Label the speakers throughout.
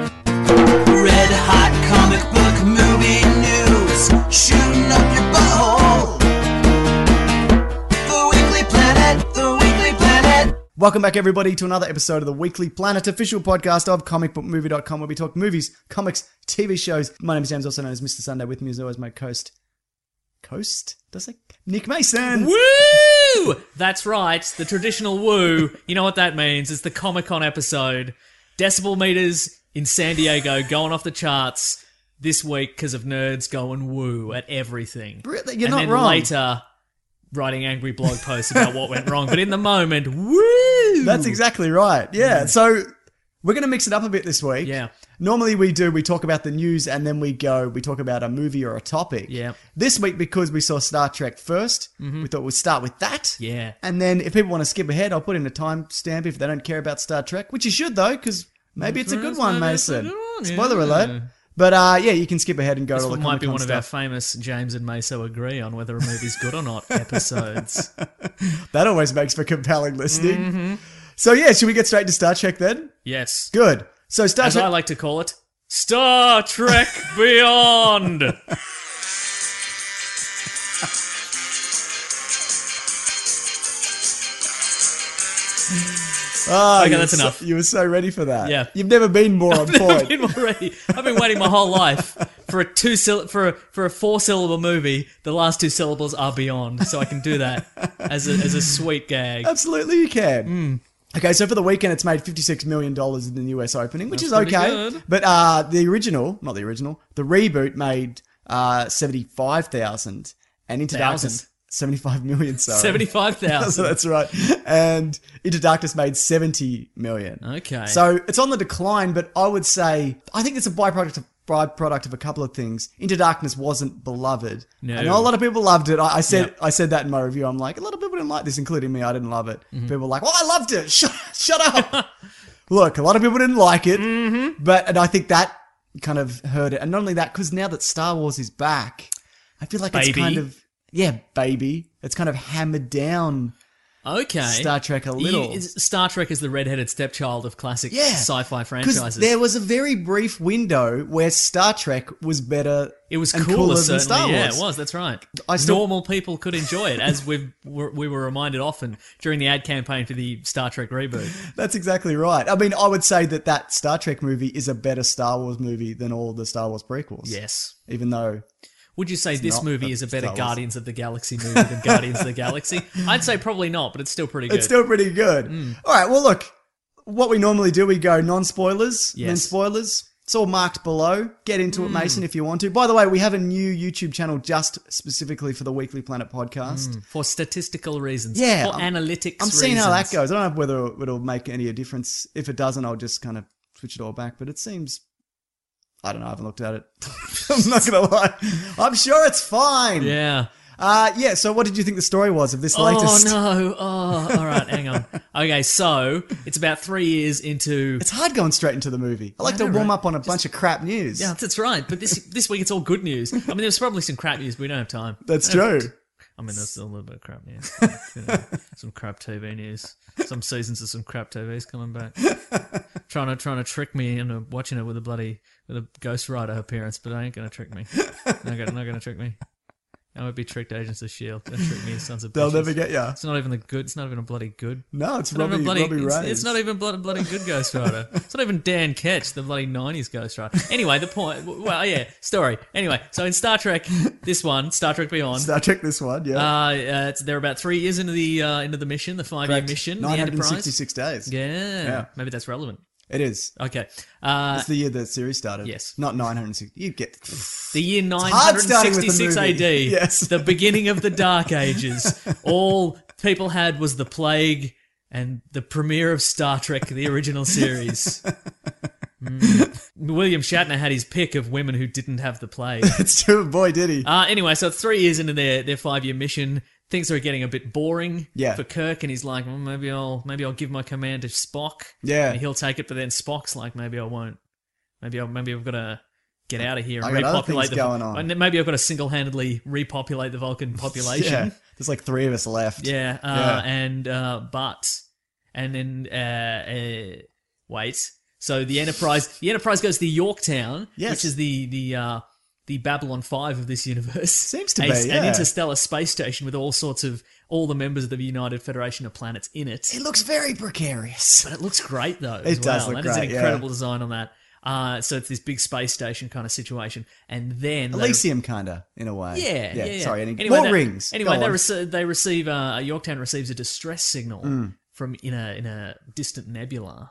Speaker 1: Red hot comic book movie news, shooting up your butthole. The Weekly Planet, the Weekly Planet.
Speaker 2: Welcome back, everybody, to another episode of the Weekly Planet official podcast of comicbookmovie.com, where we talk movies, comics, TV shows. My name is James, also known as Mr. Sunday. With me, as always, my coast. Coast? Does it? Nick Mason!
Speaker 3: Woo! That's right, the traditional woo. You know what that means? It's the Comic Con episode. Decibel meters in San Diego going off the charts this week because of nerds going woo at everything.
Speaker 2: Really? You're
Speaker 3: and
Speaker 2: not
Speaker 3: then
Speaker 2: wrong.
Speaker 3: later writing angry blog posts about what went wrong. But in the moment, woo!
Speaker 2: That's exactly right. Yeah. So we're going to mix it up a bit this week.
Speaker 3: Yeah.
Speaker 2: Normally we do, we talk about the news and then we go, we talk about a movie or a topic.
Speaker 3: Yeah. Mm-hmm.
Speaker 2: This week, because we saw Star Trek 1st we thought we'd start with that.
Speaker 3: Yeah.
Speaker 2: And then if people want to skip ahead, I'll put in a timestamp if they don't care about Star Trek, which you should though, because maybe it's a good one,
Speaker 3: Maybe it's a
Speaker 2: Mason.
Speaker 3: good one,
Speaker 2: Spoiler
Speaker 3: yeah.
Speaker 2: alert. But uh, yeah, you can skip ahead and go
Speaker 3: This
Speaker 2: to all the
Speaker 3: one might be
Speaker 2: Comic-Con
Speaker 3: one of our
Speaker 2: stuff.
Speaker 3: famous James and Meso agree on whether a movie's good or not episodes.
Speaker 2: That always makes for compelling listening.
Speaker 3: Mm-hmm.
Speaker 2: So yeah, should we get straight to Star Trek then?
Speaker 3: Yes.
Speaker 2: Good. So Star
Speaker 3: As
Speaker 2: Trek.
Speaker 3: I like to call it, Star Trek Beyond.
Speaker 2: Ah,
Speaker 3: Okay,
Speaker 2: you
Speaker 3: that's
Speaker 2: were so-
Speaker 3: enough.
Speaker 2: you were so ready for that.
Speaker 3: Yeah.
Speaker 2: You've never been more on
Speaker 3: I've
Speaker 2: point.
Speaker 3: been already. I've been waiting my whole life for a two syll- for a, for a four syllable movie. The last two syllables are beyond, so I can do that as a, as a sweet gag.
Speaker 2: Absolutely, you
Speaker 3: Hmm.
Speaker 2: can. Okay, so for the weekend, it's made $56 million in the US opening, which is
Speaker 3: pretty
Speaker 2: okay.
Speaker 3: good.
Speaker 2: But uh, the original, not the original, the reboot made uh, 75,000 and Into Darkness,
Speaker 3: Thousand.
Speaker 2: 75 million, sorry.
Speaker 3: Seventy five
Speaker 2: so
Speaker 3: thousand.
Speaker 2: that's right. And Into Darkness made 70 million.
Speaker 3: Okay.
Speaker 2: So it's on the decline, but I would say I think it's a byproduct of byproduct of a couple of things. Into Darkness wasn't beloved.
Speaker 3: No.
Speaker 2: I know a lot of people loved it. I, I said
Speaker 3: Yep.
Speaker 2: I said that in my review. I'm like, a lot of people didn't like this, including me. I didn't love it.
Speaker 3: Mm-hmm.
Speaker 2: People were like, well, I loved it. Shut, shut up. Look, a lot of people didn't like it,
Speaker 3: Mm-hmm.
Speaker 2: but and I think that kind of hurt it. And not only that, because now that Star Wars is back, I feel like it's
Speaker 3: Baby.
Speaker 2: kind of yeah, baby. It's kind of hammered down
Speaker 3: okay.
Speaker 2: Star Trek a little.
Speaker 3: You- is- Star Trek is the redheaded stepchild of classic
Speaker 2: Yeah.
Speaker 3: sci-fi
Speaker 2: Because
Speaker 3: franchises.
Speaker 2: there was a very brief window where Star Trek was better.
Speaker 3: it was
Speaker 2: and
Speaker 3: cooler,
Speaker 2: than
Speaker 3: certainly.
Speaker 2: Star Wars.
Speaker 3: Yeah, it was. That's right.
Speaker 2: I still-
Speaker 3: Normal people could enjoy it, as we were, we were reminded often during the ad campaign for the Star Trek reboot.
Speaker 2: That's exactly right. I mean, I would say that that Star Trek movie is a better Star Wars movie than all the Star Wars prequels.
Speaker 3: Yes.
Speaker 2: Even though
Speaker 3: Would you say this
Speaker 2: not
Speaker 3: movie
Speaker 2: a
Speaker 3: is a better
Speaker 2: Star Wars.
Speaker 3: Guardians of the Galaxy movie than Guardians of the Galaxy? I'd say probably not, but it's still pretty good. Hmm.
Speaker 2: it's still pretty good. All right. Well, look, what we normally do, we go non spoilers,
Speaker 3: Yes. Hmm.
Speaker 2: non spoilers. It's all marked below. Get into it, Mason, if you want to. By the way, we have a new YouTube channel just specifically for the Weekly Planet podcast.
Speaker 3: for statistical reasons.
Speaker 2: Yeah,
Speaker 3: For
Speaker 2: I'm-
Speaker 3: analytics
Speaker 2: I'm seeing how that
Speaker 3: reasons.
Speaker 2: goes. I don't know whether it'll make any difference. If it doesn't, I'll just kind of switch it all back. But it seems, I don't know. I haven't looked at it. I'm not gonna lie. I'm sure it's fine.
Speaker 3: Yeah.
Speaker 2: Uh, yeah. So, what did you think the story was of this latest?
Speaker 3: Oh no. Oh, all right. Hang on. Okay, so it's about three years into.
Speaker 2: It's hard going straight into the movie. I like to
Speaker 3: know,
Speaker 2: warm
Speaker 3: right?
Speaker 2: up on a bunch of crap news.
Speaker 3: Yeah, that's right. But this this week it's all good news. I mean, there's probably some crap news. But we don't have time.
Speaker 2: that's
Speaker 3: I don't-
Speaker 2: true.
Speaker 3: I mean, there's a little bit of crap news. You know, some crap TV news. Some seasons of some crap TV's coming back. trying to trying to trick me into watching it with a bloody with a Ghost Rider appearance, but I ain't gonna trick me. Not gonna, not gonna trick me. I E would be tricked, Agents of Shield. Don't trick me, sons of.
Speaker 2: They'll
Speaker 3: bitches.
Speaker 2: never get you.
Speaker 3: It's not even the good. It's not even a bloody good.
Speaker 2: No, it's
Speaker 3: It's not
Speaker 2: Robbie,
Speaker 3: even bloody,
Speaker 2: Robbie
Speaker 3: it's,
Speaker 2: Reyes.
Speaker 3: it's not even bloody, bloody good Ghost Rider. it's not even Dan Ketch, the bloody nineties Ghost Rider. Anyway, the point. Well, yeah, story. Anyway, so in Star Trek, this one, Star Trek Beyond.
Speaker 2: Star Trek this one, yeah.
Speaker 3: uh, uh, it's, they're about three years into the uh, into the mission, the five year mission, the Enterprise.
Speaker 2: 966 days.
Speaker 3: Yeah,
Speaker 2: Yeah.
Speaker 3: maybe that's relevant.
Speaker 2: It is.
Speaker 3: Okay, uh,
Speaker 2: It's the year the series started.
Speaker 3: Yes.
Speaker 2: Not 960. You get.
Speaker 3: the year
Speaker 2: hard starting with the
Speaker 3: 966
Speaker 2: movie.
Speaker 3: AD,
Speaker 2: Yes.
Speaker 3: the beginning of the Dark Ages. All people had was the plague and the premiere of Star Trek, the original series. Mm. William Shatner had his pick of women who didn't have the plague.
Speaker 2: It's true. Boy, did he.
Speaker 3: Uh, anyway, so three years into their, their five year mission, things are getting a bit boring
Speaker 2: Yeah.
Speaker 3: for Kirk, and he's like, well, maybe I'll maybe I'll give my command to Spock,
Speaker 2: Yeah.
Speaker 3: and he'll take it. But then Spock's like, maybe I won't. Maybe I maybe I've got to get out of here and
Speaker 2: I got other
Speaker 3: repopulate
Speaker 2: things
Speaker 3: the
Speaker 2: going on.
Speaker 3: and maybe I've got to single handedly repopulate the Vulcan population.
Speaker 2: yeah. There's like three of us left.
Speaker 3: Yeah, uh, and uh, but and then uh, uh, wait. So the Enterprise, the Enterprise goes to Yorktown,
Speaker 2: Yes.
Speaker 3: which is the the uh, the Babylon Five of this universe. Seems
Speaker 2: to be,
Speaker 3: an
Speaker 2: yeah.
Speaker 3: interstellar space station with all sorts of all the members of the United Federation of Planets in it.
Speaker 2: It looks very precarious.
Speaker 3: But it looks great though. as
Speaker 2: It does
Speaker 3: well.
Speaker 2: look
Speaker 3: That is
Speaker 2: great,
Speaker 3: an
Speaker 2: yeah.
Speaker 3: incredible design on that. Uh, so it's this big space station kind of situation, and then they-
Speaker 2: Elysium, kind of, in a way.
Speaker 3: yeah, yeah, yeah.
Speaker 2: Sorry. Any,
Speaker 3: anyway,
Speaker 2: more
Speaker 3: they-
Speaker 2: rings.
Speaker 3: Anyway,
Speaker 2: Go
Speaker 3: they,
Speaker 2: on.
Speaker 3: rece- they receive uh, Yorktown receives a distress signal
Speaker 2: Mm.
Speaker 3: from in a in a distant nebula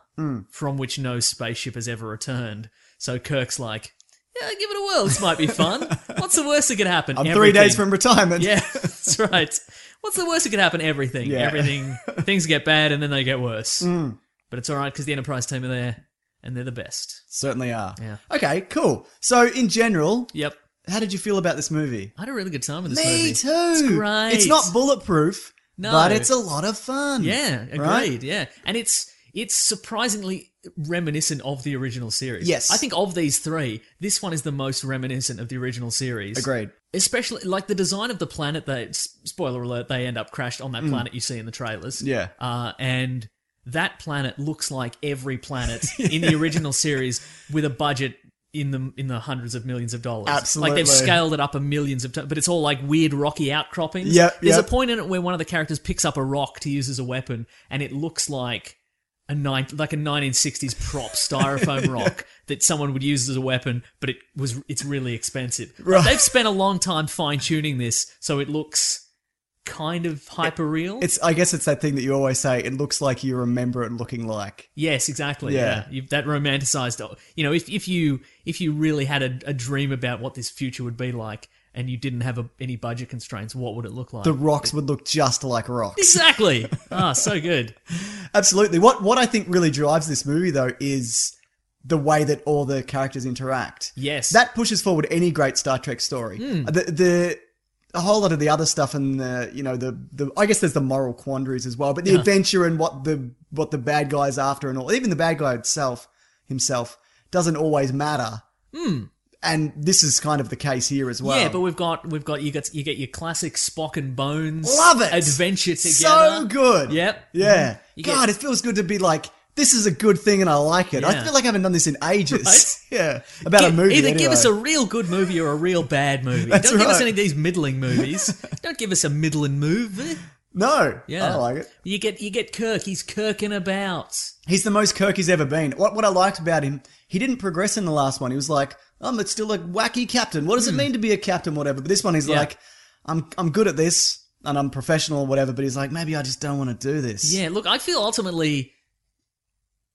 Speaker 3: from which no spaceship has ever returned. So Kirk's like, "Yeah, give it a whirl. This might be fun. What's the worst that could happen?
Speaker 2: I'm three days
Speaker 3: Everything."
Speaker 2: from retirement.
Speaker 3: Yeah, that's right. What's the worst that could happen? Everything.
Speaker 2: Yeah. Mm.
Speaker 3: Everything. Things get bad and then they get worse. But it's all right because the Enterprise team are there and they're the best.
Speaker 2: Certainly are.
Speaker 3: Yeah.
Speaker 2: Okay, cool. So, in general,
Speaker 3: Yep.
Speaker 2: how did you feel about this movie?
Speaker 3: I had a really good time with this
Speaker 2: Me
Speaker 3: movie.
Speaker 2: too.
Speaker 3: It's great.
Speaker 2: It's not bulletproof,
Speaker 3: No.
Speaker 2: but it's a lot of fun.
Speaker 3: Yeah, agreed.
Speaker 2: Right?
Speaker 3: Yeah, and it's it's surprisingly reminiscent of the original series.
Speaker 2: Yes.
Speaker 3: I think of these three, this one is the most reminiscent of the original series.
Speaker 2: Agreed.
Speaker 3: Especially like the design of the planet that s- spoiler alert they end up crashed on that planet you see in the trailers.
Speaker 2: Mm. Yeah.
Speaker 3: Uh, and that planet looks like every planet in the original series with a budget in the in the hundreds of millions of dollars. Like
Speaker 2: Absolutely.
Speaker 3: they've scaled it up a millions of times, but it's all like weird rocky outcroppings.
Speaker 2: Yep,
Speaker 3: There's
Speaker 2: yep.
Speaker 3: a point in it where one of the characters picks up a rock to use as a weapon, and it looks like a nine like a 1960s prop styrofoam rock that someone would use as a weapon, but it was it's really expensive. Like,
Speaker 2: Right.
Speaker 3: they've spent a long time fine tuning this so it looks kind of hyper real.
Speaker 2: It's. I guess it's that thing that you always say. It looks like you remember it looking like.
Speaker 3: Yes, exactly.
Speaker 2: Yeah.
Speaker 3: Yeah, You've, that romanticized. You know, if if you if you really had a, a dream about what this future would be like, and you didn't have a, any budget constraints, what would it look like?
Speaker 2: The rocks would look just like rocks.
Speaker 3: exactly. Ah, so good.
Speaker 2: Absolutely. What what I think really drives this movie though is the way that all the characters interact.
Speaker 3: Yes.
Speaker 2: That pushes forward any great Star Trek story.
Speaker 3: Hmm.
Speaker 2: The the a whole lot of the other stuff and the you know the, the I guess there's the moral quandaries as well, but the adventure and what the what the bad guy's after and all even the bad guy itself himself doesn't always matter. And this is kind of the case here as well.
Speaker 3: Hmm. yeah, but we've got we've got you get you get your classic Spock and Bones
Speaker 2: Love it.
Speaker 3: adventure together.
Speaker 2: So good.
Speaker 3: Yep.
Speaker 2: Yeah.
Speaker 3: You get-
Speaker 2: Mm-hmm. God, it feels good to be like, this is a good thing and I like it. I
Speaker 3: Yeah.
Speaker 2: feel like I haven't done this in ages.
Speaker 3: Right?
Speaker 2: Yeah. About a
Speaker 3: Gi-
Speaker 2: movie.
Speaker 3: Either give
Speaker 2: anyway.
Speaker 3: us a real good movie or a real bad movie.
Speaker 2: That's
Speaker 3: Don't give us
Speaker 2: right.
Speaker 3: any of these middling movies. Don't give us a middling movie.
Speaker 2: No.
Speaker 3: Yeah,
Speaker 2: I like it.
Speaker 3: You get you get Kirk. He's Kirking about.
Speaker 2: He's the most Kirk he's ever been. What what I liked about him, he didn't progress in the last one. He was like, "Oh, I'm it's still a wacky captain. What does it mean to be a captain, whatever? But this one he's
Speaker 3: Hmm. Yeah.
Speaker 2: like, I'm I'm good at this and I'm professional or whatever, but he's like, maybe I just don't want to do this.
Speaker 3: Yeah, look, I feel ultimately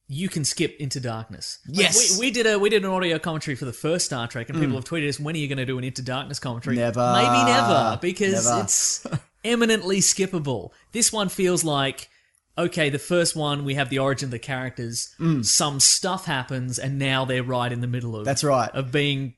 Speaker 3: you can skip into darkness. Like,
Speaker 2: Yes. Mm.
Speaker 3: we, we did a we did an audio commentary for the first Star Trek, and people have tweeted us, "When are you going to do an into darkness commentary?"
Speaker 2: Never.
Speaker 3: maybe never, because
Speaker 2: Never.
Speaker 3: it's eminently skippable. This one feels like. Okay, the first one we have the origin of the characters. Some stuff happens, and now they're right in the middle of
Speaker 2: Mm. That's right.
Speaker 3: of being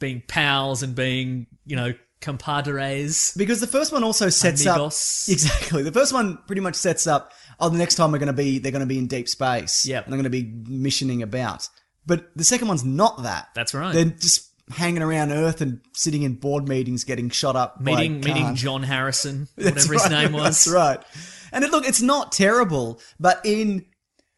Speaker 3: being pals and being you know compadres.
Speaker 2: Because the first one also sets
Speaker 3: Amigos.
Speaker 2: up exactly. The first one pretty much sets up. Oh, the next time we're going to be they're going to be in deep space.
Speaker 3: Yep.
Speaker 2: and they're going to be missioning about. But the second one's not that.
Speaker 3: That's right.
Speaker 2: They're just hanging around Earth and sitting in board meetings, getting shot up. by
Speaker 3: meeting meeting
Speaker 2: Khan.
Speaker 3: John Harrison,
Speaker 2: That's
Speaker 3: whatever his
Speaker 2: right,
Speaker 3: name was.
Speaker 2: That's right. And it, look, it's not terrible, but in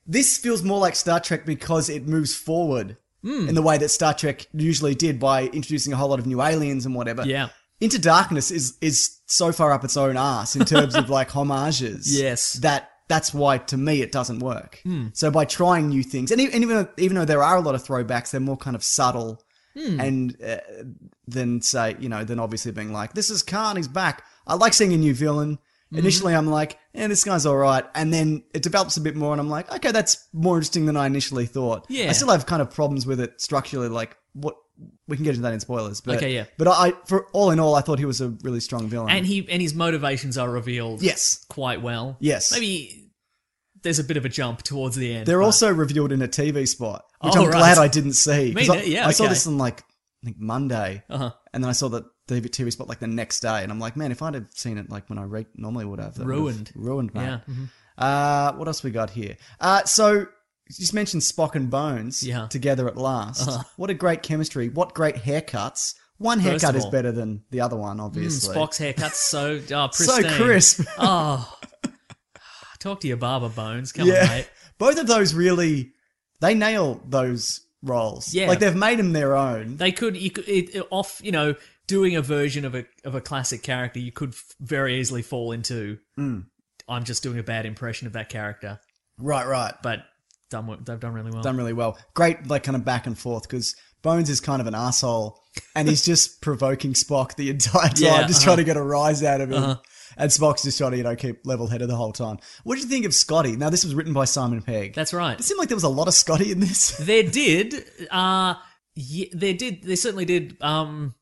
Speaker 2: this feels more like Star Trek because it moves
Speaker 3: Hmm.
Speaker 2: forward in the way that Star Trek usually did by introducing a whole lot of new aliens and whatever.
Speaker 3: Yeah.
Speaker 2: Into Darkness is is so far up its own ass in terms of like homages.
Speaker 3: Yes. Hmm.
Speaker 2: that that's why to me it doesn't work. So by trying new things, and even, and even though- even though there are a lot of throwbacks, they're more kind of subtle
Speaker 3: Hmm.
Speaker 2: and uh, than say you know than obviously being like this is Khan, he's back. I like seeing a new villain.
Speaker 3: Hmm.
Speaker 2: Initially, I'm like, eh, this guy's all right, and then it develops a bit more, and I'm like, okay, that's more interesting than I initially thought.
Speaker 3: Yeah.
Speaker 2: I still have kind of problems with it structurally, like what we can get into that in spoilers. But,
Speaker 3: Okay, yeah.
Speaker 2: But I, for all in all, I thought he was a really strong villain.
Speaker 3: and he and his motivations are revealed
Speaker 2: yes,
Speaker 3: quite well.
Speaker 2: Yes.
Speaker 3: maybe there's a bit of a jump towards the end.
Speaker 2: They're
Speaker 3: but-
Speaker 2: also revealed in a TV spot, which
Speaker 3: Oh,
Speaker 2: I'm
Speaker 3: right.
Speaker 2: glad I didn't see. 'cause
Speaker 3: Me
Speaker 2: I,
Speaker 3: ne- yeah,
Speaker 2: I saw
Speaker 3: okay.
Speaker 2: this on like I think Monday,
Speaker 3: Uh-huh.
Speaker 2: and then I saw the TV, TV spot like the next day, and I'm like, man, if I'd have seen it like when I re- normally would have, that would've
Speaker 3: Ruined.
Speaker 2: ruined,
Speaker 3: yeah, Mm-hmm.
Speaker 2: man. Uh, what else we got here? Uh, so you just mentioned Spock and Bones
Speaker 3: Yeah. Uh-huh.
Speaker 2: together at last. What a great chemistry! What great haircuts! One haircut
Speaker 3: of
Speaker 2: is
Speaker 3: all.
Speaker 2: better than the other one, obviously.
Speaker 3: Mm, Spock's haircut's so oh,
Speaker 2: so
Speaker 3: pristine.
Speaker 2: crisp.
Speaker 3: Oh, talk to your barber bones. Come
Speaker 2: Yeah.
Speaker 3: on, mate.
Speaker 2: Both of those really, they nail those roles.
Speaker 3: Yeah.
Speaker 2: like they've made them their own.
Speaker 3: They could you could it, it- off you know doing a version of a of a classic character. You could f- very easily fall into.
Speaker 2: Mm.
Speaker 3: I'm just doing a bad impression of that character,
Speaker 2: right, right.
Speaker 3: but done wo- they've done really well.
Speaker 2: Done really well. Great, like kind of back and forth because Bones is kind of an asshole, and he's just provoking Spock the entire time,
Speaker 3: Yeah,
Speaker 2: just
Speaker 3: uh-huh.
Speaker 2: trying to get a rise out of him. And Spock's just trying to, you know, keep level headed the whole time. What did you think of Scotty? Now, this was written by Simon Pegg.
Speaker 3: That's right.
Speaker 2: It seemed like there was a lot of Scotty in this.
Speaker 3: there did uh ye there did they certainly did um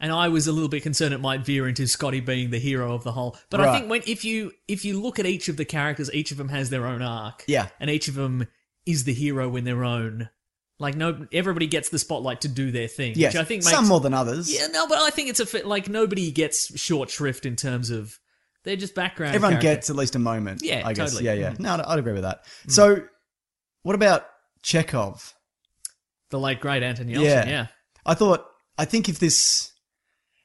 Speaker 3: and I was a little bit concerned it might veer into Scotty being the hero of the whole. But I
Speaker 2: Right.
Speaker 3: think when if you if you look at each of the characters, each of them has their own arc.
Speaker 2: Yeah.
Speaker 3: And each of them is the hero in their own. Like no everybody gets the spotlight to do their thing,
Speaker 2: Yes,
Speaker 3: which I think makes
Speaker 2: some more than others.
Speaker 3: Yeah, no, but I think it's a fit like nobody gets short shrift in terms of they're just background
Speaker 2: Everyone
Speaker 3: characters.
Speaker 2: gets at least a moment.
Speaker 3: Yeah,
Speaker 2: I guess.
Speaker 3: totally.
Speaker 2: Yeah, yeah.
Speaker 3: Mm.
Speaker 2: No, I'd, I'd agree with that. So, what about Chekhov?
Speaker 3: the late great Anton Yelchin,
Speaker 2: Yeah.
Speaker 3: yeah.
Speaker 2: I thought, I think if this,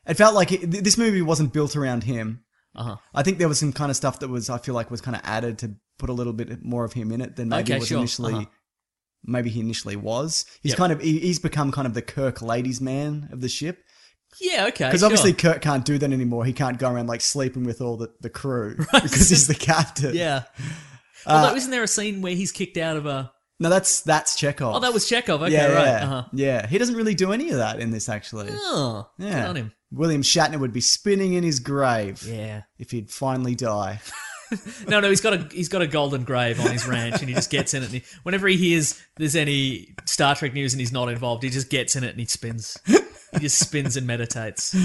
Speaker 2: it felt like it, th- this movie wasn't built around him.
Speaker 3: Uh-huh.
Speaker 2: I think there was some kind of stuff that was, I feel like, was kind of added to put a little bit more of him in it than maybe
Speaker 3: Okay,
Speaker 2: was
Speaker 3: sure.
Speaker 2: initially.
Speaker 3: Uh-huh.
Speaker 2: Maybe he initially was. He's
Speaker 3: Yep.
Speaker 2: kind of he, he's become kind of the Kirk ladies' man of the ship
Speaker 3: Yeah, okay.
Speaker 2: because
Speaker 3: Uh, sure.
Speaker 2: obviously Kirk can't do that anymore. He can't go around like sleeping with all the, the crew because he's the captain.
Speaker 3: Yeah.
Speaker 2: Uh,
Speaker 3: Although, isn't there a scene where he's kicked out of a?
Speaker 2: No, that's that's Chekhov.
Speaker 3: Oh, that was Chekhov. Okay,
Speaker 2: yeah,
Speaker 3: right.
Speaker 2: yeah,
Speaker 3: Uh-huh.
Speaker 2: yeah. He doesn't really do any of that in this actually.
Speaker 3: Oh, good
Speaker 2: Yeah.
Speaker 3: on him.
Speaker 2: William Shatner would be spinning in his grave
Speaker 3: Yeah.
Speaker 2: if he'd finally die.
Speaker 3: No, no, he's got a he's got a golden grave on his ranch, and he just gets in it. And he, whenever he hears there's any Star Trek news and he's not involved, he just gets in it and he spins. He just spins and meditates.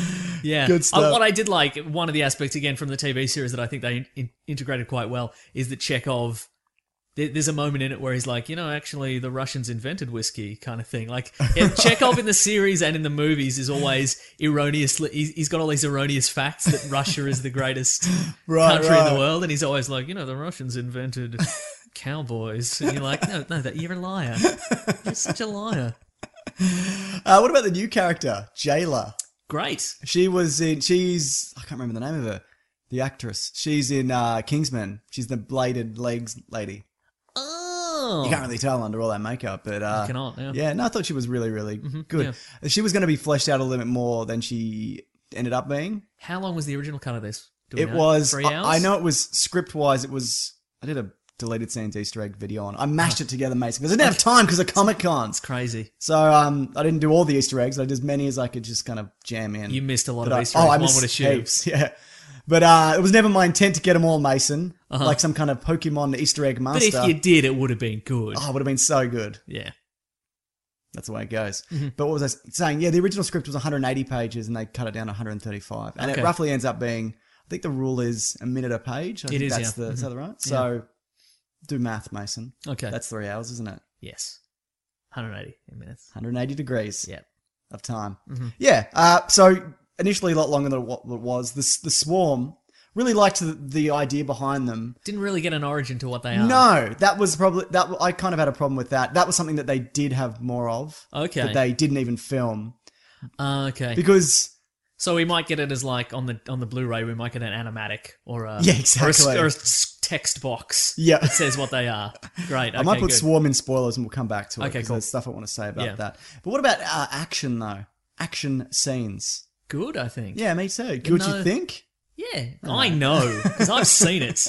Speaker 3: Yeah.
Speaker 2: Good stuff.
Speaker 3: Uh, what I did like, one of the aspects again from the TV series that I think they in, in- integrated quite well, is that Chekhov. there- There's a moment in it where he's like, you know, actually, the Russians invented whiskey, kind of thing. Like yeah, Chekhov in the series and in the movies is always erroneously. he's- He's got all these erroneous facts that Russia is the greatest country in the world, and he's always like, you know, the Russians invented cowboys, and you're like, no, no, that you're a liar. You're such a liar.
Speaker 2: Uh, what about the new character, Jayla?
Speaker 3: Great.
Speaker 2: She was in. She's I can't remember the name of her. The actress. She's in uh, Kingsman. She's the bladed legs lady.
Speaker 3: Oh,
Speaker 2: You can't really tell under all that makeup, but uh,
Speaker 3: I Mm-hmm. cannot, yeah.
Speaker 2: no, I thought she was really, really good. She was going to be fleshed out a little bit more than she ended up being.
Speaker 3: how long was the original cut of this? Do we
Speaker 2: It
Speaker 3: know?
Speaker 2: was.
Speaker 3: three
Speaker 2: I-
Speaker 3: hours.
Speaker 2: I, know it was script wise. It was. I did a deleted scenes Easter egg video on. I mashed it together, Mason, because I didn't have time because of Comic Cons.
Speaker 3: it's crazy.
Speaker 2: So um, I didn't do all the Easter eggs. I did as many as I could just kind of jam in.
Speaker 3: You missed a lot
Speaker 2: But
Speaker 3: of
Speaker 2: I-
Speaker 3: Easter eggs. One
Speaker 2: missed
Speaker 3: would assume.
Speaker 2: heaps, Yeah. But uh, it was never my intent to get them all, Mason. Like some kind of Pokemon Easter egg
Speaker 3: Uh-huh. But
Speaker 2: master.
Speaker 3: if you did, it would have been good.
Speaker 2: oh, it would have been so good.
Speaker 3: Yeah.
Speaker 2: That's the way it goes.
Speaker 3: Mm-hmm.
Speaker 2: But what was I s- saying? Yeah, the original script was 180 pages and they cut it down to 135. And
Speaker 3: Okay.
Speaker 2: it roughly ends up being, I think the rule is a minute a page. I think
Speaker 3: is,
Speaker 2: that's
Speaker 3: yeah.
Speaker 2: the, is that right? So do math, Mason.
Speaker 3: Okay.
Speaker 2: That's three hours, isn't it?
Speaker 3: yes. 180 minutes. mm-hmm.
Speaker 2: 180 degrees
Speaker 3: Yeah.
Speaker 2: of time. Yeah. Uh, so initially a lot longer than what it was. The, s- the Swarm, really liked the, the idea behind them.
Speaker 3: Didn't really get an origin to what they are.
Speaker 2: No, that was probably that. I kind of had a problem with that. That was something that they did have more of.
Speaker 3: Okay.
Speaker 2: That they didn't even film
Speaker 3: Uh, okay.
Speaker 2: because
Speaker 3: So we might get it as like on the on the Blu-ray, we might get an animatic or a
Speaker 2: Yeah,
Speaker 3: or a s-
Speaker 2: exactly.
Speaker 3: or a, s- text box
Speaker 2: Yeah.
Speaker 3: that says what they are. Great. Okay,
Speaker 2: I might put
Speaker 3: good.
Speaker 2: Swarm in spoilers and we'll come back to it.
Speaker 3: Okay,
Speaker 2: because
Speaker 3: cool.
Speaker 2: There's stuff I want to say about
Speaker 3: Yeah.
Speaker 2: that. But what about uh, action though? Action scenes.
Speaker 3: good, I think.
Speaker 2: Yeah, me too. Good,
Speaker 3: no.
Speaker 2: you think?
Speaker 3: Yeah, I know because I've seen it.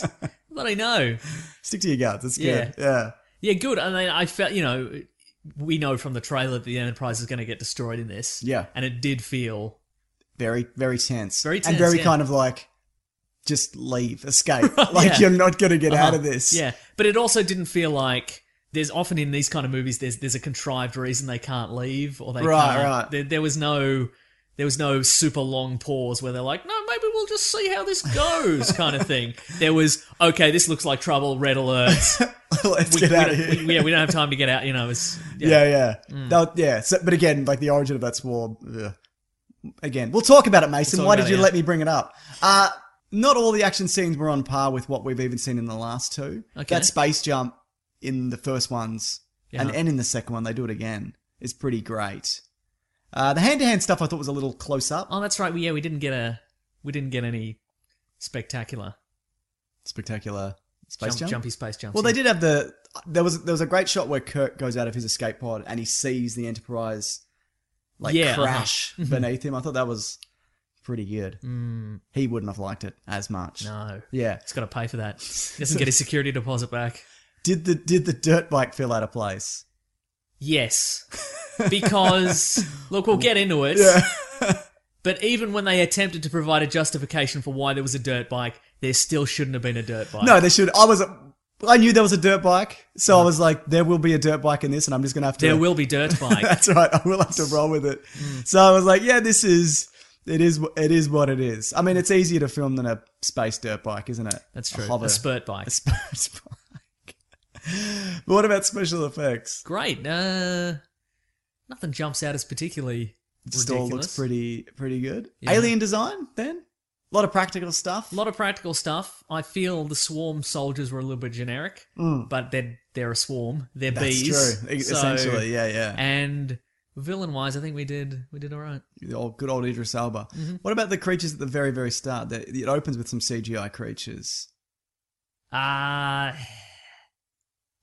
Speaker 3: But I know.
Speaker 2: Stick to your guns. That's
Speaker 3: Yeah.
Speaker 2: good. Yeah.
Speaker 3: Yeah, good. I mean, I felt you know, we know from the trailer that the Enterprise is going to get destroyed in this.
Speaker 2: Yeah.
Speaker 3: and it did feel
Speaker 2: Very, very tense.
Speaker 3: Very
Speaker 2: And
Speaker 3: tense,
Speaker 2: very
Speaker 3: yeah.
Speaker 2: kind of like, just leave, escape. like, you're not going to get out of this.
Speaker 3: Uh-huh. Oh, yeah, but it also didn't feel like. There's often in these kind of movies, there's there's a contrived reason they can't leave or they
Speaker 2: Right,
Speaker 3: can't.
Speaker 2: right.
Speaker 3: There, there was no there was no super long pause where they're like, no, maybe we'll just see how this goes, kind of thing. There was okay, this looks like trouble. Red alert.
Speaker 2: Let's
Speaker 3: We,
Speaker 2: get
Speaker 3: we
Speaker 2: out
Speaker 3: don't-
Speaker 2: of here.
Speaker 3: we- yeah, we don't have time to get out. You know, it's
Speaker 2: yeah, yeah.
Speaker 3: Mm.
Speaker 2: That- yeah. So, but again, like the origin of that swarm. ugh. Again, we'll talk about it, Mason.
Speaker 3: talk
Speaker 2: Why
Speaker 3: about
Speaker 2: did
Speaker 3: it,
Speaker 2: you
Speaker 3: yeah.
Speaker 2: let me bring it up? Uh, not all the action scenes were on par with what we've even seen in the last two.
Speaker 3: Okay.
Speaker 2: That space jump in the first ones and, and in the second one, they do it again. It's pretty great. Uh, the hand to hand stuff I thought was a little close up.
Speaker 3: Oh, that's right. We, yeah, we didn't get a we didn't get any spectacular
Speaker 2: Spectacular space
Speaker 3: jump,
Speaker 2: jump.
Speaker 3: jumpy space jumps.
Speaker 2: Well, they
Speaker 3: yeah.
Speaker 2: did have the there was there was a great shot where Kirk goes out of his escape pod and he sees the Enterprise like
Speaker 3: Yeah, uh-huh.
Speaker 2: crash beneath him. I thought that was pretty good. He wouldn't have liked it as much.
Speaker 3: Mm. No,
Speaker 2: Yeah.
Speaker 3: he's got to pay for that. He doesn't get his security deposit back.
Speaker 2: Did the did the dirt bike feel out of place?
Speaker 3: Yes, because look, we'll get into it. but even when they attempted to provide a justification for why there was a dirt bike, there still shouldn't have been a dirt bike.
Speaker 2: No, they should. I was. I knew there was a dirt bike, so I was like, "There will be a dirt bike in this," and I'm just gonna have to.
Speaker 3: Uh-huh. there will be Mm. dirt bike.
Speaker 2: That's right. I will have to roll with it. So I was like, "Yeah, this is it is it is what it is." I mean, it's easier to film than a space dirt bike, isn't it?
Speaker 3: That's
Speaker 2: A
Speaker 3: true. A,
Speaker 2: hover.
Speaker 3: spurt bike.
Speaker 2: Spurs bike. but what about special effects?
Speaker 3: Great. Uh, nothing jumps out as particularly
Speaker 2: It just
Speaker 3: ridiculous.
Speaker 2: all looks pretty pretty good.
Speaker 3: Yeah.
Speaker 2: Alien design then? A lot of practical stuff.
Speaker 3: A lot of practical stuff. I feel the swarm soldiers were a little bit generic, but they're they're a swarm. They're
Speaker 2: Mm. That's
Speaker 3: bees.
Speaker 2: true. E-
Speaker 3: So-
Speaker 2: Essentially, yeah, yeah.
Speaker 3: And villain wise, I think we did we did all right.
Speaker 2: The old- good old Idris Elba.
Speaker 3: Mm-hmm.
Speaker 2: What about the creatures at the very very start? That it opens with some CGI creatures.
Speaker 3: Uh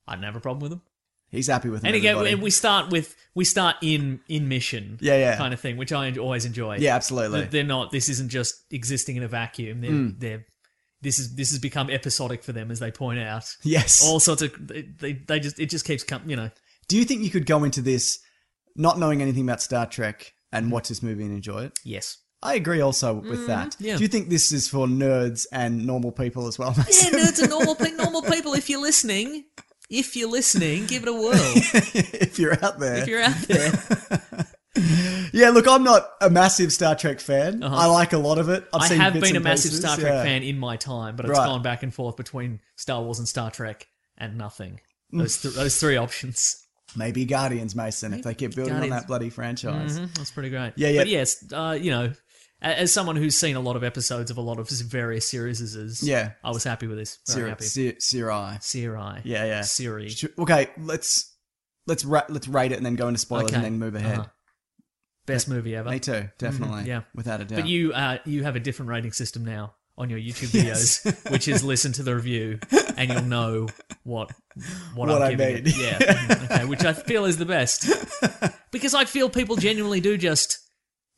Speaker 3: I didn't have a problem with them.
Speaker 2: He's happy with them.
Speaker 3: And again,
Speaker 2: everybody.
Speaker 3: we- we start with we start in in mission,
Speaker 2: Yeah, yeah.
Speaker 3: kind of thing, which I en- always enjoy.
Speaker 2: yeah, absolutely. Hmm.
Speaker 3: That they're not. This isn't just existing in a vacuum. They're, they're this is this has become episodic for them, as they point out.
Speaker 2: yes.
Speaker 3: All sorts of they, they, they just it just keeps coming. You know,
Speaker 2: Do you think you could go into this not knowing anything about Star Trek and
Speaker 3: Mm-hmm.
Speaker 2: watch this movie and enjoy it?
Speaker 3: yes.
Speaker 2: I agree also with that.
Speaker 3: yeah.
Speaker 2: Do you think this is for nerds and normal people as well?
Speaker 3: Yeah, nerds are normal, pe- normal people. If you're listening, if you're listening, give it a whirl.
Speaker 2: if you're out there.
Speaker 3: If you're out there,
Speaker 2: yeah, look, I'm not a massive Star Trek fan.
Speaker 3: Uh-huh.
Speaker 2: I like a lot of it. I've
Speaker 3: I
Speaker 2: seen
Speaker 3: have
Speaker 2: bits
Speaker 3: been a
Speaker 2: and
Speaker 3: massive
Speaker 2: pieces,
Speaker 3: Star Trek
Speaker 2: yeah.
Speaker 3: fan in my time, but it's
Speaker 2: Right.
Speaker 3: gone back and forth between Star Wars and Star Trek and nothing.
Speaker 2: Mm.
Speaker 3: Those th- those three options.
Speaker 2: Maybe Guardians, Mason, if they keep building on
Speaker 3: Guardians.
Speaker 2: that bloody franchise.
Speaker 3: Mhm, That's pretty great.
Speaker 2: Mm-hmm. Yeah, yeah.
Speaker 3: But yes, uh, you know, a- as someone who's seen a lot of episodes of a lot of s- various series,
Speaker 2: Yeah.
Speaker 3: I was happy with this. Very
Speaker 2: Siri,
Speaker 3: happy.
Speaker 2: Siri, Siri.
Speaker 3: Siri.
Speaker 2: Yeah, yeah.
Speaker 3: Siri.
Speaker 2: Sh- Okay, let's let's ra- let's rate it and then go into spoilers
Speaker 3: Okay.
Speaker 2: and then move ahead.
Speaker 3: Uh-huh. Best movie ever.
Speaker 2: Me too, definitely.
Speaker 3: yeah.
Speaker 2: without a doubt.
Speaker 3: But you uh, you have a different rating system now on your YouTube videos, which is listen to the review and you'll know what what,
Speaker 2: What
Speaker 3: I'm
Speaker 2: I
Speaker 3: giving
Speaker 2: made.
Speaker 3: it. Yeah. Mm, okay, which I feel is the best. Because I feel people genuinely do just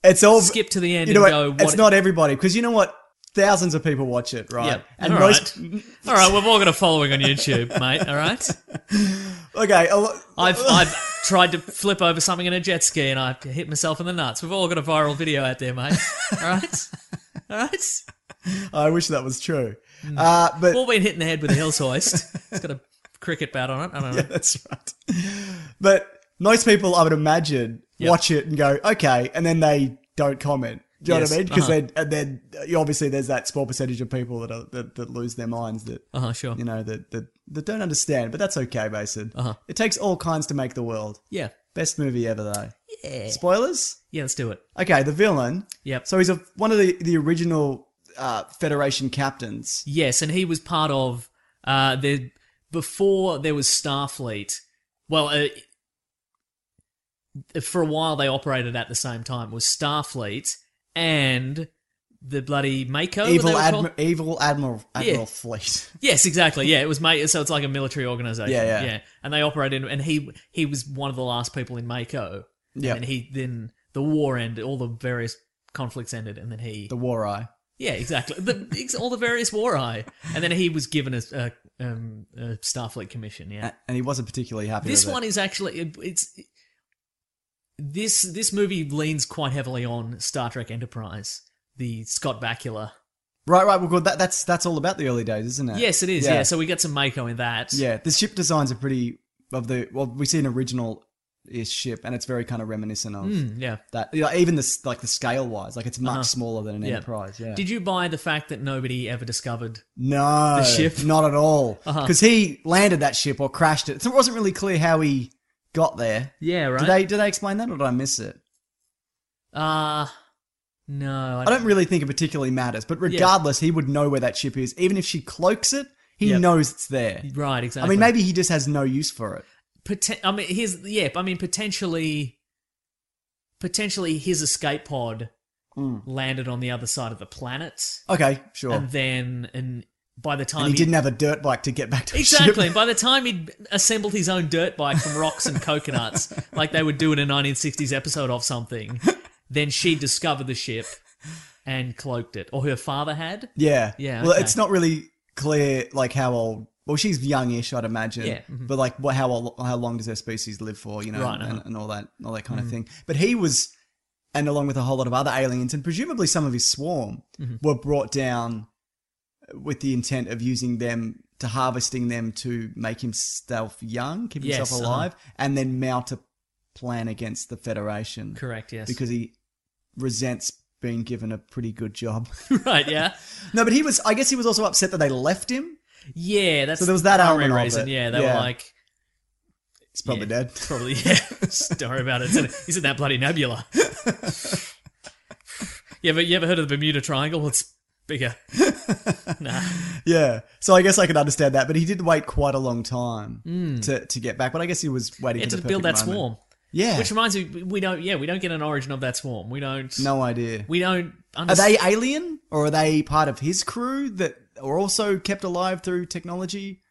Speaker 2: it's all
Speaker 3: skip to the end
Speaker 2: you know
Speaker 3: and
Speaker 2: what?
Speaker 3: go what
Speaker 2: it's not everybody because you know what? Thousands of people watch it, right?
Speaker 3: yeah.
Speaker 2: And
Speaker 3: all
Speaker 2: most
Speaker 3: right. all right, we've all got a following on YouTube, mate. All right,
Speaker 2: okay, a lo-
Speaker 3: I've I've tried to flip over something in a jet ski and I hit myself in the nuts. We've all got a viral video out there, mate. All right, all right.
Speaker 2: I wish that was true.
Speaker 3: Hmm.
Speaker 2: Uh, but
Speaker 3: All been hit in the head with a hill's hoist. It's got a cricket bat on it. I don't know.
Speaker 2: that's right. But most people, I would imagine, watch it and go, okay, and then they don't comment. Do you
Speaker 3: Yes, Uh-huh.
Speaker 2: know what I mean? Because then, and then uh, obviously there's that small percentage of people that, are, that that lose their minds that
Speaker 3: Uh huh. Sure.
Speaker 2: you know that that, that don't understand. But that's okay, Mason.
Speaker 3: Uh-huh.
Speaker 2: It takes all kinds to make the world
Speaker 3: Yeah.
Speaker 2: best movie ever, though. Yeah. Spoilers.
Speaker 3: Yeah. Let's do it.
Speaker 2: Okay, the villain.
Speaker 3: Yep.
Speaker 2: So he's a, one of the the original uh, Federation captains.
Speaker 3: Yes, and he was part of uh, the before there was Starfleet. Well, uh, for a while they operated at the same time. It was Starfleet and the bloody Mako. what they
Speaker 2: Evil
Speaker 3: were
Speaker 2: admiral,
Speaker 3: called?
Speaker 2: evil admiral, admiral
Speaker 3: Yeah.
Speaker 2: fleet.
Speaker 3: Yes, exactly. Yeah, it was Mako. So it's like a military organization.
Speaker 2: Yeah, yeah.
Speaker 3: And they operated, and he he was one of the last people in Mako.
Speaker 2: Yeah.
Speaker 3: And he then the war ended. All the various conflicts ended, and then he.
Speaker 2: The War Eye.
Speaker 3: yeah, exactly. The, ex- all the various war eye, and then he was given a, a, um, a Starfleet commission. Yeah,
Speaker 2: A- And he wasn't particularly happy
Speaker 3: this
Speaker 2: with
Speaker 3: one
Speaker 2: it.
Speaker 3: is actually it- it's this this movie leans quite heavily on Star Trek Enterprise, the Scott Bakula.
Speaker 2: Right, right. Well, good. That, that's that's all about the early days, isn't it?
Speaker 3: Yes, it is.
Speaker 2: Yeah.
Speaker 3: Yeah. so we got some Mako in that.
Speaker 2: Yeah, the ship designs are pretty of the well. We see an original ish ship, and it's very kind of reminiscent of
Speaker 3: Mm, yeah.
Speaker 2: that. You know, even the s- like the scale wise, like it's much
Speaker 3: Uh-huh.
Speaker 2: smaller than an
Speaker 3: Yeah.
Speaker 2: Enterprise. Yeah.
Speaker 3: Did you buy the fact that nobody ever discovered?
Speaker 2: no,
Speaker 3: The ship?
Speaker 2: not at all.
Speaker 3: Uh-huh.
Speaker 2: Because he landed that ship or crashed it, so it wasn't really clear how he got there.
Speaker 3: Yeah, right.
Speaker 2: Did they did they explain that, or did I miss it?
Speaker 3: uh no.
Speaker 2: I don't really think it particularly matters, but regardless, he would know where that ship is, even if she cloaks it. He
Speaker 3: Yep.
Speaker 2: knows it's there.
Speaker 3: Right, exactly.
Speaker 2: I mean, maybe he just has no use for it.
Speaker 3: Poten- I mean, his yeah. I mean, potentially, potentially his escape pod landed on the other side of the planet,
Speaker 2: Okay, Hmm. sure.
Speaker 3: and then and by the time
Speaker 2: and he didn't have a dirt bike to get back to his
Speaker 3: exactly,
Speaker 2: ship.
Speaker 3: by the time he'd assembled his own dirt bike from rocks and coconuts, like they would do in a 1960s episode of something, then she discovered the ship and cloaked it, or her father had.
Speaker 2: Yeah.
Speaker 3: Yeah,
Speaker 2: Well,
Speaker 3: okay.
Speaker 2: it's not really clear like how old. Well, she's youngish, I'd imagine.
Speaker 3: Yeah, mhm.
Speaker 2: But like, what? How old, how long does her species live for? You know,
Speaker 3: Right,
Speaker 2: and,
Speaker 3: uh-huh. Mm-hmm.
Speaker 2: and all that, all that kind of thing. But he was, and along with a whole lot of other aliens, and presumably some of his swarm,
Speaker 3: Mm-hmm.
Speaker 2: were brought down with the intent of using them to harvesting them to make himself young, keep himself
Speaker 3: Yes, uh-huh.
Speaker 2: alive, and then mount a plan against the Federation.
Speaker 3: Correct. Yes.
Speaker 2: Because he resents being given a pretty good job.
Speaker 3: right. Yeah.
Speaker 2: No, but he was. I guess he was also upset that they left him.
Speaker 3: Yeah. That's
Speaker 2: So there was that
Speaker 3: the
Speaker 2: element
Speaker 3: primary
Speaker 2: of
Speaker 3: reason.
Speaker 2: it.
Speaker 3: Yeah. They
Speaker 2: Yeah.
Speaker 3: were like.
Speaker 2: He's probably
Speaker 3: Yeah,
Speaker 2: dead.
Speaker 3: Probably, yeah. Just Don't worry about it. It's in, he's in that bloody nebula. yeah, but you ever heard of the Bermuda Triangle? Well, it's bigger. nah.
Speaker 2: yeah. So I guess I can understand that. But he did wait quite a long time to, to get back. But I guess he was waiting
Speaker 3: Hmm. Yeah,
Speaker 2: for
Speaker 3: to
Speaker 2: the
Speaker 3: build that
Speaker 2: perfect moment.
Speaker 3: swarm.
Speaker 2: Yeah.
Speaker 3: Which reminds me, we don't. Yeah, we don't get an origin of that swarm. We don't.
Speaker 2: no idea.
Speaker 3: We don't.
Speaker 2: are
Speaker 3: Understand.
Speaker 2: they alien or are they part of his crew that are also kept alive through technology?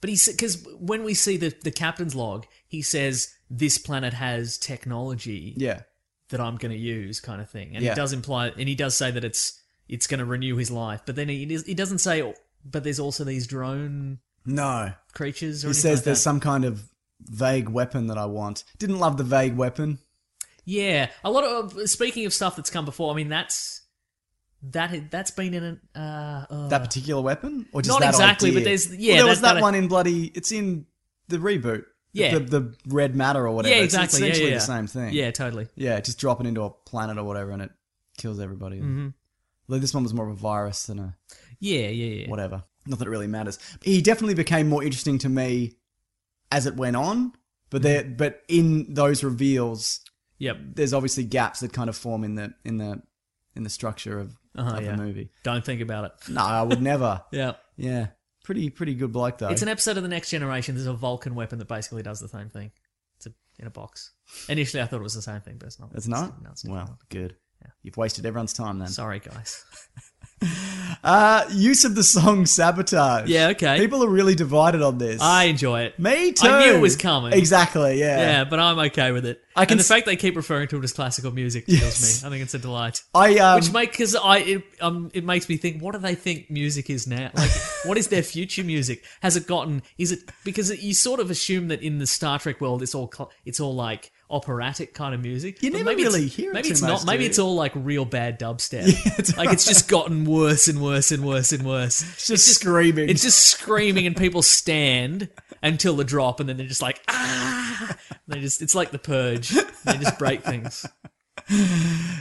Speaker 3: But he's because when we see the the captain's log, he says this planet has technology
Speaker 2: Yeah.
Speaker 3: that I'm going to use, kind of thing. And
Speaker 2: Yeah.
Speaker 3: it does imply, and he does say that it's it's going to renew his life. But then he he doesn't say. But there's also these drone
Speaker 2: No.
Speaker 3: creatures. Or
Speaker 2: He
Speaker 3: anything
Speaker 2: says
Speaker 3: like
Speaker 2: there's
Speaker 3: that.
Speaker 2: some kind of vague weapon that I want. Didn't love the vague weapon.
Speaker 3: Yeah, a lot of speaking of stuff that's come before. I mean, that's that that's been in an uh, uh
Speaker 2: That particular weapon, or just
Speaker 3: Not
Speaker 2: that
Speaker 3: exactly, but
Speaker 2: idea?
Speaker 3: there's- yeah,
Speaker 2: Well, there was
Speaker 3: that-
Speaker 2: that,
Speaker 3: that-
Speaker 2: one in bloody. It's in the reboot.
Speaker 3: Yeah.
Speaker 2: the, the red matter or whatever.
Speaker 3: yeah,
Speaker 2: It's
Speaker 3: exactly. yeah,
Speaker 2: essentially
Speaker 3: yeah,
Speaker 2: the
Speaker 3: yeah.
Speaker 2: same thing.
Speaker 3: Yeah, totally.
Speaker 2: yeah, just dropping into a planet or whatever, and it kills everybody.
Speaker 3: Mm-hmm.
Speaker 2: Although this one was more of a virus than a
Speaker 3: Yeah, yeah, yeah.
Speaker 2: whatever. Not that it really matters. But he definitely became more interesting to me as it went on.
Speaker 3: Mm-hmm.
Speaker 2: But there, but in those reveals,
Speaker 3: Yep.
Speaker 2: there's obviously gaps that kind of form in the in the in the structure of,
Speaker 3: Uh-huh,
Speaker 2: of
Speaker 3: yeah.
Speaker 2: the movie.
Speaker 3: Don't think about it.
Speaker 2: No, I would never.
Speaker 3: Yeah.
Speaker 2: Yeah, pretty pretty good bloke though.
Speaker 3: It's an episode of the Next Generation. There's a Vulcan weapon that basically does the same thing. It's a, in a box. Initially, I thought it was the same thing, but it's not.
Speaker 2: it's not.
Speaker 3: No, it's
Speaker 2: well, good. You've wasted everyone's time then.
Speaker 3: Sorry, guys.
Speaker 2: Uh, use of the song "Sabotage."
Speaker 3: Yeah, okay.
Speaker 2: People are really divided on this.
Speaker 3: I enjoy it.
Speaker 2: me too.
Speaker 3: I knew it was coming.
Speaker 2: Exactly. Yeah.
Speaker 3: Yeah, but I'm okay with it.
Speaker 2: I can
Speaker 3: and the
Speaker 2: s-
Speaker 3: fact they keep referring to it as classical music kills
Speaker 2: Yes.
Speaker 3: me. I think it's a delight.
Speaker 2: I um,
Speaker 3: Which make because I it, um it makes me think what do they think music is now like what is their future music has it gotten is it because it, you sort of assume that in the Star Trek world it's all cl- it's all like operatic kind of music
Speaker 2: You
Speaker 3: But
Speaker 2: never
Speaker 3: maybe it's-
Speaker 2: really hear it
Speaker 3: maybe
Speaker 2: too
Speaker 3: it's
Speaker 2: much,
Speaker 3: not
Speaker 2: do
Speaker 3: maybe
Speaker 2: you?
Speaker 3: it's all like real bad dubstep
Speaker 2: that's
Speaker 3: like it's just gotten worse and worse and worse and worse it's
Speaker 2: just screaming.
Speaker 3: it's just screaming and people stand until the drop and then they're just like ah And they just it's like the purge they just break things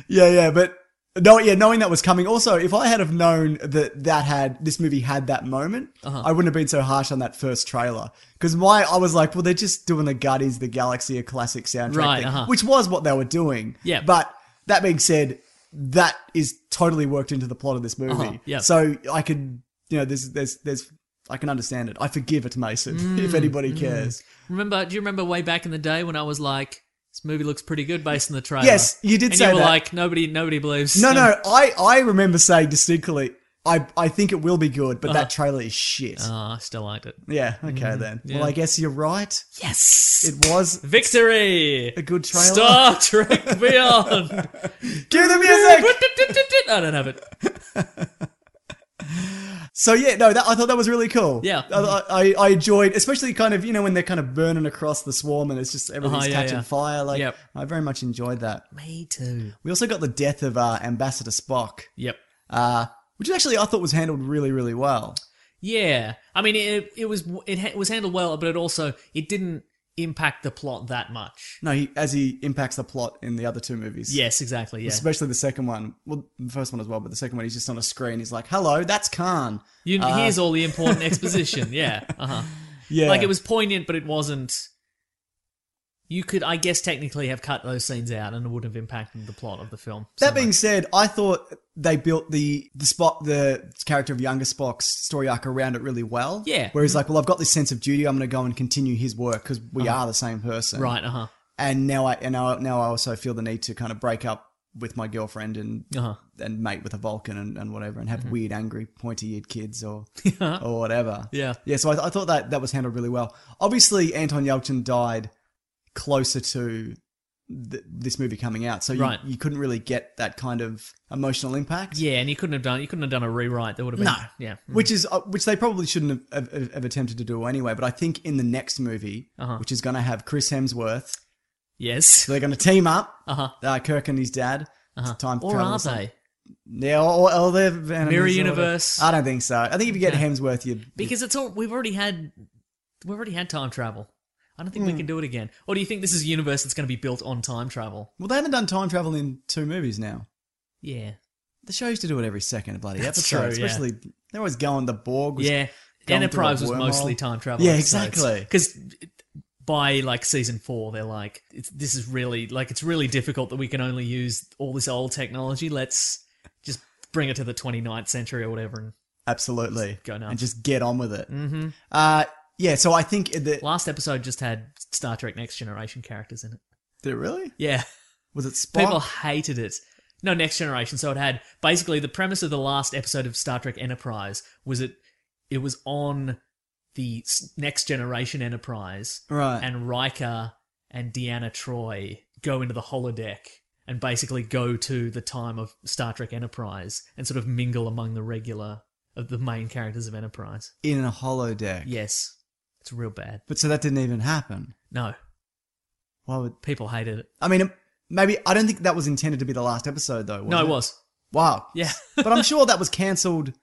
Speaker 2: yeah, yeah, but. No, yeah, knowing that was coming. Also, if I had have known that that had this movie had that moment,
Speaker 3: Uh-huh.
Speaker 2: I wouldn't have been so harsh on that first trailer. Because my, I was like, well, they're just doing the Guardians of the Galaxy a classic soundtrack,
Speaker 3: Right,
Speaker 2: thing,
Speaker 3: uh-huh.
Speaker 2: which was what they were doing.
Speaker 3: Yeah.
Speaker 2: But that being said, that is totally worked into the plot of this movie.
Speaker 3: Uh-huh, yeah.
Speaker 2: So I could, you know, there's, there's, there's, I can understand it. I forgive it, Mason, if
Speaker 3: Mm-hmm.
Speaker 2: anybody cares.
Speaker 3: Remember? Do you remember way back in the day when I was like, "This movie looks pretty good" based on the trailer?
Speaker 2: Yes, you did
Speaker 3: and
Speaker 2: say
Speaker 3: you were
Speaker 2: that.
Speaker 3: like, "Nobody, nobody believes."
Speaker 2: No,
Speaker 3: Um,
Speaker 2: no, I, I remember saying distinctly, I I think it will be good, but that
Speaker 3: Uh-huh.
Speaker 2: trailer is shit.
Speaker 3: Ah, still liked it.
Speaker 2: yeah. Okay then. Well, I guess you're right.
Speaker 3: Mm-hmm. Yes.
Speaker 2: It was
Speaker 3: Victory.
Speaker 2: a good trailer.
Speaker 3: Star Trek Beyond.
Speaker 2: Give the music.
Speaker 3: I don't have it.
Speaker 2: So yeah, no, that I thought that was really cool.
Speaker 3: Yeah.
Speaker 2: I, I, I enjoyed, especially kind of you know when they're kind of burning across the swarm and it's just everything's
Speaker 3: Uh-huh, yeah,
Speaker 2: catching
Speaker 3: yeah.
Speaker 2: fire. Like
Speaker 3: Yep.
Speaker 2: I very much enjoyed that.
Speaker 3: Me too.
Speaker 2: We also got the death of uh, Ambassador Spock,
Speaker 3: Yep.
Speaker 2: uh, which actually I thought was handled really really well.
Speaker 3: Yeah. I mean, it, it was it ha- was handled well, but it also it didn't impact the plot that much.
Speaker 2: No, he, as he impacts the plot in the other two movies.
Speaker 3: Yes, exactly. Yeah.
Speaker 2: Especially the second one. Well, the first one as well, but the second one, he's just on a screen. He's like, hello, that's Khan.
Speaker 3: You, here's
Speaker 2: uh,
Speaker 3: all the important exposition. Yeah. Uh-huh.
Speaker 2: Yeah.
Speaker 3: Like it was poignant, but it wasn't. You could, I guess, technically have cut those scenes out, and it wouldn't have impacted the plot of the film. so
Speaker 2: That being
Speaker 3: much.
Speaker 2: said, I thought they built the the spot the character of younger Spock's story arc around it really well.
Speaker 3: Yeah.
Speaker 2: Where he's like, well, I've got this sense of duty. I'm going to go and continue his work because we are the same person.
Speaker 3: Uh-huh. right, uh huh,
Speaker 2: And now I and now, now I also feel the need to kind of break up with my girlfriend and
Speaker 3: uh
Speaker 2: and mate with a Vulcan and, and whatever and have weird, angry, pointy eared kids or
Speaker 3: huh,
Speaker 2: or whatever.
Speaker 3: Mm-hmm. yeah,
Speaker 2: Yeah, so I, th- I thought that that was handled really well. Obviously, Anton Yelchin died closer to th- this movie coming out, so you,
Speaker 3: Right.
Speaker 2: you couldn't really get that kind of emotional impact.
Speaker 3: yeah. And you couldn't have done, you couldn't have done a rewrite. There would have been,
Speaker 2: No.
Speaker 3: yeah, mm.
Speaker 2: Which is uh, which they probably shouldn't have, have, have attempted to do anyway. But I think in the next movie,
Speaker 3: Uh-huh.
Speaker 2: which is going to have Chris Hemsworth,
Speaker 3: yes,
Speaker 2: they're going to team up.
Speaker 3: uh-huh,
Speaker 2: Uh, Kirk and his dad.
Speaker 3: uh-huh.
Speaker 2: Time
Speaker 3: or
Speaker 2: travel
Speaker 3: are
Speaker 2: or something.
Speaker 3: they?
Speaker 2: Yeah, or, or they're enemies or whatever.
Speaker 3: universe.
Speaker 2: I don't think so. I think if you get
Speaker 3: Okay.
Speaker 2: Hemsworth, you
Speaker 3: Because it's all we've already had, we've already had time travel. I don't think
Speaker 2: Hmm.
Speaker 3: we can do it again. Or do you think this is a universe that's going to be built on time travel?
Speaker 2: well, they haven't done time travel in two movies now.
Speaker 3: Yeah,
Speaker 2: The show used to do it every second bloody
Speaker 3: That's
Speaker 2: episode,
Speaker 3: true, yeah.
Speaker 2: especially they're always going the Borg. Was,
Speaker 3: yeah.
Speaker 2: through a
Speaker 3: Enterprise was
Speaker 2: wormhole.
Speaker 3: mostly time travel.
Speaker 2: Yeah, exactly.
Speaker 3: Because by like season four, they're like, it's, this is really like it's really difficult that we can only use all this old technology. Let's just bring it to the 29th century or whatever. And
Speaker 2: absolutely,
Speaker 3: Go nuts.
Speaker 2: and just get on with it. Mm-hmm. Uh, yeah, so I think that
Speaker 3: last episode just had Star Trek Next Generation characters in it.
Speaker 2: did it really
Speaker 3: Yeah,
Speaker 2: was it Spock?
Speaker 3: people hated it. No, Next Generation. So it had basically the premise of the last episode of Star Trek Enterprise was it it was on the s- Next Generation Enterprise,
Speaker 2: right,
Speaker 3: and Riker and Deanna Troy go into the holodeck and basically go to the time of Star Trek Enterprise and sort of mingle among the regular of the main characters of Enterprise.
Speaker 2: in a holodeck.
Speaker 3: Yes, it's real bad.
Speaker 2: but so that didn't even happen.
Speaker 3: No,
Speaker 2: Why would
Speaker 3: people hated it.
Speaker 2: I mean? Maybe I don't think that was intended to be the last episode, though. Was
Speaker 3: no, it was.
Speaker 2: Wow.
Speaker 3: Yeah.
Speaker 2: but I'm sure that was cancelled.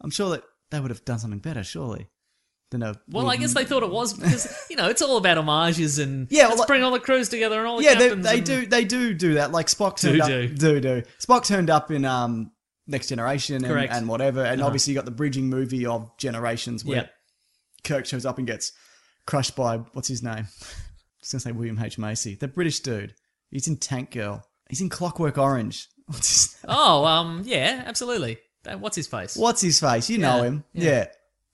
Speaker 2: I'm sure that they would have done something better, surely. Than a
Speaker 3: Well, I
Speaker 2: weird-
Speaker 3: guess they thought it was because you know it's all about homages and
Speaker 2: Yeah,
Speaker 3: let's
Speaker 2: well,
Speaker 3: bring all the crews together and all the
Speaker 2: yeah, they,
Speaker 3: captains.
Speaker 2: they
Speaker 3: and-
Speaker 2: do. They do do that. Like Spock
Speaker 3: Do
Speaker 2: turned up.
Speaker 3: do.
Speaker 2: Do do. Spock turned up in um Next Generation and,
Speaker 3: Correct. Uh-huh.
Speaker 2: and whatever. And obviously you got the bridging movie of Generations where
Speaker 3: Yep.
Speaker 2: Kirk shows up and gets crushed by what's his name? I was gonna say William H Macy, the British dude. He's in Tank Girl. He's in Clockwork Orange. What's his
Speaker 3: Oh, um, yeah, absolutely. That- What's his face?
Speaker 2: What's his face? You know
Speaker 3: Yeah,
Speaker 2: him.
Speaker 3: yeah.
Speaker 2: Yeah.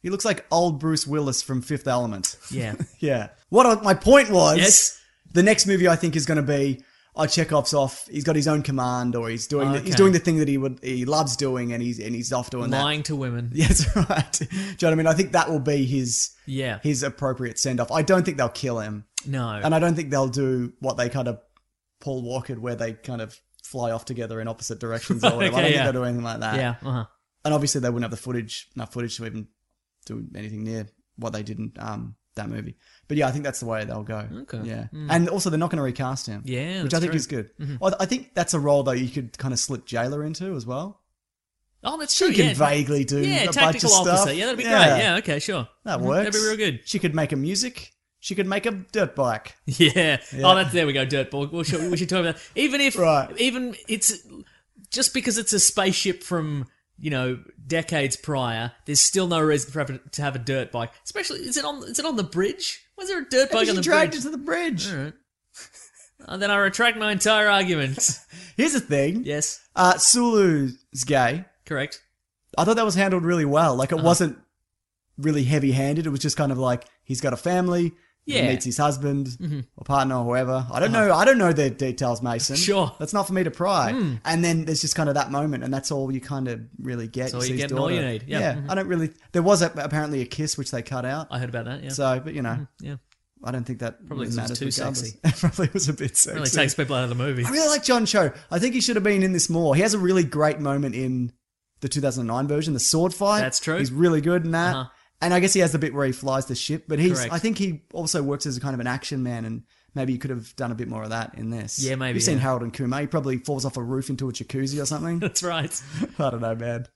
Speaker 2: He looks like old Bruce Willis from Fifth Element.
Speaker 3: Yeah.
Speaker 2: Yeah. What I, my point was.
Speaker 3: yes.
Speaker 2: the next movie I think is going to be oh Chekhov's off. He's got his own command, or he's doing the,
Speaker 3: Okay.
Speaker 2: he's doing the thing that he would he loves doing, and he's and he's off doing that.
Speaker 3: Lying to women.
Speaker 2: Yeah, that's right. Do you know what I mean? I think that will be his
Speaker 3: Yeah.
Speaker 2: his appropriate send off. I don't think they'll kill him,
Speaker 3: No.
Speaker 2: and I don't think they'll do what they kind of Paul Walker, where they kind of fly off together in opposite directions or whatever. I
Speaker 3: Okay,
Speaker 2: don't
Speaker 3: yeah.
Speaker 2: think they'll do anything like that.
Speaker 3: yeah. Uh-huh.
Speaker 2: and obviously they wouldn't have the footage enough footage to even do anything near what they did in um, that movie. But yeah, I think that's the way they'll go.
Speaker 3: Okay. Hmm.
Speaker 2: Yeah, and also they're not going to recast him.
Speaker 3: Yeah,
Speaker 2: which
Speaker 3: that's
Speaker 2: I think
Speaker 3: true. Mm-hmm.
Speaker 2: is good. I- I think that's a role though you could kind of slip Jailer into as well.
Speaker 3: Oh, that's true.
Speaker 2: She can
Speaker 3: yeah.
Speaker 2: vaguely do
Speaker 3: yeah,
Speaker 2: a
Speaker 3: tactical
Speaker 2: bunch of
Speaker 3: officer.
Speaker 2: stuff.
Speaker 3: Yeah, that'd be great. Yeah, okay, sure.
Speaker 2: that
Speaker 3: Mhm,
Speaker 2: works.
Speaker 3: That'd be real good.
Speaker 2: She could make a music. She could make a dirt bike.
Speaker 3: Yeah. Oh, that's there we go. Dirtball. We should, we should talk about that. Even if,
Speaker 2: Right.
Speaker 3: even it's just because it's a spaceship from you know decades prior. There's still no reason for it to have a dirt bike. Especially is it on is it on the bridge? Was there a dirt bike
Speaker 2: she
Speaker 3: on the
Speaker 2: dragged
Speaker 3: bridge? Mm.
Speaker 2: it to the bridge.
Speaker 3: And then I retract my entire argument.
Speaker 2: Here's the thing.
Speaker 3: yes,
Speaker 2: Uh, Sulu's gay.
Speaker 3: correct.
Speaker 2: I thought that was
Speaker 3: Uh-huh.
Speaker 2: handled really well. Like it wasn't really heavy handed. It was just kind of like he's got a family. He
Speaker 3: Yeah. Mm-hmm. Uh-huh.
Speaker 2: meets his husband or partner or whoever. I don't know. I don't know the details, Mason.
Speaker 3: Sure. Hmm.
Speaker 2: That's not for me to pry. And then there's just kind of that moment, and that's all you kind of really get.
Speaker 3: all
Speaker 2: see
Speaker 3: you
Speaker 2: his
Speaker 3: get and all you need. Yeah. Mm-hmm.
Speaker 2: Yeah. I don't really. There was a, apparently a kiss which they cut out.
Speaker 3: I heard about that. Yeah.
Speaker 2: So, but you know,
Speaker 3: yeah.
Speaker 2: I don't think that
Speaker 3: Probably 'cause
Speaker 2: really
Speaker 3: it was
Speaker 2: matters
Speaker 3: too
Speaker 2: regardless.
Speaker 3: sexy.
Speaker 2: It probably was a bit sexy.
Speaker 3: Really takes people out of the movie.
Speaker 2: I really like John Cho. I think he should have been in this more. He has a really great moment in the 2009 version, the sword fight.
Speaker 3: That's true.
Speaker 2: He's really good in that.
Speaker 3: Uh-huh.
Speaker 2: And I guess he has the bit where he flies the ship, but he's.
Speaker 3: Correct.
Speaker 2: I think he also works as a kind of an action man, and maybe he could have done a bit more of that in this.
Speaker 3: Yeah, maybe,
Speaker 2: You've seen
Speaker 3: yeah.
Speaker 2: Harold and Kumar. He probably falls off a roof into a jacuzzi or something.
Speaker 3: That's right.
Speaker 2: I don't know, man.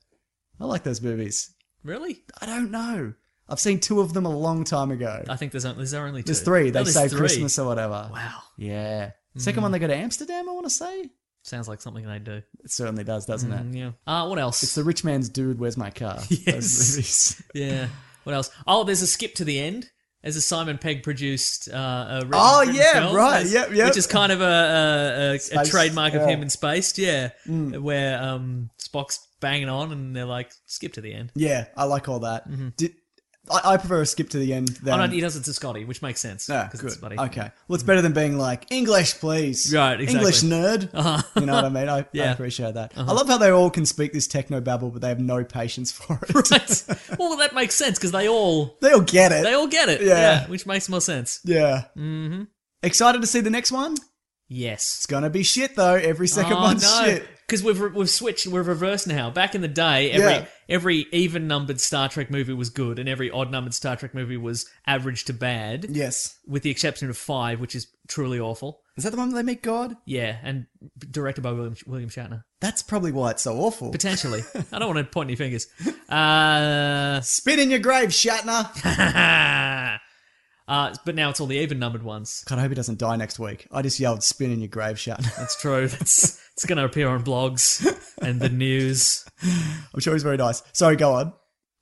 Speaker 2: I like those movies.
Speaker 3: Really?
Speaker 2: I don't know. I've seen two of them a long time ago.
Speaker 3: I think there's only, there's only two.
Speaker 2: There's three. They
Speaker 3: Oh, there's
Speaker 2: save
Speaker 3: three.
Speaker 2: Christmas or whatever.
Speaker 3: Wow. Mm-hmm.
Speaker 2: Yeah. Second one, they go to Amsterdam. I want to say
Speaker 3: Sounds like something they do.
Speaker 2: it certainly does, doesn't it?
Speaker 3: Yeah. Uh, what else?
Speaker 2: Mm-hmm. It's the rich man's dude. Where's my car? Those
Speaker 3: Yes.
Speaker 2: movies.
Speaker 3: yeah. What else? Oh, there's a skip to the end. As a Simon Pegg produced, uh, a written,
Speaker 2: Oh,
Speaker 3: written
Speaker 2: yeah,
Speaker 3: film,
Speaker 2: right,
Speaker 3: that's-
Speaker 2: yep, yep.
Speaker 3: which is kind of a a, a, a
Speaker 2: Spaced,
Speaker 3: trademark of
Speaker 2: yeah. Mm.
Speaker 3: him in Spaced, yeah, where um, Spock's banging on and they're like, skip to the end.
Speaker 2: Yeah, I like all that.
Speaker 3: Mm-hmm.
Speaker 2: Did, I, I prefer a skip to the end than.
Speaker 3: oh no, he does it to Scotty, which makes sense
Speaker 2: Ah,
Speaker 3: because
Speaker 2: good.
Speaker 3: it's Scotty.
Speaker 2: Okay. Well, it's better than being like English, please.
Speaker 3: Right, exactly. Uh-huh.
Speaker 2: English nerd. You know what I mean? I, I
Speaker 3: Yeah. Uh-huh.
Speaker 2: appreciate that. I love how they all can speak this techno babble, but they have no patience for it.
Speaker 3: Right. well, that makes sense because they all
Speaker 2: they all get it.
Speaker 3: they all get it.
Speaker 2: Yeah.
Speaker 3: which makes more sense.
Speaker 2: yeah. Mm-hmm. Excited to see the next one.
Speaker 3: Yes.
Speaker 2: It's gonna be shit though. Every second one's shit.
Speaker 3: Because Oh, we've re- we've switched, we've reversed now. Back in the day, every
Speaker 2: Yeah.
Speaker 3: every even numbered Star Trek movie was good, and every odd numbered Star Trek movie was average to bad,
Speaker 2: Yes.
Speaker 3: with the exception of five, which is truly awful.
Speaker 2: Is that the one where they meet God?
Speaker 3: Yeah, and directed by William William Shatner.
Speaker 2: That's probably why it's so awful.
Speaker 3: Potentially, I don't want to point any fingers. Uh,
Speaker 2: Spit in your grave, Shatner.
Speaker 3: uh, but now it's all the even numbered ones.
Speaker 2: God, I hope he doesn't die next week. I just yelled, "Spin in your grave, Shatner."
Speaker 3: That's true. That's it's going to appear on blogs and the news.
Speaker 2: I'm sure he's very nice. Sorry, go on.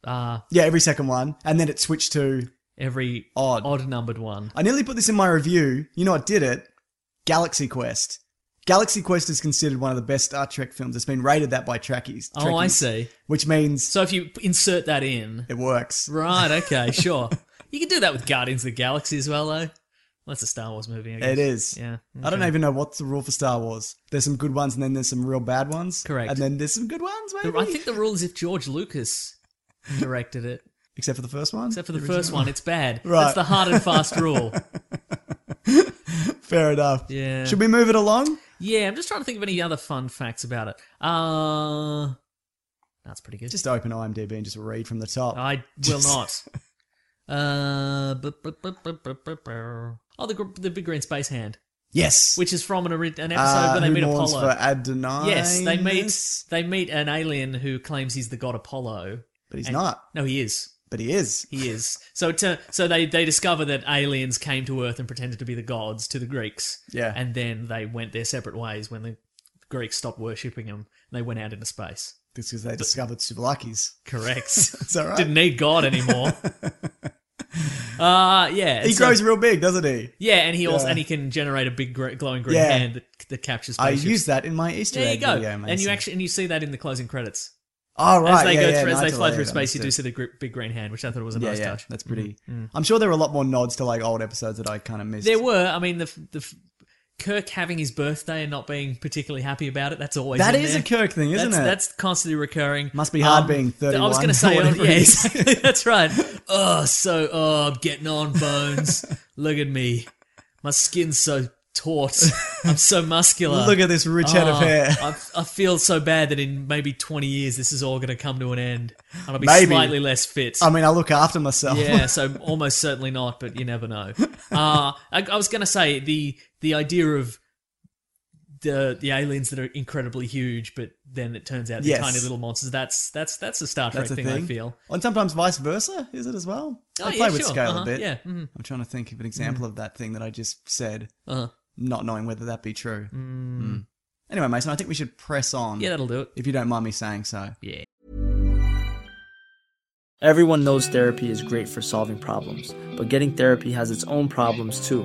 Speaker 3: Uh,
Speaker 2: Yeah, every second one, and then it switched to.
Speaker 3: every
Speaker 2: Odd.
Speaker 3: odd numbered one.
Speaker 2: I nearly put this in my review. You know what did it? Galaxy Quest. Galaxy Quest is considered one of the best Star Trek films. It's been rated that by Trekkies.
Speaker 3: Oh, I
Speaker 2: Trekkies,
Speaker 3: see.
Speaker 2: Which means
Speaker 3: So if you insert that in,
Speaker 2: it works.
Speaker 3: right? Okay, sure. You can do that with Guardians of the Galaxy as well, though. Well, that's a Star Wars movie. I guess.
Speaker 2: It is.
Speaker 3: Yeah.
Speaker 2: I don't even know what's the rule for Star Wars. There's some good ones, and then there's some real bad ones.
Speaker 3: Correct.
Speaker 2: And then there's some good ones,
Speaker 3: The-
Speaker 2: maybe.
Speaker 3: I think the rule is if George Lucas directed it,
Speaker 2: Except for the first one.
Speaker 3: except for the first one, it's bad.
Speaker 2: Right.
Speaker 3: That's the hard and fast rule.
Speaker 2: Fair enough.
Speaker 3: Yeah.
Speaker 2: Should we move it along?
Speaker 3: Yeah, I'm just trying to think of any other fun facts about it. Uh, that's pretty good.
Speaker 2: Just open IMDb and just read from the top.
Speaker 3: I will not. Uh, bu- bu- bu- bu- bu- bu- bu- oh, the gr- the big green space hand,
Speaker 2: yes.
Speaker 3: which is from an, ori- an episode
Speaker 2: Uh,
Speaker 3: where they
Speaker 2: who
Speaker 3: meet
Speaker 2: mourns
Speaker 3: Apollo.
Speaker 2: for Adonai?
Speaker 3: yes, they meet they meet an alien who claims he's the god Apollo.
Speaker 2: But he's not.
Speaker 3: No, he is.
Speaker 2: But he is.
Speaker 3: He is. So to, so they they discover that aliens came to Earth and pretended to be the gods to the Greeks.
Speaker 2: Yeah.
Speaker 3: and then they went their separate ways when the Greeks stopped worshipping them. And they went out into space.
Speaker 2: This because they discovered Subalakis.
Speaker 3: Correct.
Speaker 2: Is that right?
Speaker 3: Didn't need God anymore. uh yeah.
Speaker 2: he
Speaker 3: so-
Speaker 2: grows real big, doesn't he?
Speaker 3: Yeah, and he also
Speaker 2: Yeah.
Speaker 3: and he can generate a big gr- glowing green
Speaker 2: Yeah.
Speaker 3: hand that, that captures.
Speaker 2: I
Speaker 3: spaceships.
Speaker 2: used that in my Easter
Speaker 3: There you
Speaker 2: egg
Speaker 3: go,
Speaker 2: video,
Speaker 3: and you
Speaker 2: Mason.
Speaker 3: actually and you see that in the closing credits
Speaker 2: Oh right,
Speaker 3: as they
Speaker 2: yeah,
Speaker 3: go
Speaker 2: yeah,
Speaker 3: through, as
Speaker 2: nice
Speaker 3: they fly
Speaker 2: to
Speaker 3: through
Speaker 2: leave,
Speaker 3: space. You do
Speaker 2: understood.
Speaker 3: see the gr- big green hand, which I thought was a
Speaker 2: Yeah,
Speaker 3: nice
Speaker 2: yeah,
Speaker 3: touch. Mm. Mm-hmm.
Speaker 2: that's pretty. I'm sure there were a lot more nods to like old episodes that I kind of missed.
Speaker 3: There were, I mean, the f- the f- Kirk having his birthday and not being particularly happy about it. That's always
Speaker 2: That
Speaker 3: in
Speaker 2: is
Speaker 3: there.
Speaker 2: a Kirk thing, isn't
Speaker 3: that's,
Speaker 2: it?
Speaker 3: That's constantly recurring.
Speaker 2: Must be hard being
Speaker 3: th- I was
Speaker 2: 31
Speaker 3: going
Speaker 2: or
Speaker 3: to say, oh,
Speaker 2: whatever
Speaker 3: yeah,
Speaker 2: it is.
Speaker 3: exactly. That's right. Oh, so oh, I'm getting on bones. Look at me, my skin's so taut. I'm so muscular.
Speaker 2: Look at this rich head of
Speaker 3: Oh,
Speaker 2: hair.
Speaker 3: I, I feel so bad that in maybe 20 years this is all going to come to an end, and I'll be
Speaker 2: Maybe.
Speaker 3: slightly less fit.
Speaker 2: I mean, I look after myself.
Speaker 3: Yeah, so almost certainly not, but you never know. Uh, I, I was going to say the the idea of the the aliens that are incredibly huge, but then it turns out they're
Speaker 2: Yes.
Speaker 3: tiny little monsters. That's that's that's a Star Trek
Speaker 2: That's a
Speaker 3: thing,
Speaker 2: thing.
Speaker 3: I feel.
Speaker 2: And sometimes vice versa, is it as well?
Speaker 3: Oh,
Speaker 2: I
Speaker 3: yeah,
Speaker 2: play with
Speaker 3: sure.
Speaker 2: scale
Speaker 3: Uh-huh,
Speaker 2: a bit.
Speaker 3: yeah, mhm.
Speaker 2: I'm trying to think of an example of that thing that I just said,
Speaker 3: Uh,
Speaker 2: not knowing whether that be true. Mm. Anyway, Mason, I think we should press on.
Speaker 3: yeah, that'll do it.
Speaker 2: if you don't mind me saying so.
Speaker 3: Yeah.
Speaker 4: Everyone knows therapy is great for solving problems, but getting therapy has its own problems too,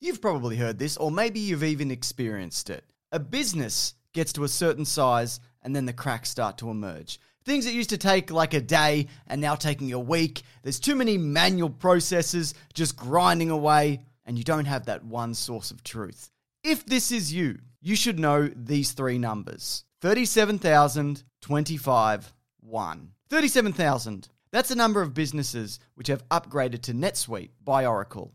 Speaker 2: You've probably heard this, or maybe you've even experienced it. A business gets to a certain size, and then the cracks start to emerge. Things that used to take like a day and now taking a week. There's too many manual processes just grinding away, and you don't have that one source of truth. If this is you, you should know these three numbers 37,025 1. 37,000. That's the number of businesses which have upgraded to NetSuite by Oracle.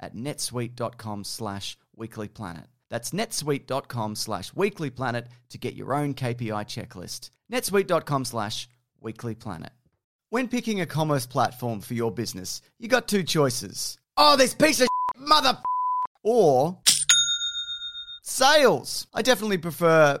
Speaker 2: at netsuite.com slash weeklyplanet. That's netsuite.com slash weeklyplanet to get your own KPI checklist. netsuite.com slash weeklyplanet. When picking a commerce platform for your business, you got two choices. Oh, this piece of mother f- or sales. I definitely prefer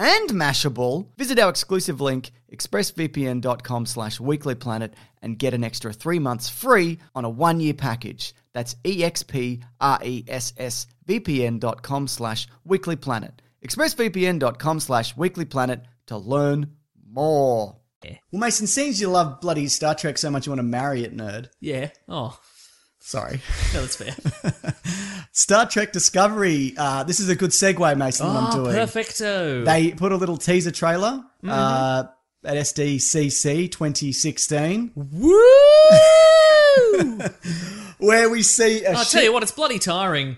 Speaker 5: and Mashable, visit our exclusive link, expressvpn.com slash weeklyplanet, and get an extra three months free on a one-year package. That's E expressvpn.com slash weeklyplanet. expressvpn.com slash weeklyplanet to learn more.
Speaker 2: Well, Mason, seems you love bloody Star Trek so much you want to marry it, nerd.
Speaker 3: Yeah. Oh,
Speaker 2: Sorry.
Speaker 3: no, that's fair.
Speaker 2: Star Trek Discovery. Uh, this is a good segue, Mason, what I'm
Speaker 3: oh,
Speaker 2: doing.
Speaker 3: perfecto.
Speaker 2: They put a little teaser trailer uh, at SDCC 2016
Speaker 3: Woo!
Speaker 2: where we see a
Speaker 3: I'll
Speaker 2: ship-
Speaker 3: Oh, tell you what, it's bloody tiring.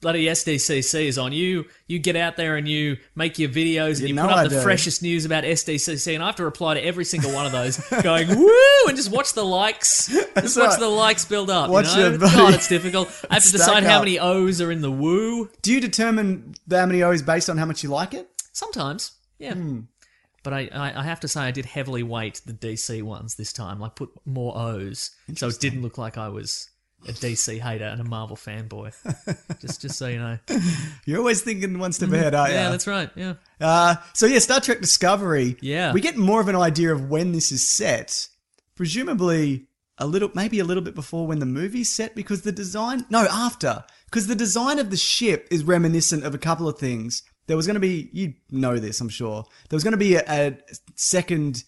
Speaker 3: Bloody SDCC is on you. You get out there and you make your videos and you
Speaker 2: know
Speaker 3: put up
Speaker 2: I
Speaker 3: the
Speaker 2: do.
Speaker 3: freshest news about SDCC, and I have to reply to every single one of those, going woo, and just watch the likes. Just watch
Speaker 2: right.
Speaker 3: the likes build up.
Speaker 2: Watch
Speaker 3: you know?
Speaker 2: it, buddy.
Speaker 3: God, it's difficult. I have to
Speaker 2: Stack
Speaker 3: decide how
Speaker 2: up.
Speaker 3: many O's are in the woo.
Speaker 2: Do you determine how many O's based on how much you like it?
Speaker 3: Sometimes, yeah.
Speaker 2: Hmm.
Speaker 3: But I, I, I have to say, I did heavily weight the DC ones this time. I put more O's, so it didn't look like I was a DC hater and a Marvel fanboy. just, just so you know.
Speaker 2: You're always thinking one step ahead, aren't
Speaker 3: Mm-hmm. Yeah,
Speaker 2: you?
Speaker 3: that's right. Yeah.
Speaker 2: Uh, so yeah, Star Trek Discovery.
Speaker 3: Yeah.
Speaker 2: we get more of an idea of when this is set. Presumably, a little, maybe a little bit before when the movie's set, because the design. No, after, because the design of the ship is reminiscent of a couple of things. There was going to be, you know this, I'm sure. There was going to be a, a second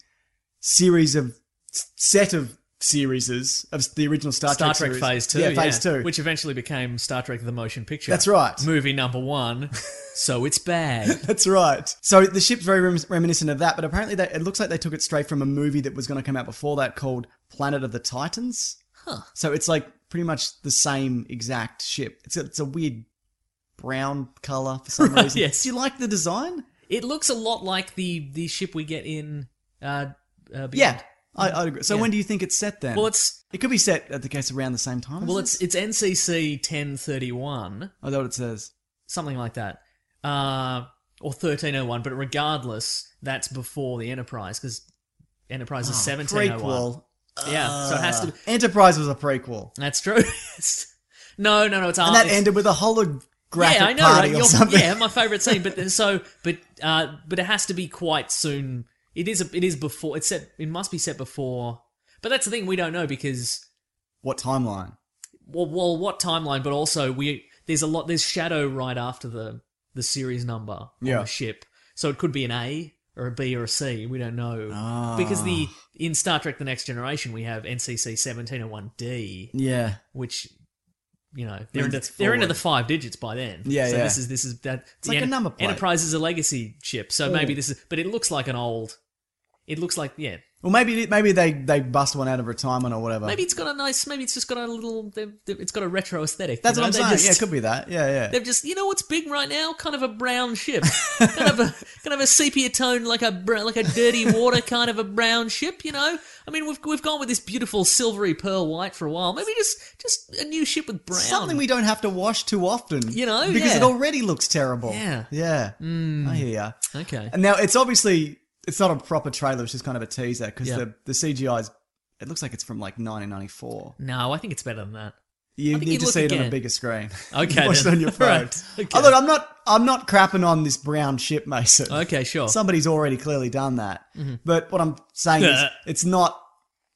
Speaker 2: series of set of serieses of the original Star,
Speaker 3: Star
Speaker 2: Trek, series.
Speaker 3: Trek Phase 2.
Speaker 2: Yeah, Phase Two.
Speaker 3: Which eventually became Star Trek The Motion Picture.
Speaker 2: That's right.
Speaker 3: Movie number one. so it's bad.
Speaker 2: That's right. So the ship's very rem- reminiscent of that, but apparently they, it looks like they took it straight from a movie that was going to come out before that called Planet of the Titans. Huh. So it's like pretty much the same exact ship. It's a, it's a weird brown color for some reason.
Speaker 3: yes.
Speaker 2: Do you like the design?
Speaker 3: It looks a lot like the, the ship we get in. Uh, uh, Beyond.
Speaker 2: Yeah. I, I agree. So when do you think it's set then?
Speaker 3: Well, it's
Speaker 2: it could be set at the case around the same time.
Speaker 3: well,
Speaker 2: isn't
Speaker 3: it's it's NCC ten thirty one,
Speaker 2: it? oh, that's what it says.
Speaker 3: something like that, uh, or thirteen oh one. But regardless, that's before the Enterprise because Enterprise is seventeen oh one.
Speaker 2: Prequel. Uh.
Speaker 3: Yeah, so it has to.
Speaker 2: Enterprise was a prequel,
Speaker 3: That's true. no, no, no. Uh, It's
Speaker 2: and that
Speaker 3: it's-
Speaker 2: ended with a holographic
Speaker 3: yeah, I know,
Speaker 2: party
Speaker 3: right?
Speaker 2: or
Speaker 3: Your-
Speaker 2: something.
Speaker 3: Yeah, my favorite scene. But then- so, but uh, but it has to be quite soon. It is. A, it is before. It's set. It must be set before. But that's the thing we don't know because
Speaker 2: What timeline?
Speaker 3: well, well what timeline? But also we there's a lot. There's shadow right after the the series number on
Speaker 2: Yeah.
Speaker 3: the ship. So it could be an A or a B or a C. We don't know because the
Speaker 2: Ah.
Speaker 3: in Star Trek: The Next Generation we have NCC seventeen oh one D
Speaker 2: Yeah.
Speaker 3: which you know they're
Speaker 2: Means
Speaker 3: into,
Speaker 2: it's
Speaker 3: they're into
Speaker 2: forward.
Speaker 3: the five digits by then.
Speaker 2: Yeah,
Speaker 3: so
Speaker 2: yeah.
Speaker 3: This is this is that the
Speaker 2: like a number plate.
Speaker 3: Enterprise is a legacy ship, so maybe this is. But it looks like an old. It looks like yeah.
Speaker 2: Well, maybe maybe they they bust one out of retirement or whatever.
Speaker 3: Maybe it's got a nice. Maybe it's just got a little. they've- they've- It's got a retro aesthetic.
Speaker 2: that's
Speaker 3: you
Speaker 2: what I'm
Speaker 3: know?
Speaker 2: saying.
Speaker 3: They
Speaker 2: yeah, it
Speaker 3: just-
Speaker 2: could be that. Yeah, yeah.
Speaker 3: They've just, you know, what's big right now? Kind of a brown ship, kind of a kind of a sepia tone, like a br- like a dirty water kind of a brown ship. You know, I mean, we've we've gone with this beautiful silvery pearl white for a while. Maybe just just a new ship with brown.
Speaker 2: Something we don't have to wash too often.
Speaker 3: You know,
Speaker 2: because
Speaker 3: yeah.
Speaker 2: it already looks terrible.
Speaker 3: Yeah. Mm.
Speaker 2: yeah. I hear ya.
Speaker 3: okay.
Speaker 2: And now it's obviously it's not a proper trailer. It's just kind of a teaser because
Speaker 3: Yeah.
Speaker 2: the the CGI is. It looks like it's from like 1994.
Speaker 3: No, I think it's better than that.
Speaker 2: You
Speaker 3: I think
Speaker 2: need
Speaker 3: you'd
Speaker 2: to
Speaker 3: look
Speaker 2: see it on a
Speaker 3: again.
Speaker 2: bigger screen.
Speaker 3: Okay,
Speaker 2: watch it
Speaker 3: then.
Speaker 2: on your phone.
Speaker 3: Right, okay.
Speaker 2: Oh, look, I'm not I'm not crapping on this brown ship, Mason.
Speaker 3: Okay, Mm-hmm. sure.
Speaker 2: Somebody's already clearly done that. But what I'm saying is, it's not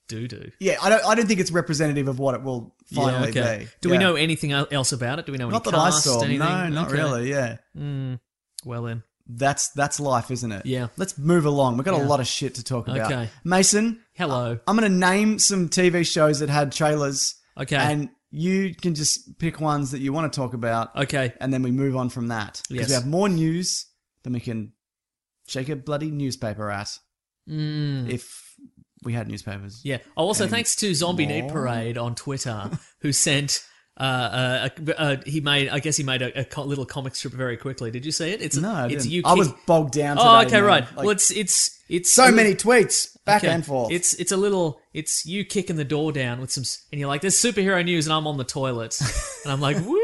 Speaker 3: do do.
Speaker 2: Yeah, I don't. I don't think it's representative of what it will finally be.
Speaker 3: Do we
Speaker 2: Yeah.
Speaker 3: know anything el- else about it? Do we know
Speaker 2: Not
Speaker 3: any
Speaker 2: that I
Speaker 3: cast,
Speaker 2: saw.
Speaker 3: Anything?
Speaker 2: No, not
Speaker 3: Okay. Hmm.
Speaker 2: really. Yeah,
Speaker 3: Well then,
Speaker 2: that's that's life, isn't it?
Speaker 3: Yeah.
Speaker 2: Let's move along. We've got
Speaker 3: Yeah.
Speaker 2: a lot of shit to talk about.
Speaker 3: Okay.
Speaker 2: Mason,
Speaker 3: hello.
Speaker 2: I'm going to name some TV shows that had trailers.
Speaker 3: Okay.
Speaker 2: Uh, And you can just pick ones that you want to talk about.
Speaker 3: okay.
Speaker 2: And then we move on from that because
Speaker 3: Yes.
Speaker 2: we have more news than we can shake a bloody newspaper at. If we had newspapers.
Speaker 3: Hmm. Mm. Yeah. Oh, also
Speaker 2: And
Speaker 3: thanks to Zombie Need
Speaker 2: more.
Speaker 3: Parade on Twitter, who sent. Uh, uh, uh, he made. I guess he made a, a co- little comic strip very quickly. Did you see it? It's
Speaker 2: No, I
Speaker 3: it's
Speaker 2: didn't.
Speaker 3: you.
Speaker 2: I was
Speaker 3: kick-
Speaker 2: bogged down. Today,
Speaker 3: Oh, okay,
Speaker 2: man.
Speaker 3: right.
Speaker 2: Like,
Speaker 3: well, it's it's it's
Speaker 2: so many tweets Back
Speaker 3: Okay.
Speaker 2: and forth.
Speaker 3: It's it's a little it's you kicking the door down with some s- and you're like there's superhero news and I'm on the toilet and I'm like woo.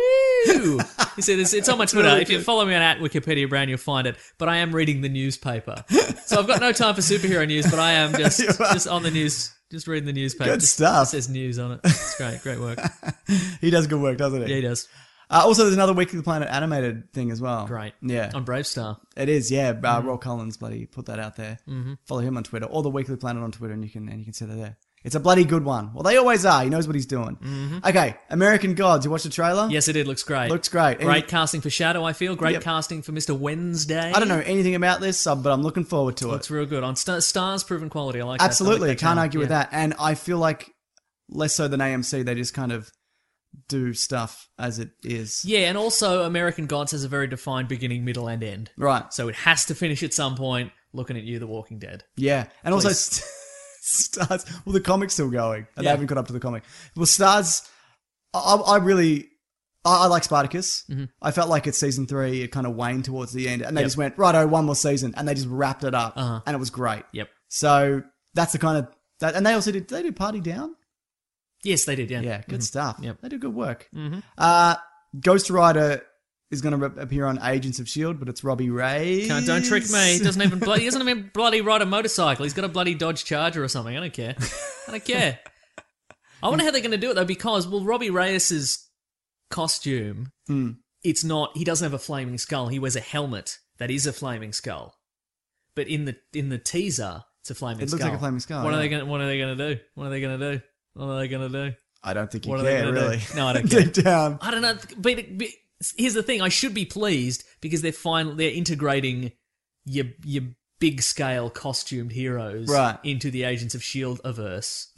Speaker 3: You see this it's on my Twitter. if you follow me on at Wikipedia Brown, you'll find it. But I am reading the newspaper, so I've got no time for superhero news. But I am just just on the news, just reading the newspaper.
Speaker 2: Good
Speaker 3: Just-
Speaker 2: stuff.
Speaker 3: It says news on it. It's great, great work.
Speaker 2: he does good work, doesn't
Speaker 3: Yeah,
Speaker 2: he?
Speaker 3: he does.
Speaker 2: Uh, also, there's another Weekly Planet animated thing as well.
Speaker 3: Great.
Speaker 2: Yeah.
Speaker 3: on Mm-hmm. Brave Star.
Speaker 2: It is, yeah. Uh, Roy Collins, bloody put that out there. Mm-hmm. Follow him on Twitter or the Weekly Planet on Twitter, and you can and you can see that there. It's a bloody good one. Well, they always are. He knows what he's doing. Okay, American Gods. You watched the trailer?
Speaker 3: Mm-hmm. Yes, it did. Looks great.
Speaker 2: Oh. looks great. Any-
Speaker 3: Great casting for Shadow. I feel great
Speaker 2: Yep.
Speaker 3: casting for Mister Wednesday.
Speaker 2: I don't know anything about this, uh, but I'm looking forward to
Speaker 3: Looks
Speaker 2: it.
Speaker 3: real good on Star, Stars. Proven quality. I like that. I
Speaker 2: Absolutely,
Speaker 3: like that
Speaker 2: can't
Speaker 3: channel.
Speaker 2: argue with
Speaker 3: Yeah.
Speaker 2: that. And I feel like less so than AMC, they just kind of do stuff as it is.
Speaker 3: Yeah, and also American Gods has a very defined beginning, middle, and end.
Speaker 2: Right.
Speaker 3: So it has to finish at some point. Looking at you, The Walking Dead.
Speaker 2: Yeah, and also st- stars. Well, the comic's still going, and they
Speaker 3: Yeah.
Speaker 2: haven't caught up to the comic. Well, stars. I, I I really, I, I like Spartacus.
Speaker 3: Mm-hmm.
Speaker 2: I felt like it's season three. It kind of waned towards the end, and they
Speaker 3: Yep.
Speaker 2: just went right. Oh, one more season, and they just wrapped it up,
Speaker 3: Uh-huh.
Speaker 2: and it was great.
Speaker 3: Yep.
Speaker 2: So that's the kind of that, and they also did. They did Party Down.
Speaker 3: Yes, they did. Yeah. Mm-hmm.
Speaker 2: Yeah, good stuff.
Speaker 3: Yep. Mm-hmm.
Speaker 2: They do good work. Uh, Ghost Rider is going to re- appear on Agents of Shield, E but it's Robbie Ray.
Speaker 3: Can't, don't trick me. He doesn't even bloody, he doesn't even bloody ride a motorcycle. He's got a bloody Dodge Charger or something. I don't care. I don't care. I wonder how they're going to do it though, because well, Robbie Reyes's costume,
Speaker 2: Hmm.
Speaker 3: it's not. He doesn't have a flaming skull. He wears a helmet that is a flaming skull. But in the in the teaser, it's a flaming.
Speaker 2: It looks
Speaker 3: skull.
Speaker 2: like a flaming skull,
Speaker 3: What
Speaker 2: yeah.
Speaker 3: are they going? What are they going to do? What are they going to do? What are they going to do?
Speaker 2: I don't think you
Speaker 3: What are they
Speaker 2: care,
Speaker 3: gonna do?
Speaker 2: really.
Speaker 3: No, I don't
Speaker 2: Deep down.
Speaker 3: I don't know. But, but here's the thing: I should be pleased because they're finally they're integrating your your big scale costumed heroes
Speaker 2: Right.
Speaker 3: into the Agents of Shield E averse.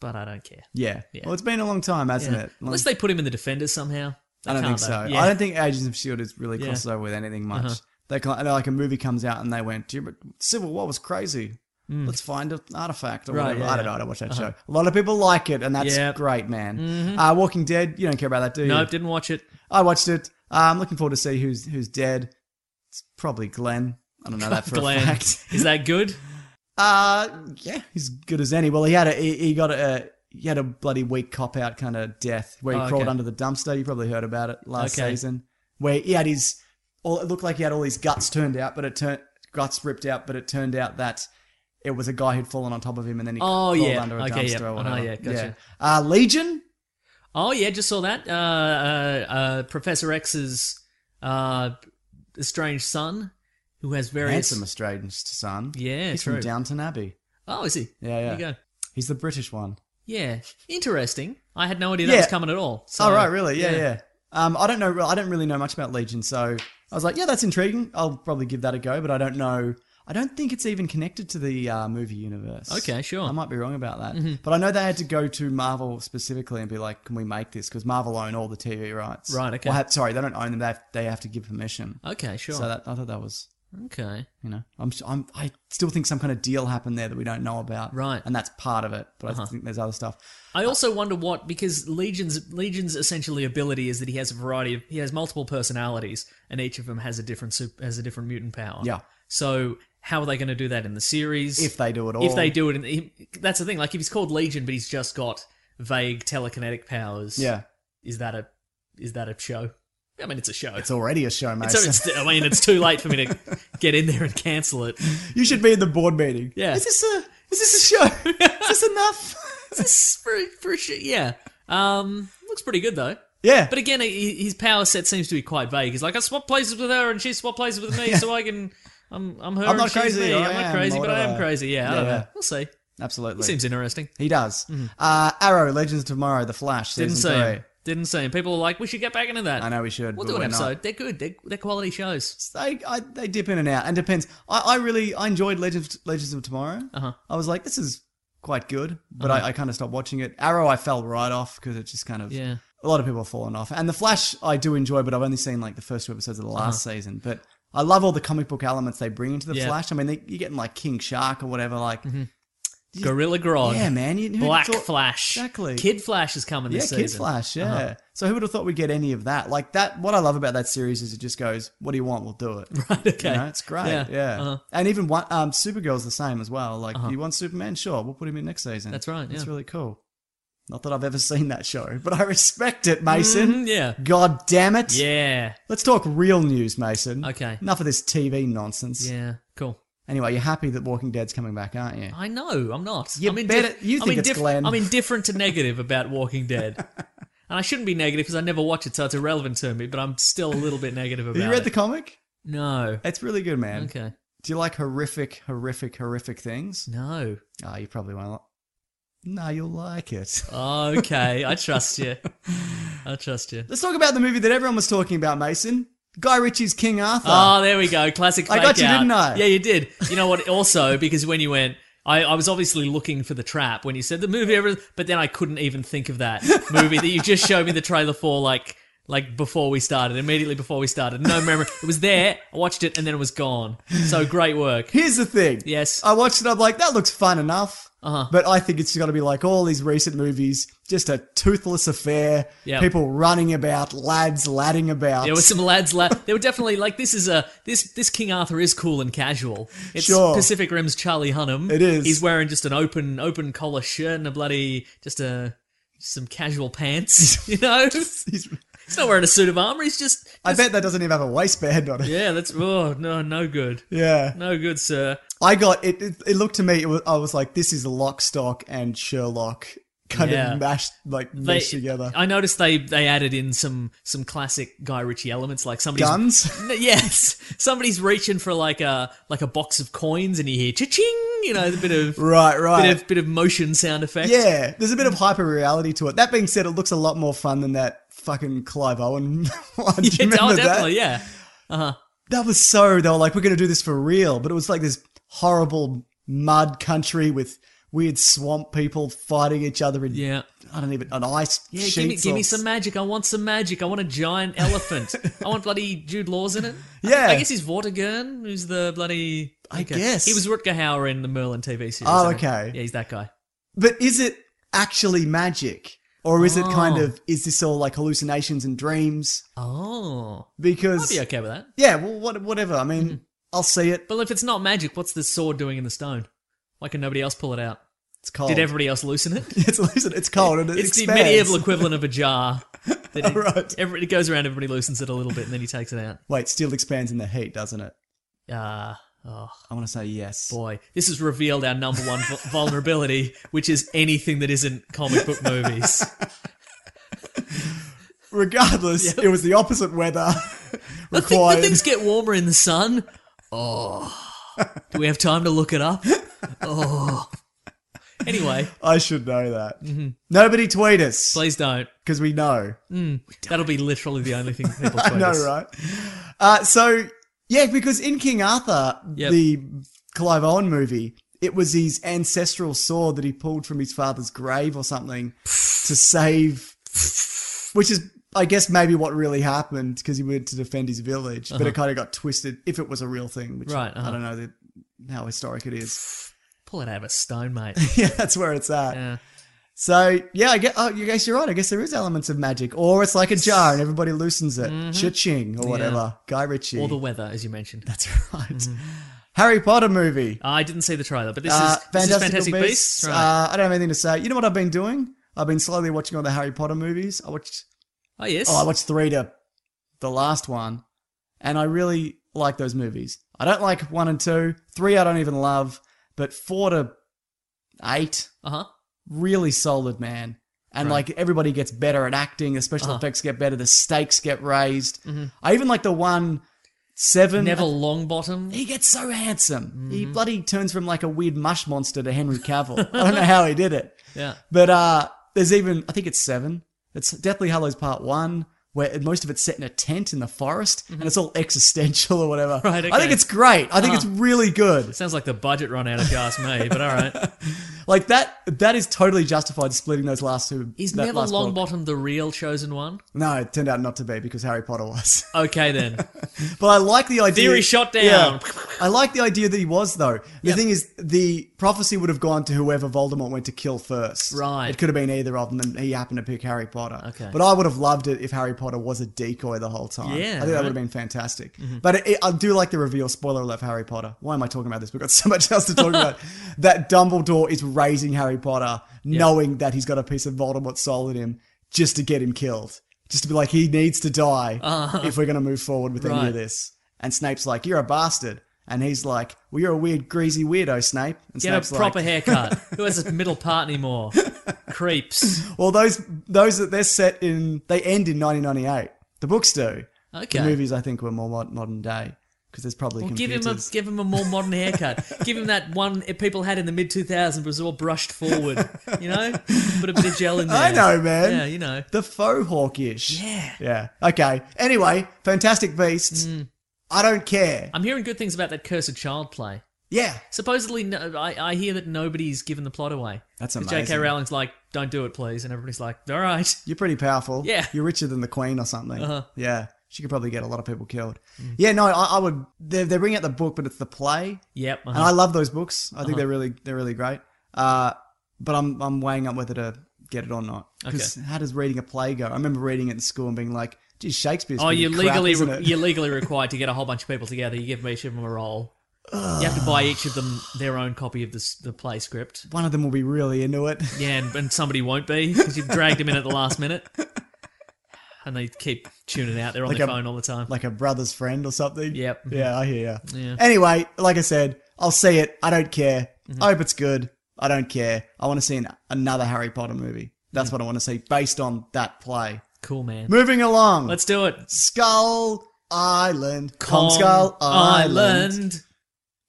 Speaker 3: but I don't care.
Speaker 2: Yeah.
Speaker 3: Yeah.
Speaker 2: Well, it's been a long time, hasn't
Speaker 3: Yeah.
Speaker 2: it? Long-
Speaker 3: Unless they put him in the Defenders somehow. They
Speaker 2: I don't think
Speaker 3: can't,
Speaker 2: so.
Speaker 3: though. Yeah.
Speaker 2: I E don't think Agents of Shield is really
Speaker 3: Yeah.
Speaker 2: crosses over with anything much.
Speaker 3: Uh-huh.
Speaker 2: They kind like a movie comes out and they went, "Dude, but Civil War was crazy. Let's find an artifact or
Speaker 3: Mm. Right,
Speaker 2: whatever."
Speaker 3: yeah,
Speaker 2: I don't
Speaker 3: yeah. Uh-huh.
Speaker 2: know. I don't watch that show. A lot of people like it, and that's
Speaker 3: Yep. Mm-hmm.
Speaker 2: great, man. Uh, Walking Dead. You don't care about that, do you?
Speaker 3: Nope, didn't watch it.
Speaker 2: I watched it. Uh, I'm looking forward to see who's who's dead. It's probably Glenn. I don't know that for a
Speaker 3: Glenn,
Speaker 2: fact.
Speaker 3: is that good?
Speaker 2: Uh, yeah, he's good as any. Well, he had a he, he got a he had a bloody weak cop out kind of death where he
Speaker 3: Oh,
Speaker 2: crawled
Speaker 3: okay.
Speaker 2: under the dumpster. You probably heard about it last
Speaker 3: Okay.
Speaker 2: season. Where he had his all it looked like he had all his guts turned out, but it turned guts ripped out, but it turned out that it was a guy who'd fallen on top of him and then he
Speaker 3: Oh,
Speaker 2: crawled
Speaker 3: yeah.
Speaker 2: under a
Speaker 3: Okay,
Speaker 2: dumpster
Speaker 3: yep.
Speaker 2: or
Speaker 3: Oh,
Speaker 2: whatever.
Speaker 3: yeah, gotcha.
Speaker 2: Yeah. Uh, Legion.
Speaker 3: Oh yeah, just saw that. Uh, uh, uh, Professor X's uh, estranged son, who has various.
Speaker 2: Handsome Australian son.
Speaker 3: Yeah,
Speaker 2: he's
Speaker 3: true.
Speaker 2: from Downton Abbey.
Speaker 3: Oh, is he?
Speaker 2: Yeah, yeah.
Speaker 3: There you go.
Speaker 2: He's the British one.
Speaker 3: Yeah, interesting. I had no idea that
Speaker 2: Yeah.
Speaker 3: was coming at all. So,
Speaker 2: oh right, really? Yeah, yeah. Um, I don't know. I don't really know much about Legion, so I was like, yeah, that's intriguing. I'll probably give that a go, but I don't know. I don't think it's even connected to the uh, movie universe.
Speaker 3: Okay, sure. Mm-hmm.
Speaker 2: I might be wrong about that, but I know they had to go to Marvel specifically and be like, "Can we make this?" Because Marvel own all the TV rights.
Speaker 3: Right, okay.
Speaker 2: Well, ha- sorry, they don't own them. They have, they have to give permission.
Speaker 3: Okay, sure.
Speaker 2: So that, I thought that was,
Speaker 3: okay.
Speaker 2: you know, I'm, s- I'm I still think some kind of deal happened there that we don't know about.
Speaker 3: Right. Uh-huh.
Speaker 2: And that's part of it, but I think there's other stuff.
Speaker 3: I also wonder what because Legion's Legion's essentially ability is that he has a variety of he has multiple personalities and each of them has a different sup- has a different mutant power.
Speaker 2: Yeah.
Speaker 3: So how are they going to do that in the series?
Speaker 2: If they do it all,
Speaker 3: if they do it, in, he, that's the thing. Like if he's called Legion, but he's just got vague telekinetic powers.
Speaker 2: yeah,
Speaker 3: Is that a is that a show? I mean, it's a show.
Speaker 2: it's already a show, mate.
Speaker 3: so it's, I mean, it's too late for me to get in there and cancel it.
Speaker 2: You should be in the board meeting.
Speaker 3: Yeah.
Speaker 2: Is this a is this a show? is this enough?
Speaker 3: This for for sure. Yeah. Um, looks pretty good though.
Speaker 2: yeah.
Speaker 3: But again, he- his power set seems to be quite vague. He's like, I swap places with her, and she swap places with me, so I can. I'm I'm her.
Speaker 2: I'm
Speaker 3: and
Speaker 2: not
Speaker 3: she's
Speaker 2: crazy,
Speaker 3: me.
Speaker 2: or
Speaker 3: I'm
Speaker 2: I
Speaker 3: not
Speaker 2: am,
Speaker 3: crazy,
Speaker 2: or
Speaker 3: but I am
Speaker 2: whatever.
Speaker 3: crazy. Yeah. I don't
Speaker 2: Yeah,
Speaker 3: know.
Speaker 2: yeah.
Speaker 3: We'll see.
Speaker 2: Absolutely.
Speaker 3: It seems interesting.
Speaker 2: he does. Uh, Arrow, Legends of Tomorrow, The Flash,
Speaker 3: Didn't see
Speaker 2: season
Speaker 3: him.
Speaker 2: three.
Speaker 3: Didn't see him. People are like, we should get back into that.
Speaker 2: I know we should.
Speaker 3: We'll
Speaker 2: but
Speaker 3: do an
Speaker 2: we're not.
Speaker 3: episode. They're good. They're, they're quality shows.
Speaker 2: They I, they dip in and out, and depends. I, I really I enjoyed Legends Legends of Tomorrow.
Speaker 3: Uh-huh.
Speaker 2: I was like, this is quite good, but I, I kind of stopped watching it. Arrow, I fell right off because it just kind of
Speaker 3: Yeah.
Speaker 2: a lot of people have fallen off. And The Flash, I do enjoy, but I've only seen like the first two episodes of the last season. But I love all the comic book elements they bring into The
Speaker 3: Uh-huh. Yeah.
Speaker 2: Flash. I mean, they, you're getting like King Shark or whatever. Like,
Speaker 3: Gorilla Grodd.
Speaker 2: Yeah, man. You, who'd
Speaker 3: Oh, Black
Speaker 2: thought-
Speaker 3: Flash.
Speaker 2: Exactly.
Speaker 3: Kid Flash is coming
Speaker 2: Yeah,
Speaker 3: this
Speaker 2: Kid
Speaker 3: season. Uh-huh.
Speaker 2: Flash. Yeah. So who would have thought we'd get any of that? Like that. What I love about that series is it just goes, "What do you want? We'll do it." Right.
Speaker 3: okay.
Speaker 2: You know, it's great.
Speaker 3: Yeah,
Speaker 2: Yeah.
Speaker 3: uh-huh.
Speaker 2: And even one, um, Supergirl's the same as well. Like, you want Superman? Sure, we'll put him in next season.
Speaker 3: That's right,
Speaker 2: It's
Speaker 3: yeah.
Speaker 2: really cool. Not that I've ever seen that show, but I respect it, Mason.
Speaker 3: Mhm, yeah.
Speaker 2: God damn it.
Speaker 3: Yeah.
Speaker 2: Let's talk real news, Mason.
Speaker 3: Okay.
Speaker 2: Enough of this TV nonsense.
Speaker 3: Yeah. Cool.
Speaker 2: Anyway, you're happy that Walking Dead's coming back, aren't you?
Speaker 3: I know. I'm not.
Speaker 2: You
Speaker 3: I'm
Speaker 2: better- you think it's Glenn.
Speaker 3: I'm indifferent to negative about Walking Dead. And I shouldn't be negative because I never watch it, so it's irrelevant to me. But I'm still a little bit negative about
Speaker 2: Have you read
Speaker 3: it.
Speaker 2: the comic?
Speaker 3: no.
Speaker 2: It's really good, man.
Speaker 3: Okay.
Speaker 2: Do you like horrific, horrific, horrific things?
Speaker 3: No.
Speaker 2: Ah, you probably won't. No, you'll like it.
Speaker 3: Okay. I trust you. I trust you.
Speaker 2: Let's talk about the movie that everyone was talking about, Mason. Guy Ritchie's King Arthur.
Speaker 3: Oh, there we go. Classic
Speaker 2: I
Speaker 3: fake
Speaker 2: got you,
Speaker 3: out.
Speaker 2: didn't I?
Speaker 3: Yeah, you did. You know what? Also, because when you went, I, I was obviously looking for the trap when you said the movie ever, but then I couldn't even think of that movie that you just showed me the trailer for, like, like before we started, immediately before we started. No memory. It was there. I watched it and then it was gone. So great work.
Speaker 2: Here's the thing.
Speaker 3: Yes.
Speaker 2: I watched it. I'm like, that looks fun enough.
Speaker 3: Uh-huh.
Speaker 2: But I think it's going to be like all these recent movies, just a toothless affair.
Speaker 3: Yep.
Speaker 2: People running about, lads ladding about.
Speaker 3: There were some lads. La- they were definitely like this is a this this King Arthur is cool and casual. It's
Speaker 2: Sure.
Speaker 3: Pacific Rim's Charlie Hunnam.
Speaker 2: It is.
Speaker 3: He's wearing just an open open collar shirt and a bloody just a some casual pants. You know, he's
Speaker 2: He's-
Speaker 3: not wearing a suit of armor. He's just.
Speaker 2: I bet that doesn't even have a waistband on it.
Speaker 3: Yeah, that's oh no no good
Speaker 2: Yeah.
Speaker 3: no good sir.
Speaker 2: I got it. It, it looked to me. It was, I was like, this is Lock, Stock, and Sherlock kind
Speaker 3: Yeah.
Speaker 2: of mashed like
Speaker 3: They-
Speaker 2: meshed together.
Speaker 3: I noticed they they added in some some classic Guy Ritchie elements like somebody's
Speaker 2: Guns.
Speaker 3: No, yes, somebody's reaching for like a like a box of coins, and you hear cha-ching. You know, a bit of
Speaker 2: Right, right.
Speaker 3: bit of bit of motion sound effect.
Speaker 2: Yeah, there's a bit of hyper reality to it. That being said, it looks a lot more fun than that fucking Clive Owen one. Do you
Speaker 3: It's-
Speaker 2: remember
Speaker 3: oh,
Speaker 2: that?
Speaker 3: definitely, yeah.
Speaker 2: That was so, they were like, we're going to do this for real. But it was like this horrible mud country with weird swamp people fighting each other in,
Speaker 3: Yeah.
Speaker 2: I don't even, an ice
Speaker 3: Yeah, give me,
Speaker 2: sheets
Speaker 3: give me
Speaker 2: or-
Speaker 3: some magic. I want some magic. I want a giant elephant. I want bloody Jude Law's in it. I-
Speaker 2: Yeah.
Speaker 3: I, guess he's Vortigern, who's the bloody.
Speaker 2: I guess.
Speaker 3: He was Rutger Hauer in the Merlin TV series.
Speaker 2: Oh,
Speaker 3: I think.
Speaker 2: okay.
Speaker 3: Yeah, he's that guy.
Speaker 2: But is it actually magic? Or is it kind
Speaker 3: Oh.
Speaker 2: of, is this all like hallucinations and dreams?
Speaker 3: Oh. I'd
Speaker 2: Because,
Speaker 3: be Mm-hmm. okay with that.
Speaker 2: yeah, well, what, whatever. I mean, I'll see it.
Speaker 3: But if it's not magic, what's the sword doing in the stone? Why can nobody else pull it out?
Speaker 2: It's cold.
Speaker 3: Did everybody else loosen it?
Speaker 2: it's, loosened, it's cold and it
Speaker 3: it's the
Speaker 2: Oh. expands.
Speaker 3: medieval equivalent of a jar. That it,
Speaker 2: Right.
Speaker 3: every- it goes around, everybody loosens it a little bit, and then he takes it out.
Speaker 2: Wait, steel expands in the heat, doesn't it?
Speaker 3: Ah. oh.
Speaker 2: I want to say yes.
Speaker 3: Boy, this has revealed our number one vu- vulnerability, which is anything that isn't comic book movies.
Speaker 2: Regardless, it was the opposite weather
Speaker 3: The, thing, the
Speaker 2: required.
Speaker 3: things get warmer in the sun. Oh, do we have time to look it up? Oh. Anyway,
Speaker 2: I should know that. Nobody tweet us
Speaker 3: Mm-hmm. please don't. Hmm,
Speaker 2: because we know.
Speaker 3: That'll be literally the only thing people tweet
Speaker 2: I know,
Speaker 3: us.
Speaker 2: right? Uh, so yeah, because in King Arthur,
Speaker 3: Yep.
Speaker 2: the Clive Owen movie, it was his ancestral sword that he pulled from his father's grave or something to save, which is. I guess maybe what really happened because he went to defend his village, but it kind of got twisted. If it was a real thing, which
Speaker 3: Uh-huh. Right, uh-huh.
Speaker 2: I don't know that, how historic it is.
Speaker 3: Pull it out of a stone, mate. Uh,
Speaker 2: yeah, that's where it's at.
Speaker 3: Yeah.
Speaker 2: So yeah, I guess, oh, you guess you're right. I guess there is elements of magic, or it's like a jar and everybody loosens it, cha-ching or whatever. Guy Ritchie.
Speaker 3: Mm-hmm. Or the weather, as you mentioned. Mm-hmm.
Speaker 2: That's right. Harry Potter movie.
Speaker 3: I didn't see the trailer, but this
Speaker 2: Uh,
Speaker 3: is this is Fantastic Beasts. Right.
Speaker 2: Uh, I don't have anything to say. You know what I've been doing? I've been slowly watching all the Harry Potter movies. I watched.
Speaker 3: oh yes.
Speaker 2: Oh, I watched three to the last one, and I really like those movies. I don't like one and two. Three I don't even love, but four to eight
Speaker 3: uh huh.
Speaker 2: really solid, man. And like everybody gets better at acting, the
Speaker 3: Uh-huh.
Speaker 2: special effects get better, the stakes get raised. I even like the one seven.
Speaker 3: Mm-hmm. Neville Longbottom.
Speaker 2: He gets so handsome. He bloody turns from like a weird mush monster to Henry Cavill. I don't know how he did it.
Speaker 3: Yeah.
Speaker 2: But uh there's even I think it's seven. It's Deathly Hallows Part One, where most of it's set in a tent in the forest, and it's all existential or whatever.
Speaker 3: Right,
Speaker 2: I
Speaker 3: okay.
Speaker 2: think it's great. I think it's really good.
Speaker 3: Sounds like the budget run out if you ask me, but all right.
Speaker 2: Like that. That is totally justified splitting those last two.
Speaker 3: Is
Speaker 2: that
Speaker 3: Neville
Speaker 2: last book.
Speaker 3: Longbottom the real chosen one?
Speaker 2: No, it turned out not to be because Harry Potter was.
Speaker 3: Okay then.
Speaker 2: but I like the idea.
Speaker 3: Theory shot down.
Speaker 2: I like the idea that he was though. The thing is, the prophecy would have gone to whoever Voldemort went to kill first.
Speaker 3: Right.
Speaker 2: It could have been either of them, and he happened to pick Harry Potter.
Speaker 3: Okay.
Speaker 2: But I would have loved it if Harry Potter was a decoy the whole time.
Speaker 3: Yeah,
Speaker 2: I think that
Speaker 3: right.
Speaker 2: would have been fantastic.
Speaker 3: Mm-hmm.
Speaker 2: But it, it- I do like the reveal. Spoiler alert for Harry Potter. Why am I talking about this? We've got so much else to talk about. That Dumbledore is raising Harry Potter, knowing that he's got a piece of Voldemort's soul in him, just to get him killed. Just to be like, he needs to die if we're going to move forward with any
Speaker 3: Uh-huh. Right.
Speaker 2: of this. And Snape's like, "You're a bastard," and he's like, "Well, you're a weird, greasy weirdo, Snape." And
Speaker 3: Get
Speaker 2: Snape's
Speaker 3: a proper
Speaker 2: like,
Speaker 3: haircut. Who has a middle part anymore? Creeps.
Speaker 2: Well, those those that they're set in, they end in 1998. The books do.
Speaker 3: Okay.
Speaker 2: The movies, I think, were more mod- modern day because there's probably
Speaker 3: Well, give
Speaker 2: computers.
Speaker 3: him a give him a more modern haircut. give him that one that people had in the mid 2000s, but it was all brushed forward. You know, put a bit of gel in there.
Speaker 2: I know, man.
Speaker 3: Yeah, you know.
Speaker 2: the faux hawkish. Yeah. Yeah. Okay. Anyway, Fantastic Beasts.
Speaker 3: Hmm.
Speaker 2: I don't care.
Speaker 3: I'm hearing good things about that Cursed Child play.
Speaker 2: yeah.
Speaker 3: Supposedly, no, I, I hear that nobody's given the plot away.
Speaker 2: That's
Speaker 3: 'Cause J.K.
Speaker 2: amazing.
Speaker 3: Rowling's like, "Don't do it, please," and everybody's like, "All right."
Speaker 2: You're pretty powerful.
Speaker 3: Yeah. Uh-huh.
Speaker 2: You're richer than the Queen or something. Yeah. She could probably get a lot of people killed.
Speaker 3: Hmm.
Speaker 2: Yeah. No, I, I would. They they bring out the book, but it's the play.
Speaker 3: Yep.
Speaker 2: and I
Speaker 3: Uh-huh.
Speaker 2: love those books. I think they're really they're really great. Uh, but I'm I'm weighing up whether to get it or not because how does reading a play go? I remember reading it in school and being like, "Geez, Shakespeare's
Speaker 3: Oh,
Speaker 2: pretty
Speaker 3: you're
Speaker 2: crap,
Speaker 3: legally
Speaker 2: isn't
Speaker 3: re-
Speaker 2: it?"
Speaker 3: you're legally required to get a whole bunch of people together. You give each of them a role. You have to buy each of them their own copy of this, the play script.
Speaker 2: One of them will be really into it.
Speaker 3: Yeah, and, and somebody won't be because you've dragged him in at the last minute. And they keep tuning out. They're on
Speaker 2: Like
Speaker 3: their
Speaker 2: a-
Speaker 3: phone all the time.
Speaker 2: like a brother's friend or something.
Speaker 3: Yep.
Speaker 2: Yeah, I hear you.
Speaker 3: Yeah.
Speaker 2: Anyway, like I said, I'll see it. I don't care.
Speaker 3: Mm-hmm.
Speaker 2: I hope it's good. I don't care. I want to see an, another Harry Potter movie. That's what I want to see based on that play.
Speaker 3: cool, man.
Speaker 2: Moving along.
Speaker 3: Let's do it.
Speaker 2: Skull Island. Kong
Speaker 3: Kong
Speaker 2: Skull Island.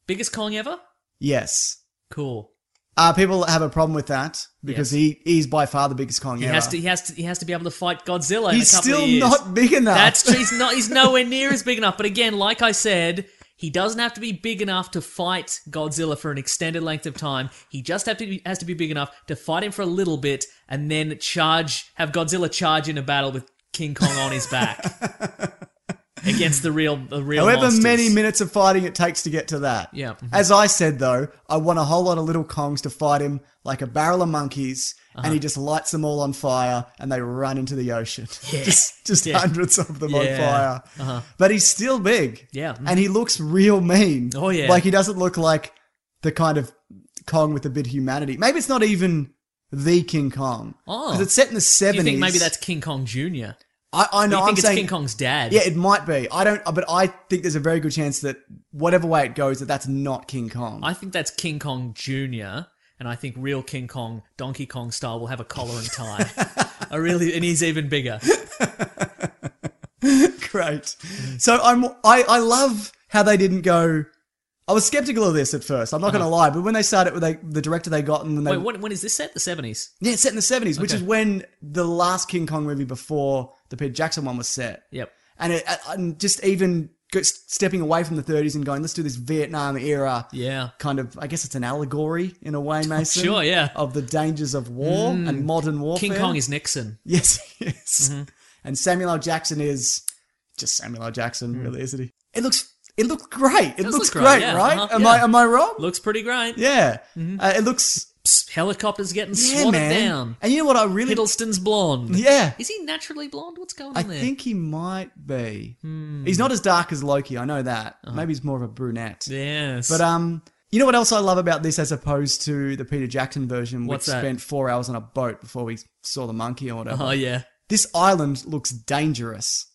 Speaker 3: Biggest Kong ever?
Speaker 2: Yes.
Speaker 3: Cool.
Speaker 2: Uh, people have a problem with that because he, he's by far the biggest Kong
Speaker 3: He
Speaker 2: ever.
Speaker 3: has to. He has to. He has to be able to fight Godzilla.
Speaker 2: he's
Speaker 3: in a couple
Speaker 2: still
Speaker 3: of years.
Speaker 2: not big enough.
Speaker 3: That's true. He's not. He's nowhere near as big enough. But again, like I said, he doesn't have to be big enough to fight Godzilla for an extended length of time. He just have to be, has to be big enough to fight him for a little bit and then charge. Have Godzilla charge in a battle with King Kong on his back against the real the real.
Speaker 2: However
Speaker 3: monsters.
Speaker 2: many minutes of fighting it takes to get to that.
Speaker 3: Yeah. Mhm.
Speaker 2: As I said though, I want a whole lot of little Kongs to fight him like a barrel of monkeys,
Speaker 3: Uh-huh.
Speaker 2: and he just lights them all on fire, and they run into the ocean. just just
Speaker 3: Yeah.
Speaker 2: hundreds of them on
Speaker 3: Yeah. Uh-huh.
Speaker 2: fire. But he's still big.
Speaker 3: Yeah. Mm-hmm.
Speaker 2: And he looks real mean.
Speaker 3: Oh, yeah.
Speaker 2: Like he doesn't look like the kind of Kong with a bit of humanity. Maybe it's not even the King Kong.
Speaker 3: Oh.
Speaker 2: Because it's set in the
Speaker 3: Do you
Speaker 2: seventies.
Speaker 3: think maybe that's King Kong Junior?
Speaker 2: I, I know.
Speaker 3: you think
Speaker 2: I'm
Speaker 3: it's
Speaker 2: saying
Speaker 3: King Kong's dad?
Speaker 2: yeah, it might be. I don't, but I think there's a very good chance that whatever way it goes, that that's not King Kong.
Speaker 3: I think that's King Kong Jr. And I think real King Kong, Donkey Kong style, will have a collar and tie. I really, and he's even bigger.
Speaker 2: Great. So I'm, I, I love how they didn't go. I was skeptical of this at first. I'm not going to lie, but when they started, they the director they got and then they
Speaker 3: Uh-huh. Wait, when, when is this set? The seventies.
Speaker 2: yeah, it's set in the 70s, which
Speaker 3: Okay.
Speaker 2: is when the last King Kong movie before the Peter Jackson one was set.
Speaker 3: Yep.
Speaker 2: and it, and just even go- stepping away from the 30s and going, let's do this Vietnam era.
Speaker 3: Yeah.
Speaker 2: Kind of, I guess it's an allegory in a way, Mason.
Speaker 3: Oh, Sure, yeah. Mm.
Speaker 2: Of the dangers of war and modern warfare.
Speaker 3: King Kong is Mm-hmm. Nixon.
Speaker 2: Yes, he is. And Samuel L. Jackson is just Samuel L. Jackson, really, isn't he? It looks, it looks great. It
Speaker 3: Mm. does
Speaker 2: looks
Speaker 3: look
Speaker 2: great,
Speaker 3: great, yeah,
Speaker 2: right?
Speaker 3: uh-huh,
Speaker 2: am
Speaker 3: yeah.
Speaker 2: I am I wrong?
Speaker 3: Looks pretty great.
Speaker 2: yeah. Uh, it looks,
Speaker 3: Psst, helicopters getting
Speaker 2: yeah,
Speaker 3: swatted
Speaker 2: man.
Speaker 3: down.
Speaker 2: And you know what I really,
Speaker 3: Hiddleston's blonde.
Speaker 2: yeah.
Speaker 3: Is he naturally blonde? What's going on
Speaker 2: I
Speaker 3: there? Hmm.
Speaker 2: think he might be. He's not as dark as Loki. I know that.
Speaker 3: Uh-huh.
Speaker 2: Maybe he's more of a brunette.
Speaker 3: Yes.
Speaker 2: But um, you know what else I love about this as opposed to the Peter Jackson version,
Speaker 3: What's
Speaker 2: which
Speaker 3: that?
Speaker 2: spent four hours on a boat before we saw the monkey or whatever.
Speaker 3: oh yeah.
Speaker 2: This island looks dangerous.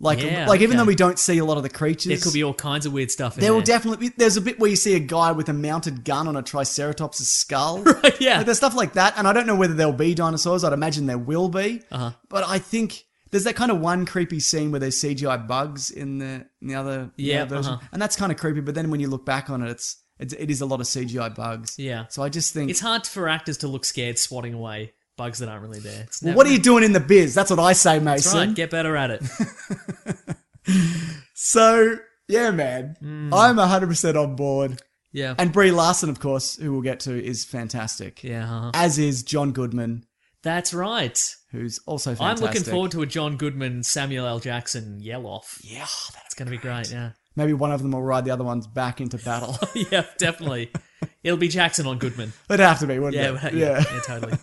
Speaker 2: Like,
Speaker 3: Yeah,
Speaker 2: like even
Speaker 3: okay.
Speaker 2: though we don't see a lot of the creatures,
Speaker 3: There could be all kinds of weird stuff. In
Speaker 2: there
Speaker 3: there
Speaker 2: will definitely be. There's a bit where you see a guy with a mounted gun on a Triceratops' skull.
Speaker 3: Right, yeah.
Speaker 2: Like, there's stuff like that, and I don't know whether there'll be dinosaurs. I'd imagine there will be.
Speaker 3: Uh-huh.
Speaker 2: But I think there's that kind of one creepy scene where there's CGI bugs in the in the other in the
Speaker 3: Yeah,
Speaker 2: other version,
Speaker 3: uh-huh.
Speaker 2: and that's kind of creepy. But then when you look back on it, it's, it's it is a lot of CGI bugs.
Speaker 3: Yeah.
Speaker 2: So I just think.
Speaker 3: It's hard for actors to look scared swatting away bugs that aren't really there. It's
Speaker 2: well,
Speaker 3: never-
Speaker 2: what are you doing in the biz? That's what I say, Mason.
Speaker 3: That's right. Get better at it.
Speaker 2: So yeah, man,
Speaker 3: Hmm.
Speaker 2: I'm 100 percent on board.
Speaker 3: Yeah.
Speaker 2: And Brie Larson, of course, who we'll get to, is fantastic.
Speaker 3: yeah. uh-huh.
Speaker 2: As is John Goodman,
Speaker 3: That's right.
Speaker 2: who's also
Speaker 3: I'm
Speaker 2: fantastic.
Speaker 3: looking forward to a John Goodman, Samuel L. Jackson yell off.
Speaker 2: Yeah, that's
Speaker 3: It's going to be great. Yeah.
Speaker 2: maybe one of them will ride the other one's back into battle.
Speaker 3: yeah, Oh, definitely. It'll be Jackson on Goodman.
Speaker 2: It'd have to be, wouldn't
Speaker 3: Yeah,
Speaker 2: it?
Speaker 3: well, yeah, yeah, totally.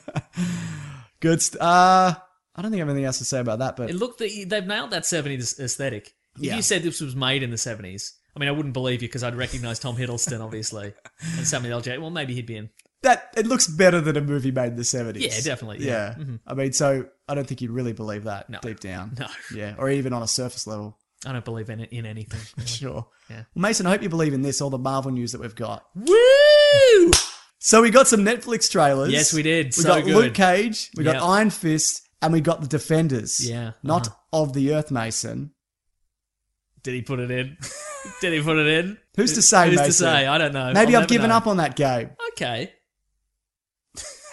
Speaker 2: Good. St- uh, I don't think I have anything else to say about that, but
Speaker 3: It looked that they've nailed that seventies aesthetic. If
Speaker 2: Yeah.
Speaker 3: you said this was made in the seventies, I mean, I wouldn't believe you because I'd recognize Tom Hiddleston, obviously, and Samuel L. J. Well, maybe he'd be in.
Speaker 2: that it looks better than a movie made in the seventies.
Speaker 3: Yeah, definitely,
Speaker 2: Yeah,
Speaker 3: yeah.
Speaker 2: I mean, so I don't think you'd really believe that
Speaker 3: No.
Speaker 2: deep down.
Speaker 3: No.
Speaker 2: Yeah, or even on a surface level.
Speaker 3: I don't believe in it in anything.
Speaker 2: Sure.
Speaker 3: Yeah.
Speaker 2: Mason, I hope you believe in this, all the Marvel news that we've got.
Speaker 3: Woo!
Speaker 2: So we got some Netflix trailers.
Speaker 3: Yes, we did.
Speaker 2: We
Speaker 3: So
Speaker 2: got
Speaker 3: good.
Speaker 2: Luke Cage, we got
Speaker 3: Yeah.
Speaker 2: Iron Fist, and we got the Defenders.
Speaker 3: Yeah,
Speaker 2: Not
Speaker 3: uh-huh.
Speaker 2: of the Earth, Mason.
Speaker 3: Did he put it in? Did he put it in?
Speaker 2: Who's to say,
Speaker 3: Who's
Speaker 2: Mason?
Speaker 3: to say? I don't know.
Speaker 2: Maybe
Speaker 3: I'll
Speaker 2: I've given
Speaker 3: never know.
Speaker 2: up on that game.
Speaker 3: Okay.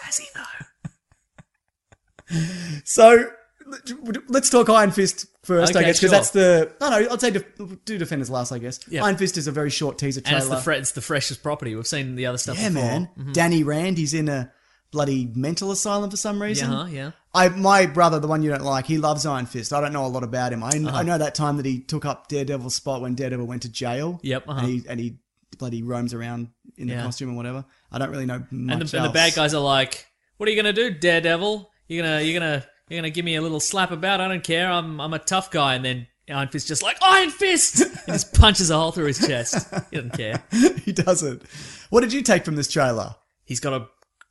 Speaker 3: Has he though?
Speaker 2: So let's talk Iron Fist first, I
Speaker 3: Okay,
Speaker 2: guess, because
Speaker 3: sure.
Speaker 2: that's the. No, no, I'll say def- do Defenders last, I guess.
Speaker 3: Yeah.
Speaker 2: Iron Fist is a very short teaser
Speaker 3: And
Speaker 2: trailer.
Speaker 3: it's the fre- it's the freshest property. We've seen the other stuff
Speaker 2: yeah,
Speaker 3: before. Mm-hmm.
Speaker 2: man. Danny Rand, he's in a bloody mental asylum for some
Speaker 3: Yeah,
Speaker 2: reason.
Speaker 3: huh, uh-huh, yeah.
Speaker 2: I my brother, the one you don't like, he loves Iron Fist. I don't know a lot about him. I,
Speaker 3: Uh-huh.
Speaker 2: I know that time that he took up Daredevil's spot when Daredevil went to jail.
Speaker 3: Yep, uh-huh.
Speaker 2: And he and he bloody roams around in the
Speaker 3: Yeah.
Speaker 2: costume and whatever. I don't really know much
Speaker 3: And the, and the
Speaker 2: else.
Speaker 3: bad guys are like, "What are you gonna do, Daredevil? You're gonna you're gonna you're gonna give me a little slap about? I don't care. I'm I'm a tough guy." And then Iron Fist just like Iron Fist, and just punches a hole through his chest. He doesn't care.
Speaker 2: he doesn't. What did you take from this trailer?
Speaker 3: He's got a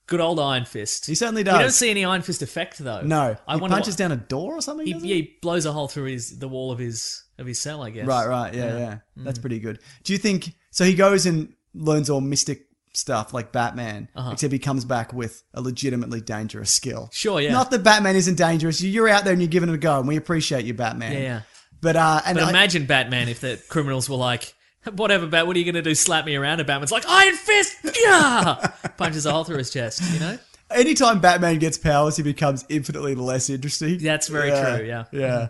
Speaker 3: good old Iron Fist.
Speaker 2: He certainly
Speaker 3: We don't
Speaker 2: does.
Speaker 3: see any Iron Fist effect though.
Speaker 2: No,
Speaker 3: I
Speaker 2: he
Speaker 3: wonder
Speaker 2: punches
Speaker 3: what-
Speaker 2: down a door or something.
Speaker 3: He,
Speaker 2: doesn't
Speaker 3: yeah, he blows a hole through his the wall of his of his cell. I guess.
Speaker 2: Right, right, yeah, yeah.
Speaker 3: Mm.
Speaker 2: That's pretty good. Do you think so? He goes and learns all mystic stuff like Batman,
Speaker 3: Uh-huh.
Speaker 2: except he comes back with a legitimately dangerous skill.
Speaker 3: Sure, yeah.
Speaker 2: Not that Batman isn't dangerous. You- You're out there and you're giving it a go, and we appreciate you, Batman.
Speaker 3: Yeah, yeah.
Speaker 2: But uh, and
Speaker 3: But
Speaker 2: I-
Speaker 3: imagine Batman if the criminals were like, "Whatever, Bat. What are you gonna do? Slap me around?" And Batman's like, "Iron Fist!" Yeah, punches a hole through his chest. You know.
Speaker 2: anytime Batman gets powers, he becomes infinitely less interesting.
Speaker 3: That's very true, yeah.
Speaker 2: yeah.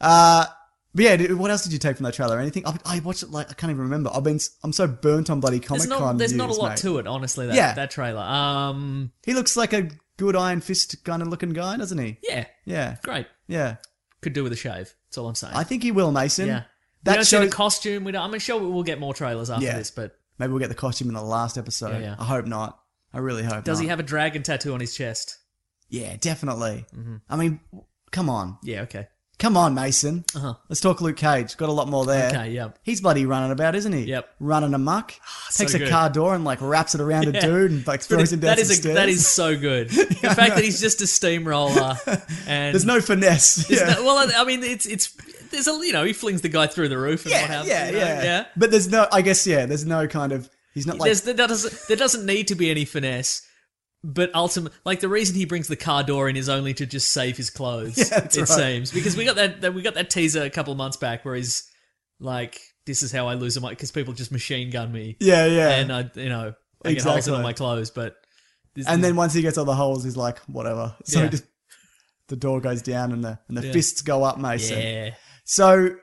Speaker 2: Uh, but yeah, dude, what else did you take from that trailer? Anything? I, I watched it like I can't even remember. I've been s- I'm so burnt on bloody Comic
Speaker 3: There's
Speaker 2: Con.
Speaker 3: not, there's not a lot
Speaker 2: mate.
Speaker 3: to it, honestly. That,
Speaker 2: Yeah.
Speaker 3: that trailer. Um,
Speaker 2: He looks like a good Iron Fist kind of looking guy, doesn't he?
Speaker 3: yeah,
Speaker 2: Yeah,
Speaker 3: great.
Speaker 2: yeah.
Speaker 3: Could do with a shave. That's all I'm saying.
Speaker 2: I think he will, Mason.
Speaker 3: yeah. we
Speaker 2: That
Speaker 3: don't see
Speaker 2: shows-
Speaker 3: the costume. We don't, I'm sure we'll get more trailers after
Speaker 2: Yeah.
Speaker 3: this. But
Speaker 2: Maybe we'll get the costume in the last episode.
Speaker 3: Yeah, yeah.
Speaker 2: I hope not. I really hope.
Speaker 3: does
Speaker 2: not.
Speaker 3: he have a dragon tattoo on his chest?
Speaker 2: Yeah, definitely.
Speaker 3: Mm-hmm.
Speaker 2: I mean, w- come on,
Speaker 3: Yeah. Okay.
Speaker 2: come on, Mason.
Speaker 3: Uh-huh.
Speaker 2: Let's talk Luke Cage. Got a lot more there.
Speaker 3: Okay. Yeah.
Speaker 2: He's bloody running about, isn't he?
Speaker 3: Yep. Ah,
Speaker 2: Running amok. Takes a
Speaker 3: good.
Speaker 2: car door and like wraps it around a dude and like throws him down
Speaker 3: That
Speaker 2: some
Speaker 3: is a,
Speaker 2: stairs.
Speaker 3: that is so good. The fact that he's just a steamroller and
Speaker 2: There's no finesse.
Speaker 3: There's
Speaker 2: yeah.
Speaker 3: no- well, I mean, it's it's there's a you know he flings the guy through the roof and what
Speaker 2: yeah,
Speaker 3: happens.
Speaker 2: yeah,
Speaker 3: you know?
Speaker 2: yeah,
Speaker 3: yeah.
Speaker 2: But there's no. I guess yeah. There's no kind of. He's not like.
Speaker 3: there's, there doesn't there doesn't need to be any finesse, but ultimately, like the reason he brings the car door in is only to just save his clothes.
Speaker 2: Yeah, that's
Speaker 3: it
Speaker 2: right.
Speaker 3: seems because we got that, that we got that teaser a couple of months back where he's like, "This is how I lose a mic because people just machine gun me."
Speaker 2: yeah, yeah.
Speaker 3: and I you know I get holes in
Speaker 2: Exactly.
Speaker 3: all my clothes, but this,
Speaker 2: And then once he gets all the holes, he's like, whatever. So he
Speaker 3: Mm. Yeah.
Speaker 2: just, the door goes down and the and the
Speaker 3: Yeah.
Speaker 2: fists go up, Mason.
Speaker 3: yeah,
Speaker 2: So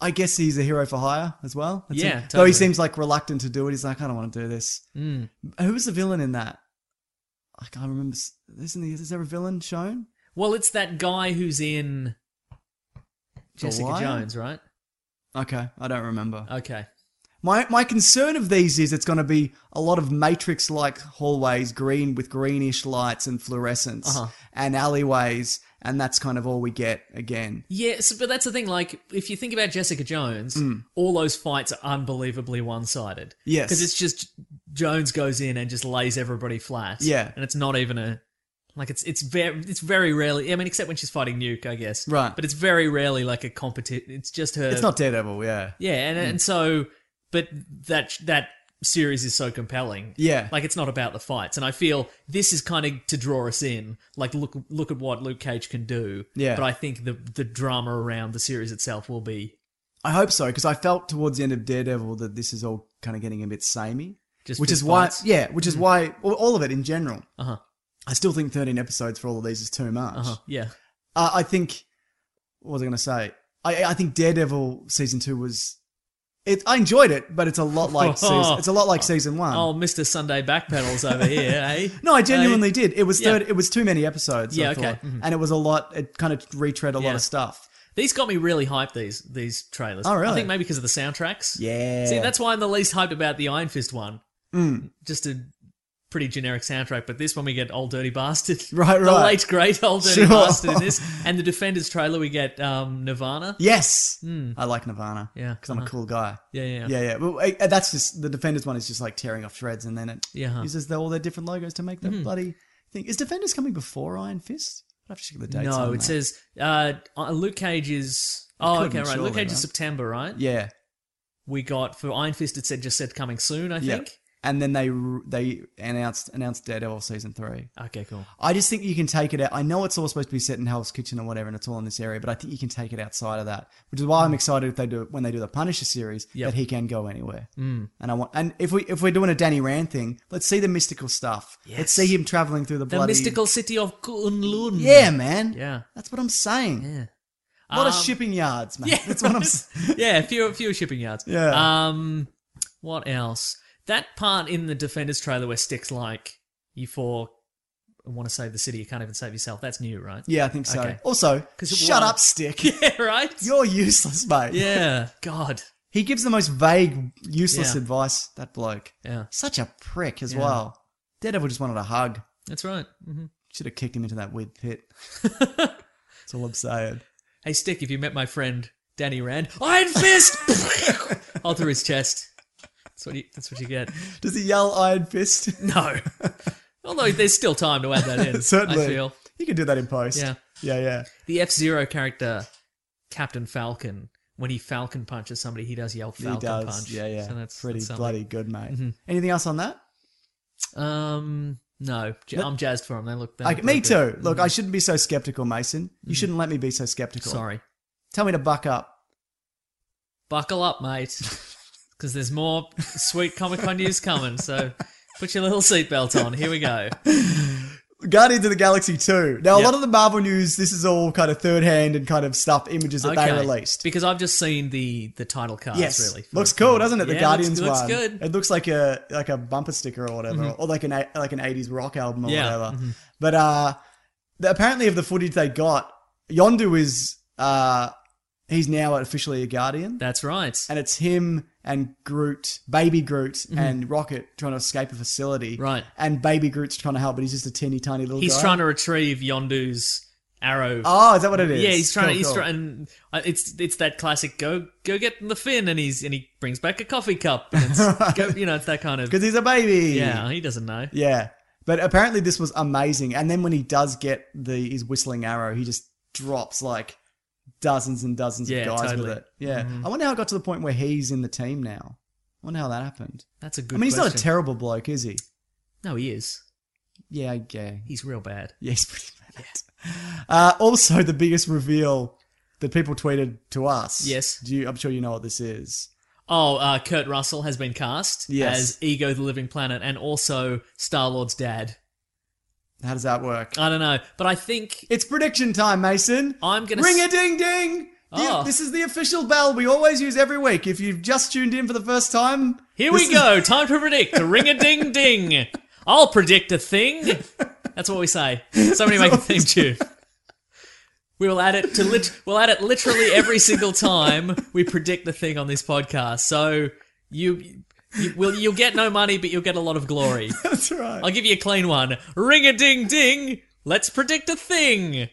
Speaker 2: I guess he's a hero for hire as well. That's
Speaker 3: Yeah,
Speaker 2: it. Though he
Speaker 3: totally.
Speaker 2: seems like reluctant to do it. He's like, I don't want to do this.
Speaker 3: Mm.
Speaker 2: Who was the villain in that? I can't remember. S- Isn't he, is there a villain shown?
Speaker 3: well, it's that guy who's in Jessica
Speaker 2: Lion?
Speaker 3: Jones, right?
Speaker 2: Okay, I don't remember.
Speaker 3: Okay,
Speaker 2: My my concern of these is it's going to be a lot of matrix like hallways, green with greenish lights and fluorescence,
Speaker 3: Uh-huh.
Speaker 2: and alleyways, and that's kind of all we get again.
Speaker 3: Yeah, so, but that's the thing. Like, if you think about Jessica Jones,
Speaker 2: Hmm.
Speaker 3: all those fights are unbelievably one-sided.
Speaker 2: Yes.
Speaker 3: because it's just Jones goes in and just lays everybody flat.
Speaker 2: Yeah.
Speaker 3: and it's not even a like it's it's very it's very rarely. I mean, except when she's fighting Nuke, I guess.
Speaker 2: Right.
Speaker 3: but it's very rarely like a competition. It's just her.
Speaker 2: It's not Mm. Daredevil, yeah.
Speaker 3: Yeah, and and so, but that that series is so compelling.
Speaker 2: Yeah.
Speaker 3: Like it's not about the fights, and I feel this is kind of to draw us in. Like look, look at what Luke Cage can do.
Speaker 2: Yeah.
Speaker 3: But I think the the drama around the series itself will be
Speaker 2: I hope so because I felt towards the end of Daredevil that this is all kind of getting a bit samey,
Speaker 3: just
Speaker 2: which
Speaker 3: fist
Speaker 2: is why,
Speaker 3: fights.
Speaker 2: yeah, which is why all- all of it in general.
Speaker 3: Mm. Uh-huh.
Speaker 2: I still think thirteen episodes for all of these is too much.
Speaker 3: Uh-huh, yeah.
Speaker 2: Uh, I think what was I going to say? I I think Daredevil season two was. It, I enjoyed it, but it's a lot like season, it's a lot like season one.
Speaker 3: oh, Mister Sunday backpedals over here, eh?
Speaker 2: No, I genuinely
Speaker 3: Eh?
Speaker 2: did. It was
Speaker 3: yeah.
Speaker 2: third. It was too many episodes. I
Speaker 3: Yeah, okay. Mm-hmm.
Speaker 2: thought. and it was a lot. It kind of retread a lot
Speaker 3: Yeah.
Speaker 2: of stuff.
Speaker 3: These got me really hyped. These these trailers.
Speaker 2: Oh, really?
Speaker 3: I think maybe because of the soundtracks.
Speaker 2: Yeah. Mm.
Speaker 3: See, that's why I'm the least hyped about the Iron Fist one. Just to pretty generic soundtrack, but this one we get Old Dirty Bastard.
Speaker 2: Right,
Speaker 3: The
Speaker 2: right.
Speaker 3: late, great Old Dirty
Speaker 2: Sure.
Speaker 3: Bastard in this. And the Defenders trailer, we get um, Nirvana.
Speaker 2: Yes, I like Nirvana.
Speaker 3: Hmm. Yeah,
Speaker 2: because I'm a
Speaker 3: uh-huh.
Speaker 2: cool guy.
Speaker 3: Yeah, yeah, yeah.
Speaker 2: yeah, yeah. Well, eh, that's just the Defenders one is just like tearing off shreds, and then it
Speaker 3: Yeah, huh.
Speaker 2: uses the, all their different logos to make that
Speaker 3: Hmm.
Speaker 2: bloody thing. Is Defenders coming before Iron Fist? I have to check the dates.
Speaker 3: No,
Speaker 2: on
Speaker 3: it
Speaker 2: that.
Speaker 3: says uh, uh, Luke Cage is. Oh,
Speaker 2: couldn't,
Speaker 3: okay, right.
Speaker 2: surely,
Speaker 3: Luke Cage
Speaker 2: right?
Speaker 3: is September, right?
Speaker 2: yeah,
Speaker 3: We got for Iron Fist. It said just said coming soon. I
Speaker 2: yeah.
Speaker 3: think.
Speaker 2: And then they r- they announced announced Daredevil season three.
Speaker 3: Okay, cool.
Speaker 2: I just think you can take it out. I know it's all supposed to be set in Hell's Kitchen or whatever, and it's all in this area, but I think you can take it outside of that, which is why I'm excited if they do it when they do the Punisher series
Speaker 3: Mm. Yep.
Speaker 2: that he can go anywhere. Mm. And I want, and if we if we're doing a Danny Rand thing, let's see the mystical stuff. Let's see him traveling through the,
Speaker 3: The
Speaker 2: bloody
Speaker 3: mystical city of Kunlun.
Speaker 2: Yeah, man.
Speaker 3: Yeah.
Speaker 2: that's what I'm saying. A
Speaker 3: Yeah.
Speaker 2: lot of
Speaker 3: Um,
Speaker 2: shipping yards, man. that's what I'm. s-
Speaker 3: yeah, fewer fewer shipping yards.
Speaker 2: Yeah.
Speaker 3: Um, what else? That part in the Defenders trailer where Sticks like you for I want to save the city, you can't even save yourself. That's new, right?
Speaker 2: Yeah, I think so.
Speaker 3: Okay.
Speaker 2: Also,
Speaker 3: 'Cause it
Speaker 2: shut
Speaker 3: was-
Speaker 2: up, stick.
Speaker 3: Yeah, right.
Speaker 2: You're useless, mate.
Speaker 3: yeah. God.
Speaker 2: He gives the most vague, useless
Speaker 3: Yeah.
Speaker 2: advice. That bloke.
Speaker 3: Yeah.
Speaker 2: Such a prick as well. Daredevil just wanted a hug.
Speaker 3: That's right. hmm
Speaker 2: Should have kicked him into that weird pit. That's all I'm saying.
Speaker 3: Hey, Stick, if you met my friend Danny Rand, Iron Fist, all through his chest. That's what you. That's what you get.
Speaker 2: Does he yell Iron Fist?
Speaker 3: No. Although there's still time to add that in.
Speaker 2: Certainly.
Speaker 3: I feel.
Speaker 2: He can do that in post.
Speaker 3: Yeah.
Speaker 2: Yeah, yeah.
Speaker 3: The F Zero character, Captain Falcon, when he Falcon punches somebody, he does yell Falcon
Speaker 2: he does.
Speaker 3: punch.
Speaker 2: Yeah, yeah.
Speaker 3: So that's
Speaker 2: Pretty
Speaker 3: that's something. Mm-hmm.
Speaker 2: bloody good, mate. Anything else on that?
Speaker 3: Um, no, j- I'm jazzed for him. They look. They
Speaker 2: I,
Speaker 3: look
Speaker 2: me
Speaker 3: really good. Mm-hmm.
Speaker 2: too. Look, I shouldn't be so skeptical, Mason. You shouldn't let me be so skeptical.
Speaker 3: Mm, Sorry.
Speaker 2: Tell me to buck up.
Speaker 3: Buckle up, mate, because there's more sweet Comic Con news coming. So put your little seatbelt on. Here we go.
Speaker 2: Guardians of the Galaxy 2. Now, a
Speaker 3: Yep.
Speaker 2: lot of the Marvel news, this is all kind of third hand and kind of stuff, images that they released.
Speaker 3: because I've just seen the the title cards.
Speaker 2: Yes,
Speaker 3: really
Speaker 2: looks cool, doesn't it? The
Speaker 3: Yeah,
Speaker 2: Guardians
Speaker 3: looks,
Speaker 2: one.
Speaker 3: looks good. Mm-hmm.
Speaker 2: It looks like a like a bumper sticker or whatever, or like an a- like an eighties rock album or
Speaker 3: Yeah, mm-hmm.
Speaker 2: whatever. But uh, the, apparently, of the footage they got, Yondu is uh, he's now officially a Guardian,
Speaker 3: That's right.
Speaker 2: and it's him and Groot, Baby Groot, and Rocket trying to escape a facility.
Speaker 3: Mm-hmm. Right.
Speaker 2: and Baby Groot's trying to help, but he's just a teeny tiny little.
Speaker 3: He's
Speaker 2: guy.
Speaker 3: trying to retrieve Yondu's arrow.
Speaker 2: Oh, is that what it is?
Speaker 3: yeah, he's trying.
Speaker 2: Cool,
Speaker 3: he's
Speaker 2: cool.
Speaker 3: trying. And uh, it's it's that classic go go get the fin, and he's and he brings back a coffee cup. And it's, go, you know, it's that kind of.
Speaker 2: because he's a baby.
Speaker 3: Yeah, he doesn't know.
Speaker 2: Yeah. But apparently this was amazing. And then when he does get the his whistling arrow, he just drops like dozens and dozens
Speaker 3: Yeah,
Speaker 2: of guys
Speaker 3: totally. Mm-hmm.
Speaker 2: with it. Yeah. I wonder how it got to the point where he's in the team now. I wonder how that happened.
Speaker 3: That's a good.
Speaker 2: I mean, he's not a
Speaker 3: question.
Speaker 2: terrible bloke, is he?
Speaker 3: No, he is.
Speaker 2: Yeah, yeah.
Speaker 3: He's real bad.
Speaker 2: Yeah, he's pretty bad. Uh, also, the biggest reveal that people tweeted to us.
Speaker 3: Yes.
Speaker 2: Do you, I'm sure you know what this is.
Speaker 3: Oh, uh, Kurt Russell has been cast
Speaker 2: Yes.
Speaker 3: as Ego the Living Planet and also Star Lord's dad.
Speaker 2: How does that work?
Speaker 3: I don't know, but I think
Speaker 2: It's prediction time, Mason.
Speaker 3: I'm gonna
Speaker 2: ring a
Speaker 3: s-
Speaker 2: ding ding.
Speaker 3: Oh.
Speaker 2: This is the official bell we always use every week. If you've just tuned in for the first time,
Speaker 3: Here
Speaker 2: this
Speaker 3: we
Speaker 2: is-
Speaker 3: go. Time to predict. Ring a ding ding. I'll predict a thing. That's what we say. Somebody make a theme tune. We will add it to lit- we'll add it literally every single time we predict the thing on this podcast. So you, you will you'll get no money, but you'll get a lot of glory.
Speaker 2: That's right.
Speaker 3: I'll give you a clean one. Ring a ding ding. Let's predict a thing.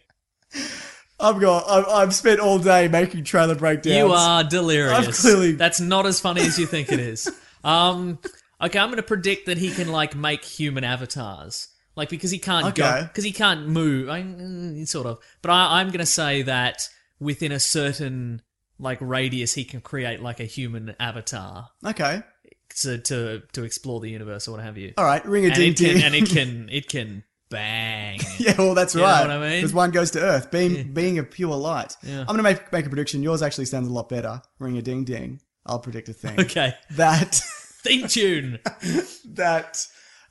Speaker 2: I've got. I've, I've spent all day making trailer breakdowns.
Speaker 3: You are delirious.
Speaker 2: I'm clearly-
Speaker 3: That's not as funny as you think it is. um, okay, I'm going to predict that he can like make human avatars, like because he can't go,
Speaker 2: Okay.
Speaker 3: because he can't move, I, mm, sort of. But I, I'm going to say that within a certain like radius, he can create like a human avatar
Speaker 2: okay.
Speaker 3: to to, to explore the universe or what have you.
Speaker 2: All right. Ring a
Speaker 3: and
Speaker 2: ding
Speaker 3: it can
Speaker 2: ding.
Speaker 3: and it can it can bang.
Speaker 2: yeah. Well, that's
Speaker 3: You know
Speaker 2: right.
Speaker 3: what I mean?
Speaker 2: Because one goes to Earth, being being a pure light.
Speaker 3: Yeah.
Speaker 2: I'm gonna make make a prediction. Yours actually sounds a lot better. Ring a ding ding. I'll predict a thing.
Speaker 3: okay,
Speaker 2: That
Speaker 3: theme tune.
Speaker 2: that.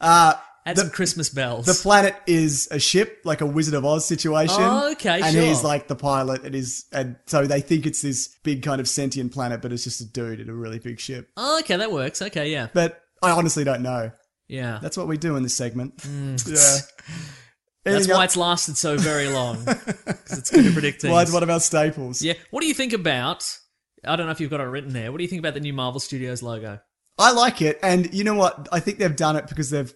Speaker 2: Uh,
Speaker 3: Add
Speaker 2: The-
Speaker 3: some Christmas bells.
Speaker 2: The planet is a ship, like a Wizard of Oz situation.
Speaker 3: Oh, okay,
Speaker 2: And
Speaker 3: sure.
Speaker 2: he's like the pilot, and is and so they think it's this big kind of sentient planet, but it's just a dude in a really big ship.
Speaker 3: oh, okay, that works. Okay, yeah,
Speaker 2: But I honestly don't know.
Speaker 3: yeah.
Speaker 2: That's what we do in this segment. Yeah.
Speaker 3: That's
Speaker 2: Anything
Speaker 3: why
Speaker 2: else?
Speaker 3: it's lasted so very long. 'Cause it's going to predict things.
Speaker 2: why it's one of our staples.
Speaker 3: yeah. What do you think about? I don't know if you've got it written there. What do you think about the new Marvel Studios logo?
Speaker 2: I like it, and you know what? I think they've done it because they've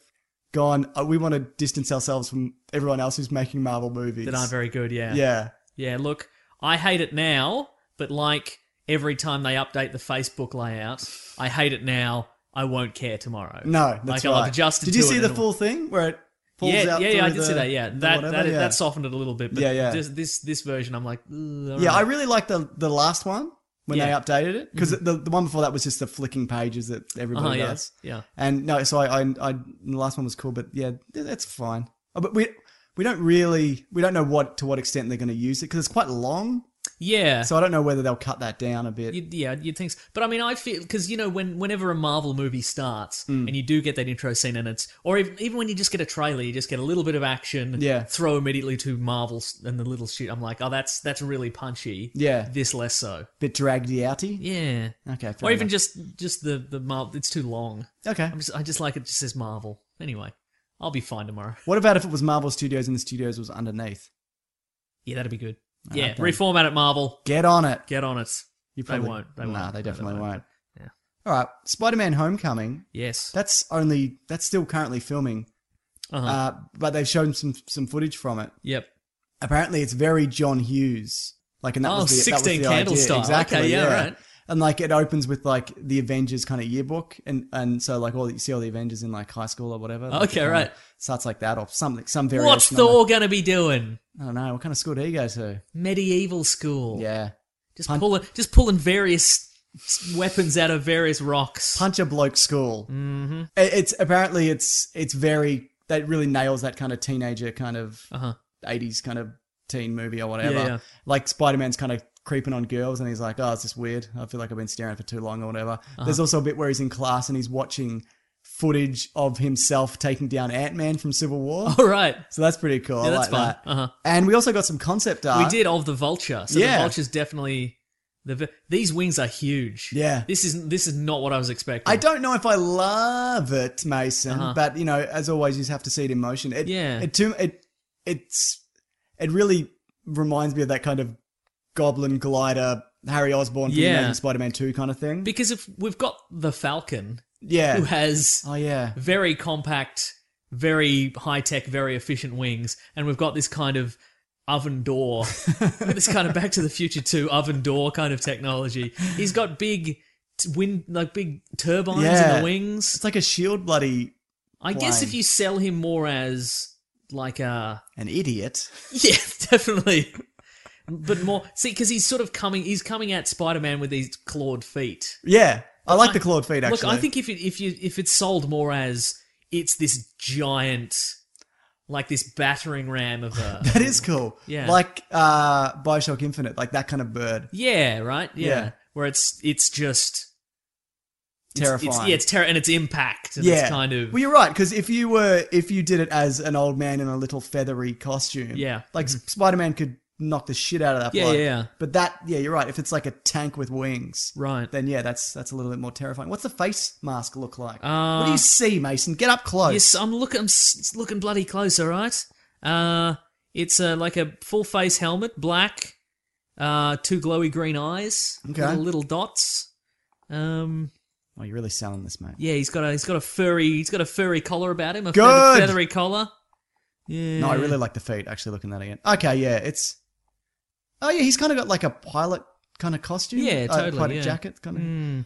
Speaker 2: gone, oh, we want to distance ourselves from everyone else who's making Marvel movies.
Speaker 3: that aren't very good. Yeah.
Speaker 2: Yeah.
Speaker 3: Yeah, look, I hate it now, but like every time they update the Facebook layout, I hate it now. I won't care tomorrow.
Speaker 2: No, that's
Speaker 3: like
Speaker 2: right.
Speaker 3: I'll have adjusted.
Speaker 2: Did you
Speaker 3: to
Speaker 2: see
Speaker 3: it
Speaker 2: the
Speaker 3: and-
Speaker 2: full thing where it pulls
Speaker 3: yeah,
Speaker 2: out?
Speaker 3: yeah, yeah. I
Speaker 2: through
Speaker 3: did see
Speaker 2: the-
Speaker 3: that. Yeah,
Speaker 2: the
Speaker 3: that
Speaker 2: whatever,
Speaker 3: that,
Speaker 2: yeah.
Speaker 3: that softened it a little bit. But
Speaker 2: Yeah, yeah.
Speaker 3: This this, this version, I'm like, "Ugh,
Speaker 2: Yeah, I
Speaker 3: alright."
Speaker 2: really liked the the last one when
Speaker 3: Yeah. Mm-hmm.
Speaker 2: they updated it because the, the one before that was just the flicking pages that
Speaker 3: Uh-huh,
Speaker 2: everybody
Speaker 3: yeah,
Speaker 2: does.
Speaker 3: yeah.
Speaker 2: And no, so I, I, I the last one was cool, but yeah, th- that's fine. Oh, But we we don't really we don't know what to what extent they're going to use it because it's quite long.
Speaker 3: yeah.
Speaker 2: So I don't know whether they'll cut that down a bit.
Speaker 3: You'd, yeah, you'd think. So. But I mean, I feel because you know when whenever a Marvel movie starts
Speaker 2: Hmm.
Speaker 3: and you do get that intro scene and it's, or if, even when you just get a trailer, you just get a little bit of action.
Speaker 2: Yeah.
Speaker 3: Throw immediately to Marvel s- and the little shit. I'm like, oh, that's that's really punchy.
Speaker 2: Yeah.
Speaker 3: This less so.
Speaker 2: bit draggy outy.
Speaker 3: Yeah.
Speaker 2: Okay, fair
Speaker 3: Or even
Speaker 2: enough.
Speaker 3: just just the the Marvel. It's too long.
Speaker 2: okay.
Speaker 3: I'm just I just like it. Just says Marvel. Anyway, I'll be fine tomorrow.
Speaker 2: What about if it was Marvel Studios and the studios was underneath?
Speaker 3: Yeah, that'd be good. Yeah,
Speaker 2: then.
Speaker 3: reformat it, Marvel.
Speaker 2: Get on it.
Speaker 3: Get on it.
Speaker 2: You
Speaker 3: They
Speaker 2: probably
Speaker 3: won't. They
Speaker 2: nah,
Speaker 3: won't.
Speaker 2: they
Speaker 3: No, they
Speaker 2: definitely
Speaker 3: won't.
Speaker 2: won't. All right, Spider-Man: Homecoming.
Speaker 3: Yes.
Speaker 2: That's only that's still currently filming,
Speaker 3: Uh-huh.
Speaker 2: uh, but they've shown some some footage from it.
Speaker 3: yep.
Speaker 2: Apparently, it's very John Hughes. Like, and that
Speaker 3: Oh,
Speaker 2: was the, that was
Speaker 3: 16
Speaker 2: the
Speaker 3: candle
Speaker 2: idea.
Speaker 3: style.
Speaker 2: Exactly.
Speaker 3: Okay, yeah,
Speaker 2: yeah.
Speaker 3: right.
Speaker 2: And like, it opens with like the Avengers kind of yearbook, and and so like all you see all the Avengers in like high school or whatever. Like, it
Speaker 3: Okay,
Speaker 2: kinda
Speaker 3: right.
Speaker 2: Starts like that or something. Some variation.
Speaker 3: What's
Speaker 2: on
Speaker 3: Thor gonna be doing?
Speaker 2: that. I don't know. What kind of school do you go to?
Speaker 3: Medieval school.
Speaker 2: Yeah.
Speaker 3: Just
Speaker 2: Punch-
Speaker 3: pulling just pulling various s- weapons out of various rocks.
Speaker 2: punch a bloke school. Mm-hmm. It's apparently it's it's very that really nails that kind of teenager kind of
Speaker 3: Uh-huh.
Speaker 2: 80s kind of teen movie or whatever.
Speaker 3: Yeah, yeah.
Speaker 2: Like Spider Man's kind of creeping on girls and he's like, oh, is this weird? I feel like I've been staring for too long or whatever.
Speaker 3: Uh-huh.
Speaker 2: There's also a bit where he's in class and he's watching footage of himself taking down Ant Man from Civil War.
Speaker 3: All right.
Speaker 2: So that's pretty cool.
Speaker 3: Oh. Yeah,
Speaker 2: I
Speaker 3: that's
Speaker 2: like
Speaker 3: fun.
Speaker 2: that.
Speaker 3: Uh-huh.
Speaker 2: And we also got some concept art.
Speaker 3: We did of the vulture. So
Speaker 2: yeah.
Speaker 3: the vulture's definitely the v- these wings are huge.
Speaker 2: Yeah.
Speaker 3: This is this is not what I was expecting.
Speaker 2: I don't know if I love it, Mason, but you know, as always, you just have to see it in motion. It,
Speaker 3: Uh-huh. Yeah.
Speaker 2: It, to- it, it's, it really reminds me of that kind of goblin glider, Harry Osborn from
Speaker 3: Yeah.
Speaker 2: Amazing Spider-Man 2 kind of thing.
Speaker 3: because if we've got the Falcon who
Speaker 2: yeah.
Speaker 3: has
Speaker 2: Oh, yeah.
Speaker 3: very compact, very high tech, very efficient wings, and we've got this kind of oven door, this kind of Back to the Future Two oven door kind of technology. He's got big t- wind, like big turbines in
Speaker 2: Yeah.
Speaker 3: the wings.
Speaker 2: It's like a shield bloody
Speaker 3: I guess if
Speaker 2: flying.
Speaker 3: you sell him more as like uh, a
Speaker 2: an idiot.
Speaker 3: yeah, definitely. But more see because he's sort of coming. He's coming at Spider-Man with these clawed feet.
Speaker 2: Yeah. I like the clawed feet, actually.
Speaker 3: Look, I think if it, if you if it's sold more as it's this giant, like this battering ram of a
Speaker 2: that is cool.
Speaker 3: Yeah.
Speaker 2: Like uh, Bioshock Infinite, like that kind of bird.
Speaker 3: yeah, right, yeah,
Speaker 2: Yeah.
Speaker 3: where it's it's just it's-
Speaker 2: Terrifying.
Speaker 3: It's, yeah, it's terror and it's impact. And
Speaker 2: yeah,
Speaker 3: it's kind of
Speaker 2: Well, you're right because if you were if you did it as an old man in a little feathery costume,
Speaker 3: Yeah. Mm-hmm.
Speaker 2: like Spider Man could knock the shit out of that.
Speaker 3: Yeah,
Speaker 2: bloke.
Speaker 3: yeah, yeah.
Speaker 2: But that, yeah, you're right. If it's like a tank with wings,
Speaker 3: right.
Speaker 2: then yeah, that's that's a little bit more terrifying. What's the face mask look like?
Speaker 3: Uh,
Speaker 2: what do you see, Mason? Get up close.
Speaker 3: Yes, uh, I'm looking. I'm s- looking bloody close. All right. Uh, it's uh, like a full face helmet, black. Uh, two glowy green eyes.
Speaker 2: Okay.
Speaker 3: Little, little dots. Um,
Speaker 2: Oh, you're really selling this, mate.
Speaker 3: yeah, he's got a he's got a furry he's got a furry collar about him. A
Speaker 2: Good.
Speaker 3: feather- feathery collar. Yeah.
Speaker 2: No, I really like the feet. Actually, looking at that again. Okay, yeah, it's. Oh yeah, he's kind of got like a pilot kind of costume.
Speaker 3: Yeah,
Speaker 2: Uh,
Speaker 3: totally,
Speaker 2: Quite a
Speaker 3: yeah.
Speaker 2: jacket kind of.
Speaker 3: Hmm.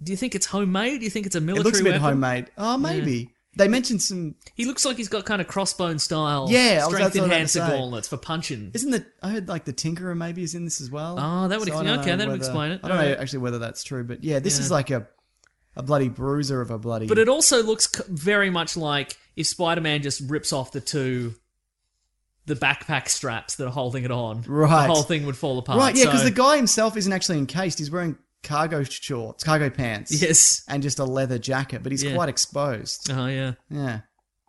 Speaker 3: Do you think it's homemade? Do you think it's a military
Speaker 2: it looks a bit
Speaker 3: weapon?
Speaker 2: homemade. Oh, maybe they mentioned some
Speaker 3: He looks like he's got kind of crossbone style.
Speaker 2: Yeah, I was- that's
Speaker 3: strength
Speaker 2: what I was about to
Speaker 3: enhancer
Speaker 2: say.
Speaker 3: gauntlets for punching.
Speaker 2: Isn't the I heard like the Tinkerer maybe is in this as well?
Speaker 3: Oh, that would
Speaker 2: I
Speaker 3: explain-
Speaker 2: don't
Speaker 3: okay,
Speaker 2: know
Speaker 3: that would explain it.
Speaker 2: I don't know
Speaker 3: Alright.
Speaker 2: actually whether that's true, but yeah, this is like a a bloody bruiser of a bloody.
Speaker 3: But it also looks c- very much like if Spider-Man just rips off the two, the backpack straps that are holding it on.
Speaker 2: Right.
Speaker 3: the whole thing would fall apart.
Speaker 2: right, yeah, because
Speaker 3: so-
Speaker 2: the guy himself isn't actually encased. He's wearing cargo shorts, cargo pants,
Speaker 3: yes,
Speaker 2: and just a leather jacket, but he's
Speaker 3: Yeah.
Speaker 2: quite exposed.
Speaker 3: oh yeah,
Speaker 2: Yeah,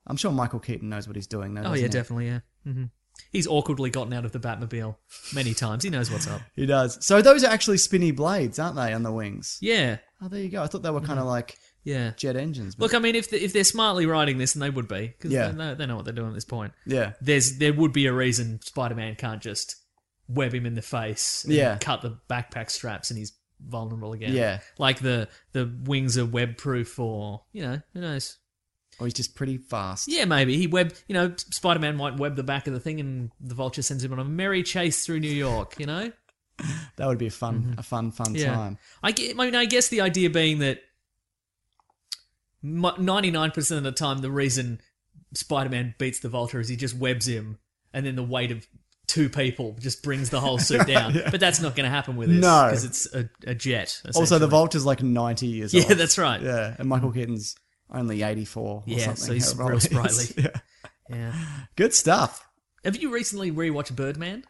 Speaker 2: I'm sure Michael Keaton knows what he's doing. Though,
Speaker 3: oh
Speaker 2: doesn't
Speaker 3: yeah,
Speaker 2: he?
Speaker 3: definitely yeah. hmm He's awkwardly gotten out of the Batmobile many times. He knows what's up.
Speaker 2: He does. So those are actually spinny blades, aren't they, on the wings?
Speaker 3: Yeah,
Speaker 2: Oh, there you go. I thought they were kind of like
Speaker 3: yeah.
Speaker 2: jet engines. But
Speaker 3: Look, I mean, if the, if they're smartly writing this, and they would be, because
Speaker 2: Yeah.
Speaker 3: they, know- they know what they're doing at this point.
Speaker 2: yeah,
Speaker 3: There's there would be a reason Spider-Man can't just web him in the face. and
Speaker 2: Yeah.
Speaker 3: cut the backpack straps, and he's vulnerable again.
Speaker 2: Yeah.
Speaker 3: like the the wings are web proof, or you know, who knows?
Speaker 2: Or he's just pretty fast.
Speaker 3: Yeah, maybe he web. You know, Spider Man might web the back of the thing, and the Vulture sends him on a merry chase through New York. You know,
Speaker 2: That would be a fun, a fun, fun
Speaker 3: Mm-hmm. yeah.
Speaker 2: time.
Speaker 3: I, ge- I mean, I guess the idea being that ninety nine percent of the time, the reason Spider Man beats the Vulture is he just webs him, and then the weight of two people just brings the whole suit down. But that's not going to happen with this
Speaker 2: No.
Speaker 3: because it's a, a jet.
Speaker 2: Also, Oh, the
Speaker 3: essentially.
Speaker 2: Vulture's like 90 years
Speaker 3: Yeah,
Speaker 2: old.
Speaker 3: that's right.
Speaker 2: Yeah, and Michael Keaton's only 84 or
Speaker 3: Yeah, so
Speaker 2: something.
Speaker 3: he's
Speaker 2: however
Speaker 3: real
Speaker 2: old he is.
Speaker 3: sprightly.
Speaker 2: Yeah.
Speaker 3: Yeah.
Speaker 2: Good stuff.
Speaker 3: Have you recently rewatched Birdman?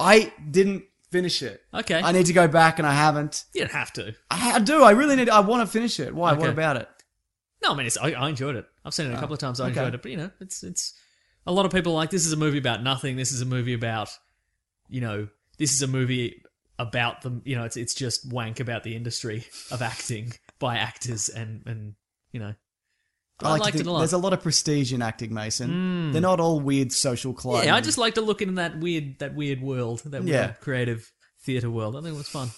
Speaker 2: I didn't finish it.
Speaker 3: Okay.
Speaker 2: I need to go back and I haven't.
Speaker 3: You don't have to.
Speaker 2: I, I do. I really need I want to finish it. Why? What
Speaker 3: Okay.
Speaker 2: about it?
Speaker 3: No, I mean, it's, I, I enjoyed it. I've seen it a couple of times. I
Speaker 2: Ah, okay.
Speaker 3: enjoyed it, but you know, it's it's a lot of people are like this is a movie about nothing. This is a movie about you know this is a movie about them. You know, it's it's just wank about the industry of acting by actors and and you know. But I,
Speaker 2: like to
Speaker 3: liked
Speaker 2: think
Speaker 3: it a lot. Hmm.
Speaker 2: There's a lot of prestige in acting, Mason. They're not all weird social climbers.
Speaker 3: yeah, I just like to look in that weird that weird world, that
Speaker 2: Yeah.
Speaker 3: weird creative theater world. I think it was fun,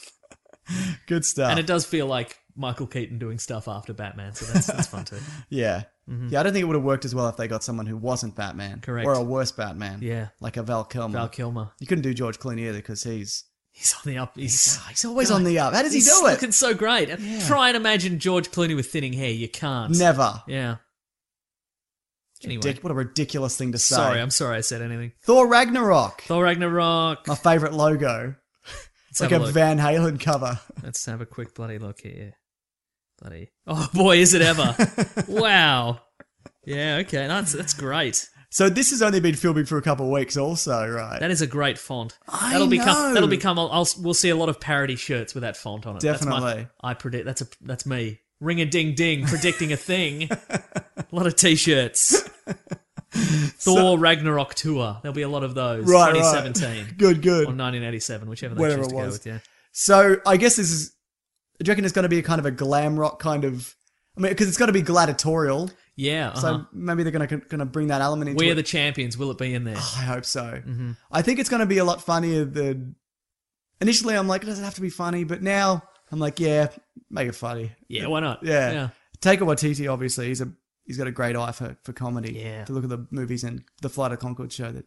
Speaker 2: good stuff.
Speaker 3: and it does feel like Michael Keaton doing stuff after Batman, so that's that's fun too.
Speaker 2: yeah, yeah. I don't think it would have worked as well if they got someone who wasn't Batman,
Speaker 3: Mm-hmm. Correct.
Speaker 2: or a worse Batman.
Speaker 3: Yeah.
Speaker 2: like a Val Kilmer.
Speaker 3: Val Kilmer,
Speaker 2: you couldn't do George Clooney either because he's
Speaker 3: he's on the up. He's
Speaker 2: he's always on the up. How does he
Speaker 3: He's
Speaker 2: do it?
Speaker 3: looking so great. Try and imagine George Clooney with thinning hair. You can't.
Speaker 2: Never.
Speaker 3: Yeah. Anyway,
Speaker 2: Dick, what a ridiculous thing to say.
Speaker 3: sorry, I'm sorry I said anything.
Speaker 2: Thor Ragnarok,
Speaker 3: Thor Ragnarok.
Speaker 2: my favorite logo.
Speaker 3: Let's
Speaker 2: It's like
Speaker 3: have
Speaker 2: a
Speaker 3: a look.
Speaker 2: Van Halen cover.
Speaker 3: Let's have a quick bloody look here. Bloody. Oh boy, is it ever! wow. Yeah. Okay. That's that's great.
Speaker 2: So this has only been filming for a couple of weeks, also, right?
Speaker 3: That is a great font.
Speaker 2: I
Speaker 3: that'll
Speaker 2: know.
Speaker 3: become. That'll become. I'll, I'll. We'll see a lot of parody shirts with that font on it. That's
Speaker 2: Definitely.
Speaker 3: my, I predict. That's a. That's me. Ring a ding ding. Predicting a thing. a lot of t-shirts. Thor Ragnarok tour. There'll be a lot of those.
Speaker 2: Right, right.
Speaker 3: 2017
Speaker 2: good,
Speaker 3: or
Speaker 2: good.
Speaker 3: 1987, whichever they
Speaker 2: Whatever
Speaker 3: choose to
Speaker 2: it
Speaker 3: go
Speaker 2: was.
Speaker 3: with. Yeah.
Speaker 2: So I guess this is. Do you reckon it's going to be a kind of a glam rock kind of? I mean, because it's got to be gladiatorial.
Speaker 3: Yeah.
Speaker 2: So
Speaker 3: Uh-huh.
Speaker 2: maybe they're going to going to bring that element into
Speaker 3: we are
Speaker 2: it.
Speaker 3: the champions. Will it be in there?
Speaker 2: I hope so. I think it's going to be a lot funnier than. Initially, I'm like, it doesn't have to be funny, but now I'm like, yeah, make it funny.
Speaker 3: yeah. Why not?
Speaker 2: Yeah.
Speaker 3: Yeah.
Speaker 2: Taika Waititi, obviously, he's a he's got a great eye for, for comedy.
Speaker 3: Yeah.
Speaker 2: To look at the movies and the Flight of Concord show that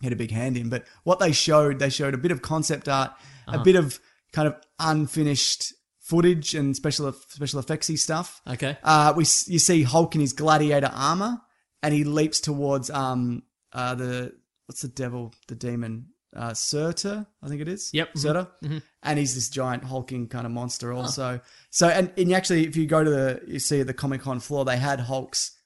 Speaker 2: he had a big hand in. But what they showed, they showed a bit of concept art, a bit of kind of unfinished footage and special e-, special effectsy stuff.
Speaker 3: Okay.
Speaker 2: Uh, we s- you see Hulk in his gladiator armor, and he leaps towards um uh the what's the devil the demon uh Surtur I think it is
Speaker 3: Yep. mm-hmm.
Speaker 2: Surtur, and he's this giant hulking kind of monster also. So and and you actually if you go to the you see the Comic Con floor they had Hulk's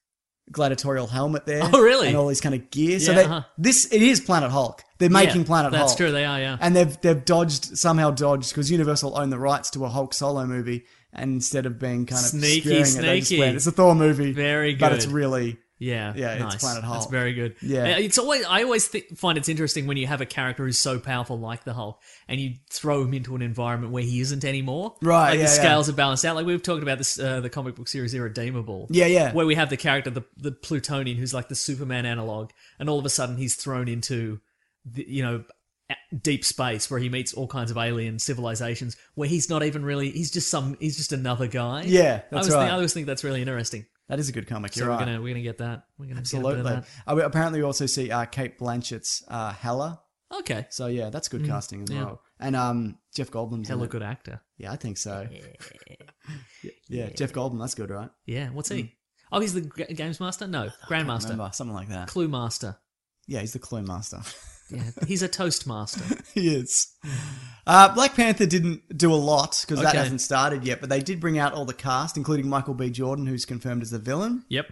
Speaker 2: gladiatorial helmet there.
Speaker 3: Oh, really?
Speaker 2: And all his kind of gear. So
Speaker 3: Yeah,
Speaker 2: they,
Speaker 3: uh-huh.
Speaker 2: this it is Planet Hulk. They're making
Speaker 3: Yeah,
Speaker 2: Planet
Speaker 3: That's
Speaker 2: Hulk
Speaker 3: true. They are. Yeah.
Speaker 2: and they've they've dodged somehow dodged because Universal own the rights to a Hulk solo movie, and instead of being kind of
Speaker 3: Sneaky,
Speaker 2: skewering it, they just
Speaker 3: sneaky.
Speaker 2: went, it's a Thor movie,
Speaker 3: Very
Speaker 2: but it's
Speaker 3: good.
Speaker 2: really
Speaker 3: Yeah,
Speaker 2: Yeah, it's
Speaker 3: nice.
Speaker 2: Planet
Speaker 3: That's
Speaker 2: Hulk.
Speaker 3: very good.
Speaker 2: Yeah.
Speaker 3: Uh, it's always I always th- find it's interesting when you have a character who's so powerful like the Hulk, and you throw him into an environment where he isn't anymore.
Speaker 2: Right,
Speaker 3: like
Speaker 2: yeah,
Speaker 3: the
Speaker 2: yeah.
Speaker 3: scales are balanced out. Like we've talked about this, uh, the comic book series Irredeemable.
Speaker 2: Yeah, yeah.
Speaker 3: Where we have the character, the the Plutonian, who's like the Superman analog, and all of a sudden he's thrown into, the, you know. a- Deep space where he meets all kinds of alien civilizations where he's not even really he's just some he's just another guy.
Speaker 2: Yeah, that's
Speaker 3: I always
Speaker 2: right.
Speaker 3: Think, I always think that's really interesting.
Speaker 2: that is a good comic.
Speaker 3: So
Speaker 2: You're
Speaker 3: we're
Speaker 2: right,
Speaker 3: gonna we're gonna get that. We're gonna Get a bit
Speaker 2: absolutely.
Speaker 3: of that.
Speaker 2: Uh, we apparently, we also see uh, Kate Blanchett's uh, Hella.
Speaker 3: Okay.
Speaker 2: So yeah, that's good casting as
Speaker 3: Mm. yeah.
Speaker 2: well. And um, Jeff Goldblum's in
Speaker 3: Hella
Speaker 2: it.
Speaker 3: good actor.
Speaker 2: Yeah, I think so. yeah, Jeff Goldblum, that's good, right?
Speaker 3: Yeah. What's he? Oh, he's the g- games master. No, grandmaster,
Speaker 2: Hmm. Remember something like that.
Speaker 3: clue master.
Speaker 2: Yeah, he's the clue master.
Speaker 3: Yeah, he's a toast master.
Speaker 2: he is. Uh, Black Panther didn't do a lot because that
Speaker 3: Okay.
Speaker 2: hasn't started yet, but they did bring out all the cast, including Michael B. Jordan, who's confirmed as the villain,
Speaker 3: yep.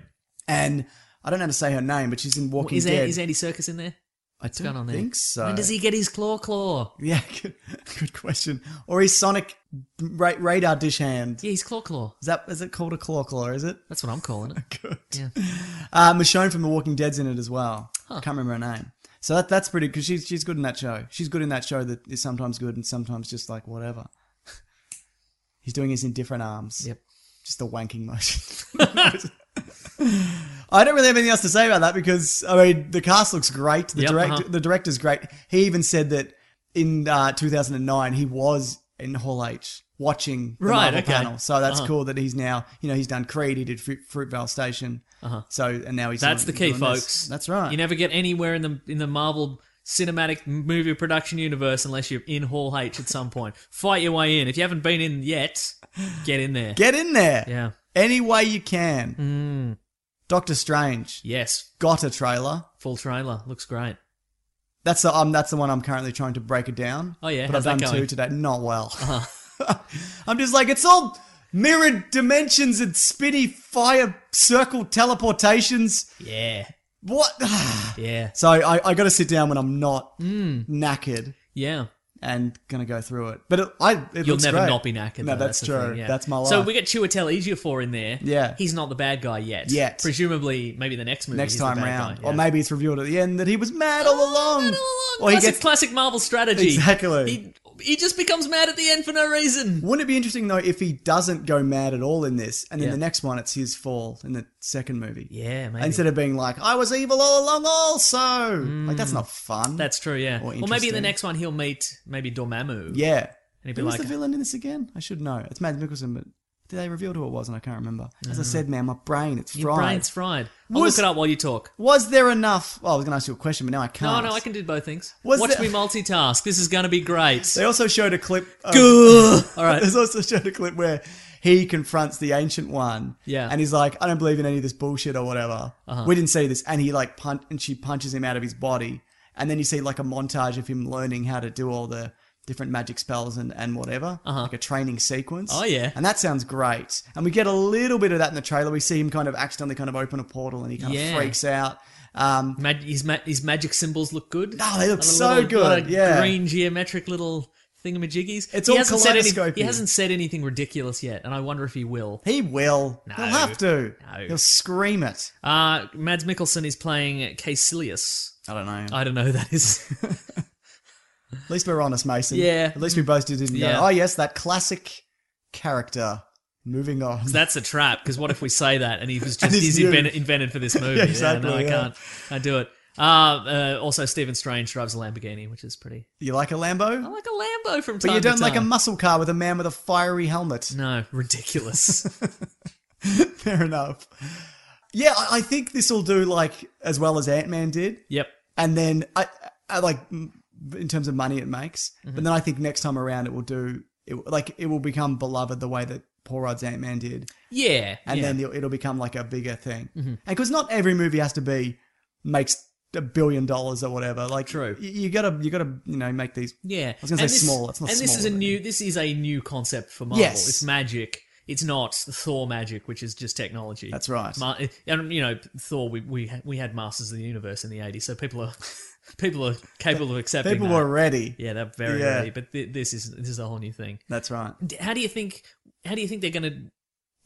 Speaker 2: and I don't know how to say her name, but she's in Walking
Speaker 3: Is,
Speaker 2: Dead.
Speaker 3: there, is Andy Circus in there?
Speaker 2: I don't
Speaker 3: going on there?
Speaker 2: think so.
Speaker 3: When does he get his claw claw?
Speaker 2: Yeah, good, good question. Or is Sonic ra- radar dish hand?
Speaker 3: Yeah, he's claw claw.
Speaker 2: Is that is it called a claw claw? Is it?
Speaker 3: That's what I'm calling it.
Speaker 2: Good.
Speaker 3: Yeah.
Speaker 2: Uh, Michonne from The Walking Dead's in it as well. I can't remember her name. So that that's pretty because she's she's good in that show. She's good in that show that is sometimes good and sometimes just like whatever. He's doing this in different arms.
Speaker 3: Yep.
Speaker 2: Just a wanking motion. I don't really have anything else to say about that because I mean the cast looks great. The
Speaker 3: Yep,
Speaker 2: direct
Speaker 3: uh-huh.
Speaker 2: the director's great. He even said that in uh, 2009 he was in Hall H watching the
Speaker 3: Right,
Speaker 2: Marvel
Speaker 3: okay. Uh-huh.
Speaker 2: panel. So that's cool that he's now, you know, he's done Creed, he did Fruit, Fruitvale Station. Uh-huh. So, and now he's
Speaker 3: That's the
Speaker 2: doing-
Speaker 3: key,
Speaker 2: doing this.
Speaker 3: folks.
Speaker 2: That's right.
Speaker 3: You never get anywhere in the in the Marvel cinematic movie production universe unless you're in Hall H at some point. Fight your way in. If you haven't been in yet, get in there.
Speaker 2: Get in there.
Speaker 3: yeah. Hmm.
Speaker 2: Any way you can. Doctor Strange
Speaker 3: Yes.
Speaker 2: got a trailer.
Speaker 3: Full trailer. Looks great.
Speaker 2: That's the um, that's the one I'm currently trying to break it down.
Speaker 3: Oh, yeah?
Speaker 2: but
Speaker 3: How's
Speaker 2: I've
Speaker 3: that
Speaker 2: done
Speaker 3: going? Uh-huh.
Speaker 2: two today. Not well. I'm just like it's all mirrored dimensions and spinny fire circle teleportations.
Speaker 3: Yeah.
Speaker 2: What?
Speaker 3: Yeah.
Speaker 2: so I, I got to sit down when I'm not
Speaker 3: Hmm.
Speaker 2: knackered
Speaker 3: Yeah.
Speaker 2: and gonna go through it. But it, I it
Speaker 3: You'll
Speaker 2: looks
Speaker 3: never
Speaker 2: great.
Speaker 3: not be knackered.
Speaker 2: No,
Speaker 3: though.
Speaker 2: that's,
Speaker 3: the
Speaker 2: true.
Speaker 3: thing, yeah.
Speaker 2: That's my life.
Speaker 3: So we get Chiwetel Ejiofor in there.
Speaker 2: Yeah.
Speaker 3: He's not the bad guy yet.
Speaker 2: Yet.
Speaker 3: Presumably, maybe the next movie.
Speaker 2: next
Speaker 3: he's the
Speaker 2: time
Speaker 3: bad
Speaker 2: round,
Speaker 3: guy,
Speaker 2: or
Speaker 3: yeah.
Speaker 2: maybe it's revealed at the end that he was mad all along.
Speaker 3: Oh,
Speaker 2: Or he
Speaker 3: classic,
Speaker 2: gets
Speaker 3: classic Marvel strategy.
Speaker 2: Exactly.
Speaker 3: He, he just becomes mad at the end for no reason.
Speaker 2: Wouldn't it be interesting though if he doesn't go mad at all in this, and then
Speaker 3: Yeah.
Speaker 2: the next one it's his fall in the second movie?
Speaker 3: Yeah, maybe.
Speaker 2: Instead of being like, "I was evil all along," also like that's not fun.
Speaker 3: Mm. That's true, yeah.
Speaker 2: Or
Speaker 3: Or, maybe in the
Speaker 2: interesting.
Speaker 3: next one he'll meet maybe Dormammu.
Speaker 2: yeah.
Speaker 3: And he'd be
Speaker 2: Who was
Speaker 3: like,
Speaker 2: the villain in this again? I should know. It's Mads Mikkelsen, but did they reveal who it was? And I can't remember. As I said, man, my brain it's
Speaker 3: Uh-huh. your
Speaker 2: fried.
Speaker 3: brain's fried. I'll
Speaker 2: Was-
Speaker 3: look it up while you talk.
Speaker 2: was there enough? Well, I was going to ask you a question, but now I
Speaker 3: No,
Speaker 2: can't.
Speaker 3: no, I can do both things.
Speaker 2: Was
Speaker 3: Watch
Speaker 2: there-
Speaker 3: me multitask. This is going to be great.
Speaker 2: They also showed a clip. Of,
Speaker 3: All right.
Speaker 2: There's also showed a clip where he confronts the ancient one.
Speaker 3: Yeah. Uh-huh.
Speaker 2: And he's like, I don't believe in any of this bullshit or whatever. We didn't see this. And he like punch and she punches him out of his body. And then you see like a montage of him learning how to do all the different magic spells and, and whatever. Like a training sequence.
Speaker 3: Uh-huh. Oh, yeah.
Speaker 2: And that sounds great. And we get a little bit of that in the trailer. We see him kind of accidentally kind of open a portal and he kind
Speaker 3: Yeah.
Speaker 2: of freaks out. Um,
Speaker 3: Mag- his, ma- his magic symbols look good.
Speaker 2: Oh, they look
Speaker 3: A
Speaker 2: so
Speaker 3: little-
Speaker 2: good,
Speaker 3: like
Speaker 2: yeah.
Speaker 3: green geometric little thingamajiggies.
Speaker 2: It's
Speaker 3: he
Speaker 2: all
Speaker 3: hasn't said any-
Speaker 2: kaleidoscopy.
Speaker 3: He hasn't said anything ridiculous yet, and I wonder if he will.
Speaker 2: he will. He'll have to.
Speaker 3: No.
Speaker 2: He'll scream it.
Speaker 3: Uh, Mads Mikkelsen is playing Caecilius.
Speaker 2: I don't know.
Speaker 3: I don't know who that is.
Speaker 2: At least we're honest, Mason.
Speaker 3: Yeah.
Speaker 2: At least we both didn't
Speaker 3: Yeah.
Speaker 2: go, oh, yes, that classic character. Moving on.
Speaker 3: That's a trap. Because what if we say that and he was
Speaker 2: And
Speaker 3: just
Speaker 2: he's
Speaker 3: he's
Speaker 2: new.
Speaker 3: invented, invented for this movie?
Speaker 2: Yeah, exactly,
Speaker 3: no, I
Speaker 2: yeah.
Speaker 3: can't. I do it. Uh, uh, also, Stephen Strange drives a Lamborghini, which is pretty.
Speaker 2: you like a
Speaker 3: I
Speaker 2: Lambo?
Speaker 3: like a Lambo from Oh, time
Speaker 2: But you
Speaker 3: to
Speaker 2: don't like a
Speaker 3: time.
Speaker 2: muscle car with a man with a fiery helmet.
Speaker 3: no, ridiculous.
Speaker 2: Fair enough. Yeah, I, I think this will do like as well as Ant Man did.
Speaker 3: yep.
Speaker 2: And then I, I like m- in terms of money it makes.
Speaker 3: Mm-hmm.
Speaker 2: But then I think next time around it will do it, like it will become beloved the way that Paul Rudd's Ant Man did.
Speaker 3: Yeah.
Speaker 2: and
Speaker 3: yeah. Mm-hmm.
Speaker 2: then it'll, it'll become like a bigger thing. And because not every movie has to be makes a billion dollars or whatever. Like
Speaker 3: True.
Speaker 2: you, you gotta you gotta you know make these.
Speaker 3: Yeah, I
Speaker 2: was gonna say small, it's not
Speaker 3: and this is a
Speaker 2: small, but-
Speaker 3: new. This is a new concept for Marvel.
Speaker 2: Yes.
Speaker 3: It's magic. It's not Thor magic, which is just technology.
Speaker 2: That's right.
Speaker 3: Ma- and you know, Thor. We we ha- we had Masters of the Universe in the '80s, so people are people are capable of accepting.
Speaker 2: People
Speaker 3: that.
Speaker 2: were ready.
Speaker 3: yeah, they're very
Speaker 2: Yeah.
Speaker 3: ready. But th- this is this is a whole new thing.
Speaker 2: That's right.
Speaker 3: D- How do you think? How do you think they're gonna?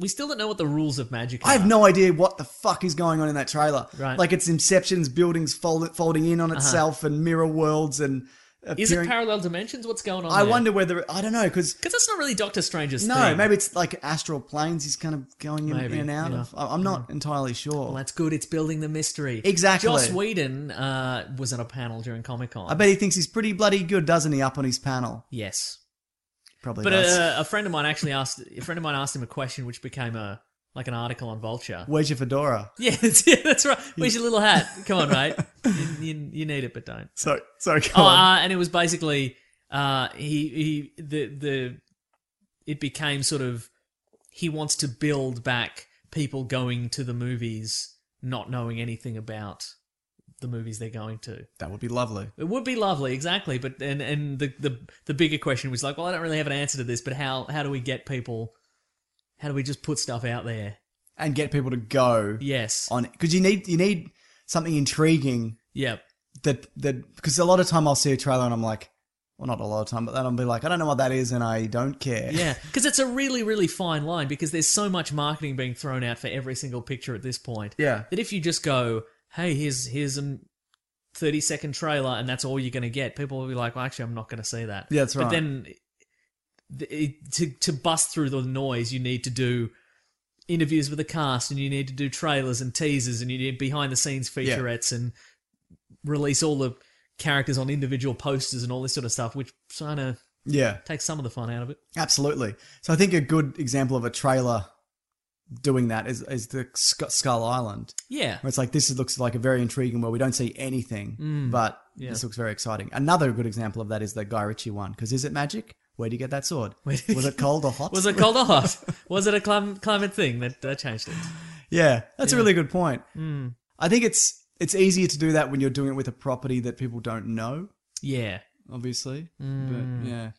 Speaker 3: We still don't know what the rules of magic. Are.
Speaker 2: I have no idea what the fuck is going on in that trailer.
Speaker 3: Right. Uh-huh.
Speaker 2: Like it's Inception's buildings fold, folding in on itself and mirror worlds and
Speaker 3: Is it
Speaker 2: appearing-
Speaker 3: parallel dimensions? What's going on?
Speaker 2: I wonder whether I don't know because
Speaker 3: because that's not really Doctor Strange's
Speaker 2: no,
Speaker 3: thing.
Speaker 2: maybe it's like astral planes. He's kind of going in,
Speaker 3: Maybe,
Speaker 2: in and out
Speaker 3: yeah.
Speaker 2: of. I- I'm not entirely sure.
Speaker 3: Well, that's good. It's building the mystery.
Speaker 2: Exactly.
Speaker 3: Joss Whedon uh, was on a panel during Comic Con.
Speaker 2: I bet he thinks he's pretty bloody good, doesn't he? Up on his panel,
Speaker 3: Yes,
Speaker 2: probably.
Speaker 3: but
Speaker 2: does.
Speaker 3: uh, a friend of mine actually asked. A friend of mine asked him a question, which became a like an article on Vulture.
Speaker 2: Where's your fedora?
Speaker 3: Yeah, that's, yeah, that's right. Where's your little hat? Come on, mate. You, you, you need it, but don't.
Speaker 2: So sorry, go
Speaker 3: Oh,
Speaker 2: on.
Speaker 3: uh, and it was basically uh, he he the the it became sort of he wants to build back people going to the movies not knowing anything about the movies they're going to.
Speaker 2: that would be lovely.
Speaker 3: It would be lovely, exactly. But and and the, the the bigger question was like, well, I don't really have an answer to this, but how how do we get people? How do we just put stuff out there?
Speaker 2: And get people to go
Speaker 3: Yes.
Speaker 2: on it because you need you need something intriguing
Speaker 3: yeah.
Speaker 2: that that because a lot of time I'll see a trailer and I'm like, well, not a lot of time, but then I'll be like, I don't know what that is, and I don't care.
Speaker 3: Yeah. Because it's a really really fine line because there's so much marketing being thrown out for every single picture at this point.
Speaker 2: yeah.
Speaker 3: That if you just go, hey, here's here's a thirty second trailer, and that's all you're going to get, people will be like, well, actually, I'm not going to see that.
Speaker 2: Yeah, that's
Speaker 3: But
Speaker 2: right.
Speaker 3: then th- it, to to bust through the noise, you need to do interviews with the cast, and you need to do trailers and teasers, and you need behind the scenes
Speaker 2: Yeah.
Speaker 3: featurettes, and release all the characters on individual posters and all this sort of stuff, which kind of
Speaker 2: Yeah,
Speaker 3: Takes some of the fun out of it.
Speaker 2: absolutely. So I think a good example of a trailer doing that is, is the Sc- Skull Island.
Speaker 3: Yeah.
Speaker 2: Where it's like this looks like a very intriguing where we don't see anything,
Speaker 3: Mm.
Speaker 2: but this looks very exciting. Another good example of that is the Guy Ritchie one because is it magic? Where do you get that sword?
Speaker 3: did you
Speaker 2: Was it cold or hot?
Speaker 3: Was it cold or hot? Was it a clim- climate thing that uh, changed it?
Speaker 2: Yeah, that's a really good point.
Speaker 3: Mm.
Speaker 2: I think it's it's easier to do that when you're doing it with a property that people don't know,
Speaker 3: Yeah.
Speaker 2: obviously. But yeah.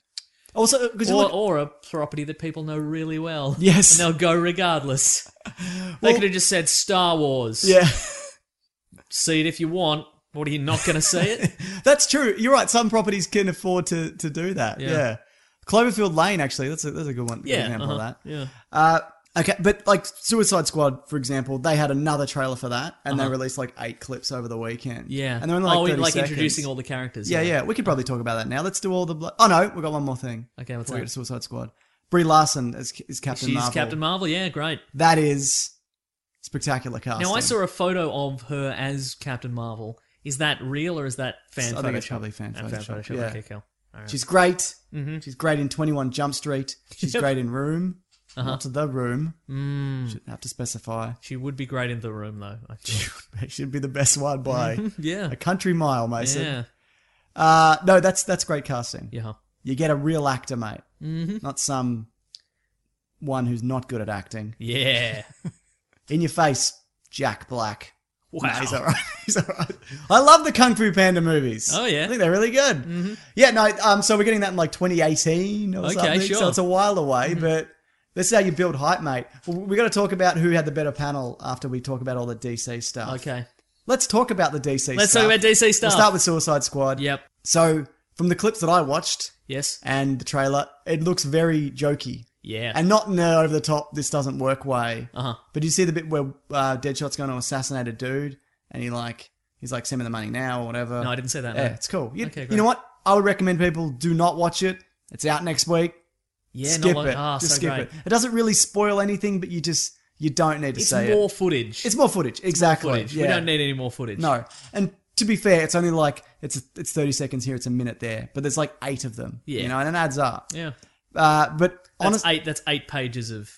Speaker 2: Also, because
Speaker 3: Mm. Or,
Speaker 2: look,
Speaker 3: or a property that people know really well.
Speaker 2: Yes.
Speaker 3: And they'll go regardless. They
Speaker 2: Well-
Speaker 3: could have just said Star Wars.
Speaker 2: yeah,
Speaker 3: See it if you want. What are you not going to see it?
Speaker 2: that's true. You're right. Some properties can afford to to do that. Yeah.
Speaker 3: Yeah.
Speaker 2: Cloverfield Lane, actually, that's a, that's a good one. Good
Speaker 3: Yeah.
Speaker 2: example
Speaker 3: uh-huh,
Speaker 2: of that.
Speaker 3: Yeah.
Speaker 2: Uh, okay, but like Suicide Squad, for example, they had another trailer for that, and they released like eight clips over the weekend.
Speaker 3: Uh-huh. Yeah.
Speaker 2: and they're only like,
Speaker 3: oh,
Speaker 2: 30
Speaker 3: like
Speaker 2: seconds.
Speaker 3: introducing all the characters.
Speaker 2: Yeah, yeah, we could probably talk about that now. Let's do all the. Blo- oh no, we got one more thing.
Speaker 3: Okay, what's
Speaker 2: before we
Speaker 3: that?
Speaker 2: get to Suicide Squad. Brie Larson is, is Captain
Speaker 3: She's
Speaker 2: Marvel.
Speaker 3: Captain Marvel. Yeah, great.
Speaker 2: that is spectacular casting.
Speaker 3: Now I saw a photo of her as Captain Marvel. Is that real or is that fan?
Speaker 2: I think it's
Speaker 3: Photoshop?
Speaker 2: probably fan
Speaker 3: Ah,
Speaker 2: Photoshop,
Speaker 3: Photoshop,
Speaker 2: yeah.
Speaker 3: Okay, Mm-hmm. cool.
Speaker 2: She's great. She's great in Twenty One Jump Street. She's great in Room.
Speaker 3: Uh-huh.
Speaker 2: Not to the Room. Should have to specify.
Speaker 3: Mm, She would be great in the room though. I feel.
Speaker 2: She'd be the best one by
Speaker 3: yeah.
Speaker 2: a country mile, Mason.
Speaker 3: Yeah.
Speaker 2: Uh, no, that's that's great casting.
Speaker 3: Yeah. Mm-hmm.
Speaker 2: You get a real actor, mate. Not some one who's not good at acting.
Speaker 3: Yeah.
Speaker 2: In your face, Jack Black.
Speaker 3: Wow.
Speaker 2: No, he's all right. He's all right. I love the Kung Fu Panda movies.
Speaker 3: Oh, yeah. Mm-hmm.
Speaker 2: I think they're really good. Yeah, no. Um, so we're getting that in like 2018 or
Speaker 3: Okay,
Speaker 2: something. So
Speaker 3: sure. Mm-hmm.
Speaker 2: it's a while away, but this is how you build hype, mate. Well, we got to talk about who had the better panel after we talk about all the DC stuff.
Speaker 3: Okay.
Speaker 2: Let's talk about the DC.
Speaker 3: Let's
Speaker 2: stuff.
Speaker 3: talk about DC
Speaker 2: We'll
Speaker 3: stuff.
Speaker 2: start with Suicide Squad.
Speaker 3: Yep.
Speaker 2: So from the clips that I watched
Speaker 3: Yes.
Speaker 2: and the trailer, it looks very jokey.
Speaker 3: Yeah.
Speaker 2: And not in the over the top, this doesn't work way.
Speaker 3: Uh-huh.
Speaker 2: But you see the bit where uh, Deadshot's going to assassinate a dude, and he like he's like, "Send me the money now" or whatever.
Speaker 3: No, I didn't say that.
Speaker 2: Yeah,
Speaker 3: no.
Speaker 2: it's cool. You,
Speaker 3: Okay,
Speaker 2: you
Speaker 3: great.
Speaker 2: know what? I would recommend people do not watch it. It's out next week.
Speaker 3: Yeah.
Speaker 2: skip
Speaker 3: not like,
Speaker 2: it.
Speaker 3: Ah,
Speaker 2: just
Speaker 3: so
Speaker 2: skip
Speaker 3: great.
Speaker 2: it. It doesn't really spoil anything, but you just you don't need to
Speaker 3: It's
Speaker 2: say
Speaker 3: more
Speaker 2: it.
Speaker 3: footage.
Speaker 2: It's more footage. Exactly.
Speaker 3: footage.
Speaker 2: Yeah.
Speaker 3: We don't need any more footage.
Speaker 2: No, and to be fair, it's only like it's it's thirty seconds here, it's a minute there, but there's like eight of them.
Speaker 3: Yeah.
Speaker 2: you know, and it adds up.
Speaker 3: Yeah.
Speaker 2: Uh, but
Speaker 3: That's
Speaker 2: honestly,
Speaker 3: eight. That's eight pages of.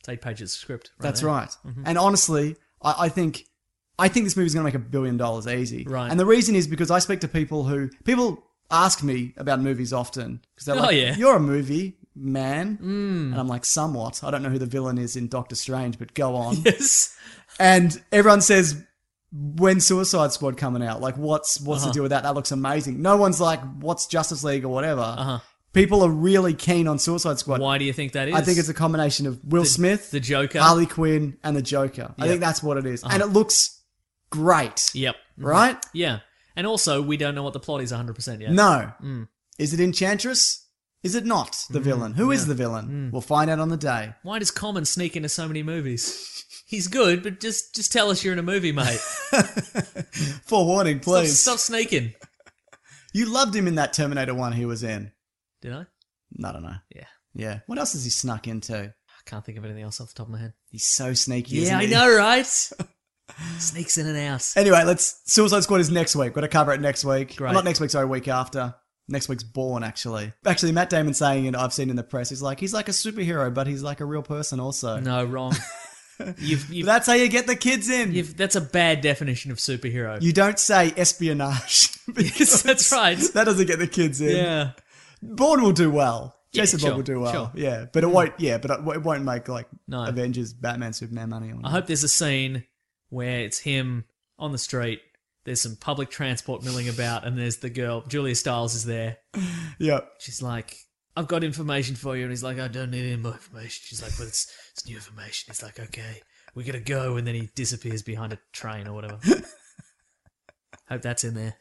Speaker 3: It's eight pages of script. Right Mm-hmm.
Speaker 2: that's
Speaker 3: there.
Speaker 2: right. And honestly, I, I think I think this movie's going to make a billion dollars easy.
Speaker 3: Right.
Speaker 2: and the reason is because I speak to people who people ask me about movies often because they're
Speaker 3: Oh,
Speaker 2: like,
Speaker 3: yeah. Mm.
Speaker 2: "You're a movie." Man, and I'm like, somewhat. I don't know who the villain is in Doctor Strange, but go on.
Speaker 3: Yes.
Speaker 2: and everyone says when Suicide Squad coming out, like what's what's
Speaker 3: Uh-huh.
Speaker 2: the deal with that? That looks amazing. No one's like what's Justice League or whatever.
Speaker 3: Uh-huh.
Speaker 2: People are really keen on Suicide Squad.
Speaker 3: Why do you think that is?
Speaker 2: I think it's a combination of Will Smith,
Speaker 3: the Joker. Uh-huh.
Speaker 2: Harley Quinn, and the Joker. I think that's what it is. and it looks great,
Speaker 3: Yep.
Speaker 2: right?
Speaker 3: Yeah. And also, we don't know what the plot is 100% yet.
Speaker 2: No,
Speaker 3: Mm.
Speaker 2: is it Enchantress? Is it not the
Speaker 3: Mm-hmm.
Speaker 2: villain? Who is the
Speaker 3: Mm.
Speaker 2: villain? We'll find out on the day.
Speaker 3: Why does Common sneak into so many movies? He's good, but just just tell us you're in a movie, mate.
Speaker 2: Forewarning,
Speaker 3: Stop,
Speaker 2: please.
Speaker 3: stop sneaking.
Speaker 2: You loved him in that Terminator one he was in.
Speaker 3: Did I?
Speaker 2: I don't know.
Speaker 3: Yeah.
Speaker 2: Yeah. What else has he snuck into?
Speaker 3: I can't think of anything else off the top of my head.
Speaker 2: He's so sneaky.
Speaker 3: yeah,
Speaker 2: isn't
Speaker 3: I
Speaker 2: he?
Speaker 3: know, right? Sneaks in and out.
Speaker 2: Anyway, let's Suicide Squad is next week. Got to cover it next week.
Speaker 3: Great.
Speaker 2: Not next week, sorry, week after. Next week's Born, actually. Actually, Matt Damon saying it. I've seen in the press. He's like he's like a superhero, but he's like a real person also.
Speaker 3: No, wrong. You've,
Speaker 2: But
Speaker 3: you've,
Speaker 2: That's how you get the kids in.
Speaker 3: you've, that's a bad definition of superhero.
Speaker 2: you don't say espionage. because
Speaker 3: that's right.
Speaker 2: That doesn't get the kids in.
Speaker 3: yeah.
Speaker 2: Born will do well.
Speaker 3: Yeah,
Speaker 2: Jason Bourne
Speaker 3: sure,
Speaker 2: will do well.
Speaker 3: sure.
Speaker 2: Yeah, but it won't. Yeah, but it it won't make like
Speaker 3: No.
Speaker 2: Avengers, Batman, Superman money.
Speaker 3: I hope there's a scene where it's him on the street. There's some public transport milling about, and there's the girl. Julia Stiles is there.
Speaker 2: Yeah.
Speaker 3: She's like, I've got information for you. And he's like, I don't need any more information. She's like, well, it's, it's new information. He's like, okay, we got to go. And then he disappears behind a train or whatever. Hope that's in there.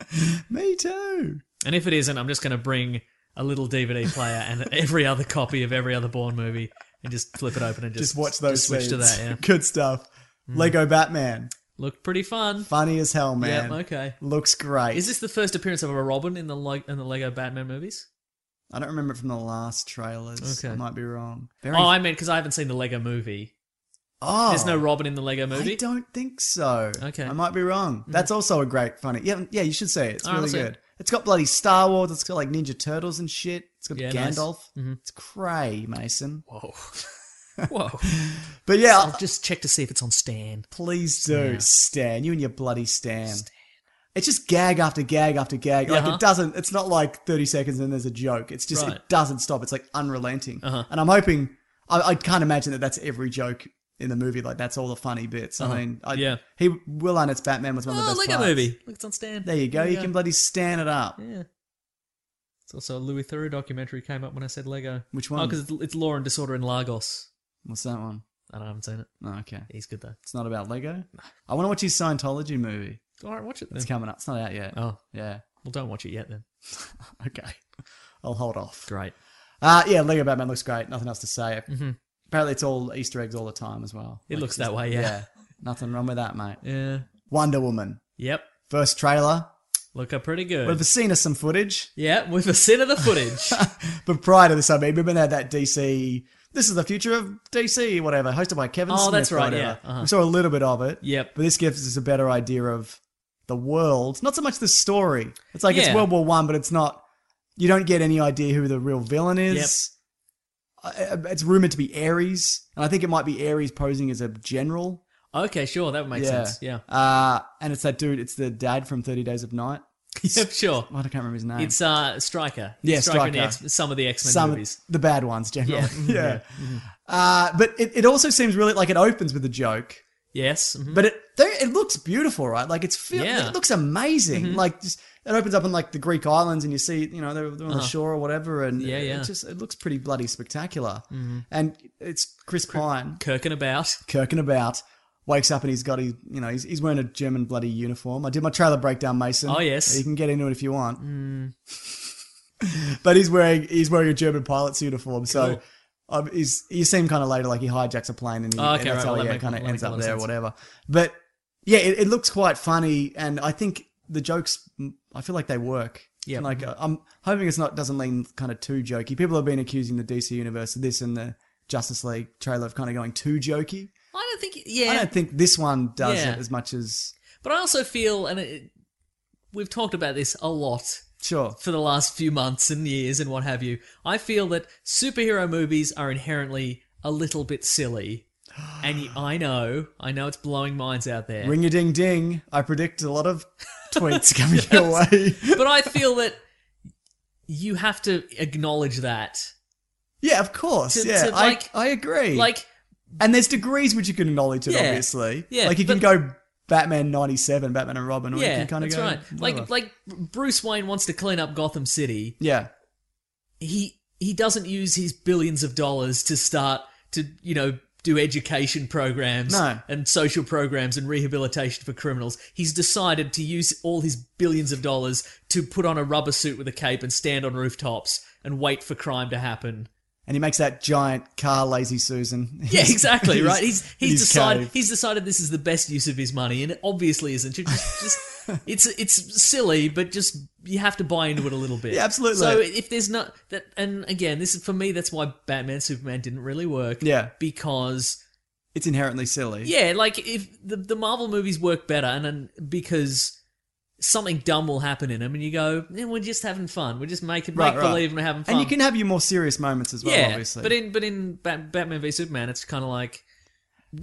Speaker 2: Me too.
Speaker 3: And if it isn't, I'm just going to bring a little DVD player and every other copy of every other Bourne movie and just flip it open and just,
Speaker 2: just watch those
Speaker 3: just switch to
Speaker 2: scenes.
Speaker 3: that. Yeah. Hmm.
Speaker 2: Good stuff. Lego Batman.
Speaker 3: Looked pretty fun.
Speaker 2: Funny as hell, man.
Speaker 3: Yeah, okay.
Speaker 2: Looks great.
Speaker 3: Is this the first appearance of a Robin in the like in the Lego Batman movies?
Speaker 2: I don't remember it from the last trailers.
Speaker 3: Okay.
Speaker 2: I might be wrong. Very-
Speaker 3: Oh, I meant because I haven't seen the Lego movie.
Speaker 2: Oh,
Speaker 3: There's no Robin in the Lego
Speaker 2: I
Speaker 3: movie.
Speaker 2: don't think so.
Speaker 3: Okay.
Speaker 2: I might be wrong. That's also a great funny. Yeah, yeah, you should say it. It's
Speaker 3: All right,
Speaker 2: really
Speaker 3: Ah, I'll see it.
Speaker 2: good. It's got bloody Star Wars. It's got like Ninja Turtles and shit. It's It's got
Speaker 3: Yeah, nice. Mm-hmm.
Speaker 2: Gandalf. It's cray, Mason.
Speaker 3: Whoa. Whoa.
Speaker 2: But yeah,
Speaker 3: I'll just check to see if it's on Stan.
Speaker 2: Please do, Stan. You and your bloody Stan. It's just gag after gag after gag. Like
Speaker 3: Uh-huh.
Speaker 2: it doesn't. It's not like thirty seconds and there's a joke. It's just
Speaker 3: Right. Uh-huh.
Speaker 2: it doesn't stop. It's like unrelenting. And I'm hoping. I, I can't imagine that that's every joke in the movie. Like that's all the funny bits. I mean, I,
Speaker 3: Uh-huh. Yeah.
Speaker 2: He Will Arnett's Batman was one of the
Speaker 3: Oh,
Speaker 2: best.
Speaker 3: Lego
Speaker 2: parts.
Speaker 3: movie. Look, it's on Stan.
Speaker 2: There you go. you can bloody Stan it up.
Speaker 3: Yeah. It's also a Louis Theroux documentary came up when I said Lego.
Speaker 2: Which
Speaker 3: Oh,
Speaker 2: one?
Speaker 3: because it's, it's Law and Disorder in Lagos.
Speaker 2: What's that one?
Speaker 3: I, don't, I haven't seen it.
Speaker 2: Oh, okay.
Speaker 3: He's good though.
Speaker 2: It's not about Lego. I want to watch his Scientology movie.
Speaker 3: All right, watch it then.
Speaker 2: It's coming up. It's not out yet.
Speaker 3: Oh,
Speaker 2: Yeah.
Speaker 3: well, don't watch it yet then.
Speaker 2: Okay. I'll hold off.
Speaker 3: Great.
Speaker 2: Uh, yeah, Lego Batman looks great. Nothing else to say. Apparently, it's all Easter eggs all the time as well.
Speaker 3: Mm-hmm. It
Speaker 2: Like,
Speaker 3: looks
Speaker 2: it's-
Speaker 3: that way, yeah.
Speaker 2: Nothing wrong with that, mate.
Speaker 3: yeah.
Speaker 2: Wonder Woman.
Speaker 3: Yep.
Speaker 2: First trailer.
Speaker 3: Look up pretty good.
Speaker 2: We've seen us some footage,
Speaker 3: yeah, with a sin of the footage.
Speaker 2: but prior to this, I mean, remember they had that DC. This is the future of DC, whatever, hosted by Kevin.
Speaker 3: Oh,
Speaker 2: Smith,
Speaker 3: that's
Speaker 2: or
Speaker 3: right,
Speaker 2: whatever.
Speaker 3: yeah. Uh-huh.
Speaker 2: We saw a little bit of it.
Speaker 3: Yep.
Speaker 2: But this gives us a better idea of the world. Not so much the story. It's like
Speaker 3: Yeah.
Speaker 2: it's World War One, but it's not. You don't get any idea who the real villain is. Uh, It's rumored to be Ares, and I think it might be Ares posing as a general.
Speaker 3: okay, sure, that would make
Speaker 2: Yeah.
Speaker 3: sense. Yeah.
Speaker 2: Uh, and it's that dude. It's the dad from Thirty Days of Night.
Speaker 3: yep, sure.
Speaker 2: Well, I can't remember his name.
Speaker 3: It's uh Striker.
Speaker 2: Yeah,
Speaker 3: Stryker in the
Speaker 2: Stryker.
Speaker 3: X- some of the X Men
Speaker 2: some
Speaker 3: movies.
Speaker 2: the bad ones generally.
Speaker 3: Yeah. Mm-hmm.
Speaker 2: Yeah. Uh, but it, it also seems really like it opens with a joke,
Speaker 3: Yes. mhm.
Speaker 2: but it there, it looks beautiful, right? Like it's fil-
Speaker 3: Yeah. Mm-hmm.
Speaker 2: it looks amazing. Like just, it opens up in like the Greek islands, and you see you know they're, they're on the shore or whatever, and
Speaker 3: Uh-huh. Yeah,
Speaker 2: it-
Speaker 3: yeah. Mm-hmm.
Speaker 2: It just it looks pretty bloody spectacular. And it's Chris Pine
Speaker 3: Kirkin about.
Speaker 2: kirking about. Wakes up and he's got his, you know, he's, he's wearing a German bloody uniform. I did my trailer breakdown, Mason.
Speaker 3: Oh, yes. Hmm.
Speaker 2: you can get into it if you want. but he's wearing he's wearing a German pilot's uniform, so
Speaker 3: Cool.
Speaker 2: um, he's you seem kind of later like he hijacks a plane and, he,
Speaker 3: Oh, okay,
Speaker 2: and that's
Speaker 3: right,
Speaker 2: how
Speaker 3: well,
Speaker 2: he
Speaker 3: that make-
Speaker 2: kind of
Speaker 3: well, that
Speaker 2: ends
Speaker 3: make
Speaker 2: up
Speaker 3: a lot of
Speaker 2: there, or
Speaker 3: sense.
Speaker 2: whatever. But yeah, it, it looks quite funny, and I think the jokes mm, I feel like they work.
Speaker 3: Yeah.
Speaker 2: like uh, I'm hoping it's not doesn't lean kind of too jokey. People have been accusing the DC universe of this and the Justice League trailer of kind of going too jokey.
Speaker 3: I don't think yeah.
Speaker 2: I don't think this one does
Speaker 3: Yeah.
Speaker 2: it as much as
Speaker 3: But I also feel and it, we've talked about this a lot
Speaker 2: sure.
Speaker 3: for the last few months and years and what have you. I feel that superhero movies are inherently a little bit silly. And y- I know, I know it's blowing minds out there.
Speaker 2: Ring a ding ding. I predict a lot of tweets coming your way.
Speaker 3: but I feel that you have to acknowledge that.
Speaker 2: Yeah, of course.
Speaker 3: To-
Speaker 2: yeah,
Speaker 3: to,
Speaker 2: I,
Speaker 3: like-
Speaker 2: I agree.
Speaker 3: Like,
Speaker 2: and there's degrees which you can acknowledge it.
Speaker 3: Yeah.
Speaker 2: obviously,
Speaker 3: Yeah,
Speaker 2: like you can go Batman '97, Batman and Robin, or you
Speaker 3: yeah,
Speaker 2: can kind of
Speaker 3: that's
Speaker 2: go
Speaker 3: right.
Speaker 2: whatever.
Speaker 3: Like, like Bruce Wayne wants to clean up Gotham City.
Speaker 2: yeah,
Speaker 3: He he doesn't use his billions of dollars to start to you know do education programs
Speaker 2: No.
Speaker 3: and social programs and rehabilitation for criminals. He's decided to use all his billions of dollars to put on a rubber suit with a cape and stand on rooftops and wait for crime to happen.
Speaker 2: and he makes that giant car, Lazy Susan.
Speaker 3: Yeah, exactly.
Speaker 2: He's-
Speaker 3: right. He's he's,
Speaker 2: he's
Speaker 3: decided
Speaker 2: caved.
Speaker 3: he's decided this is the best use of his money, and it obviously isn't. You Just, just it's it's silly, but just you have to buy into it a little bit.
Speaker 2: Yeah, absolutely.
Speaker 3: So if there's not that, and again, this is for me. That's why Batman Superman didn't really work.
Speaker 2: Yeah.
Speaker 3: because
Speaker 2: it's inherently silly.
Speaker 3: yeah, like if the the Marvel movies work better, and, and because something dumb will happen in them, and you go, "Eh, we're just having fun. We're just making
Speaker 2: Right,
Speaker 3: make
Speaker 2: right.
Speaker 3: believe and we're having fun.
Speaker 2: and you can have your more serious moments as well.
Speaker 3: Yeah,
Speaker 2: obviously,
Speaker 3: but in but in Bat- Batman v Superman, it's kind of like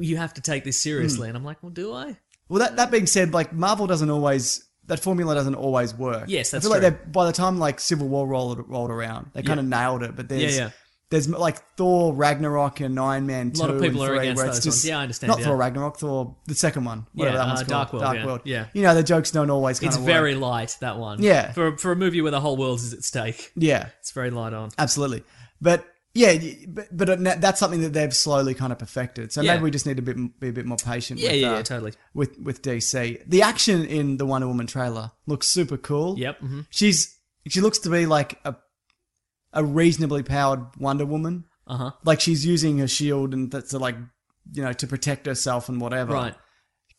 Speaker 3: you have to take this seriously,
Speaker 2: Hmm.
Speaker 3: and I'm like, well, do I?
Speaker 2: Well, that, that being said, like Marvel doesn't always that formula doesn't always work.
Speaker 3: Yes, that's
Speaker 2: I feel
Speaker 3: true.
Speaker 2: like they by the time like Civil War rolled rolled around, they kind of nailed it. But there's
Speaker 3: Yeah, yeah.
Speaker 2: there's like Thor Ragnarok and Iron Man
Speaker 3: A
Speaker 2: two.
Speaker 3: lot of people
Speaker 2: and
Speaker 3: are
Speaker 2: three,
Speaker 3: against
Speaker 2: where it's
Speaker 3: those
Speaker 2: just-
Speaker 3: ones. Yeah, I understand,
Speaker 2: Not
Speaker 3: yeah.
Speaker 2: Thor Ragnarok, Thor the second one, whatever
Speaker 3: Yeah,
Speaker 2: that one's
Speaker 3: uh,
Speaker 2: called.
Speaker 3: Dark World,
Speaker 2: Dark
Speaker 3: yeah,
Speaker 2: World.
Speaker 3: yeah.
Speaker 2: you know the jokes don't always. Kind
Speaker 3: It's
Speaker 2: of
Speaker 3: very light that one.
Speaker 2: Yeah.
Speaker 3: for for a movie where the whole world is at stake,
Speaker 2: yeah.
Speaker 3: it's very light on.
Speaker 2: Absolutely. But yeah, y- but, but it- that's something that they've slowly kind of perfected. So
Speaker 3: Yeah.
Speaker 2: maybe we just need to be, be a bit more patient.
Speaker 3: Yeah,
Speaker 2: with,
Speaker 3: yeah,
Speaker 2: uh,
Speaker 3: yeah, totally.
Speaker 2: With with DC, the action in the Wonder Woman trailer looks super cool.
Speaker 3: Yep. hmm
Speaker 2: She's she looks to be like a a reasonably powered Wonder Woman.
Speaker 3: Uh huh.
Speaker 2: Like she's using her shield and that's to like you know to protect herself and whatever.
Speaker 3: Right,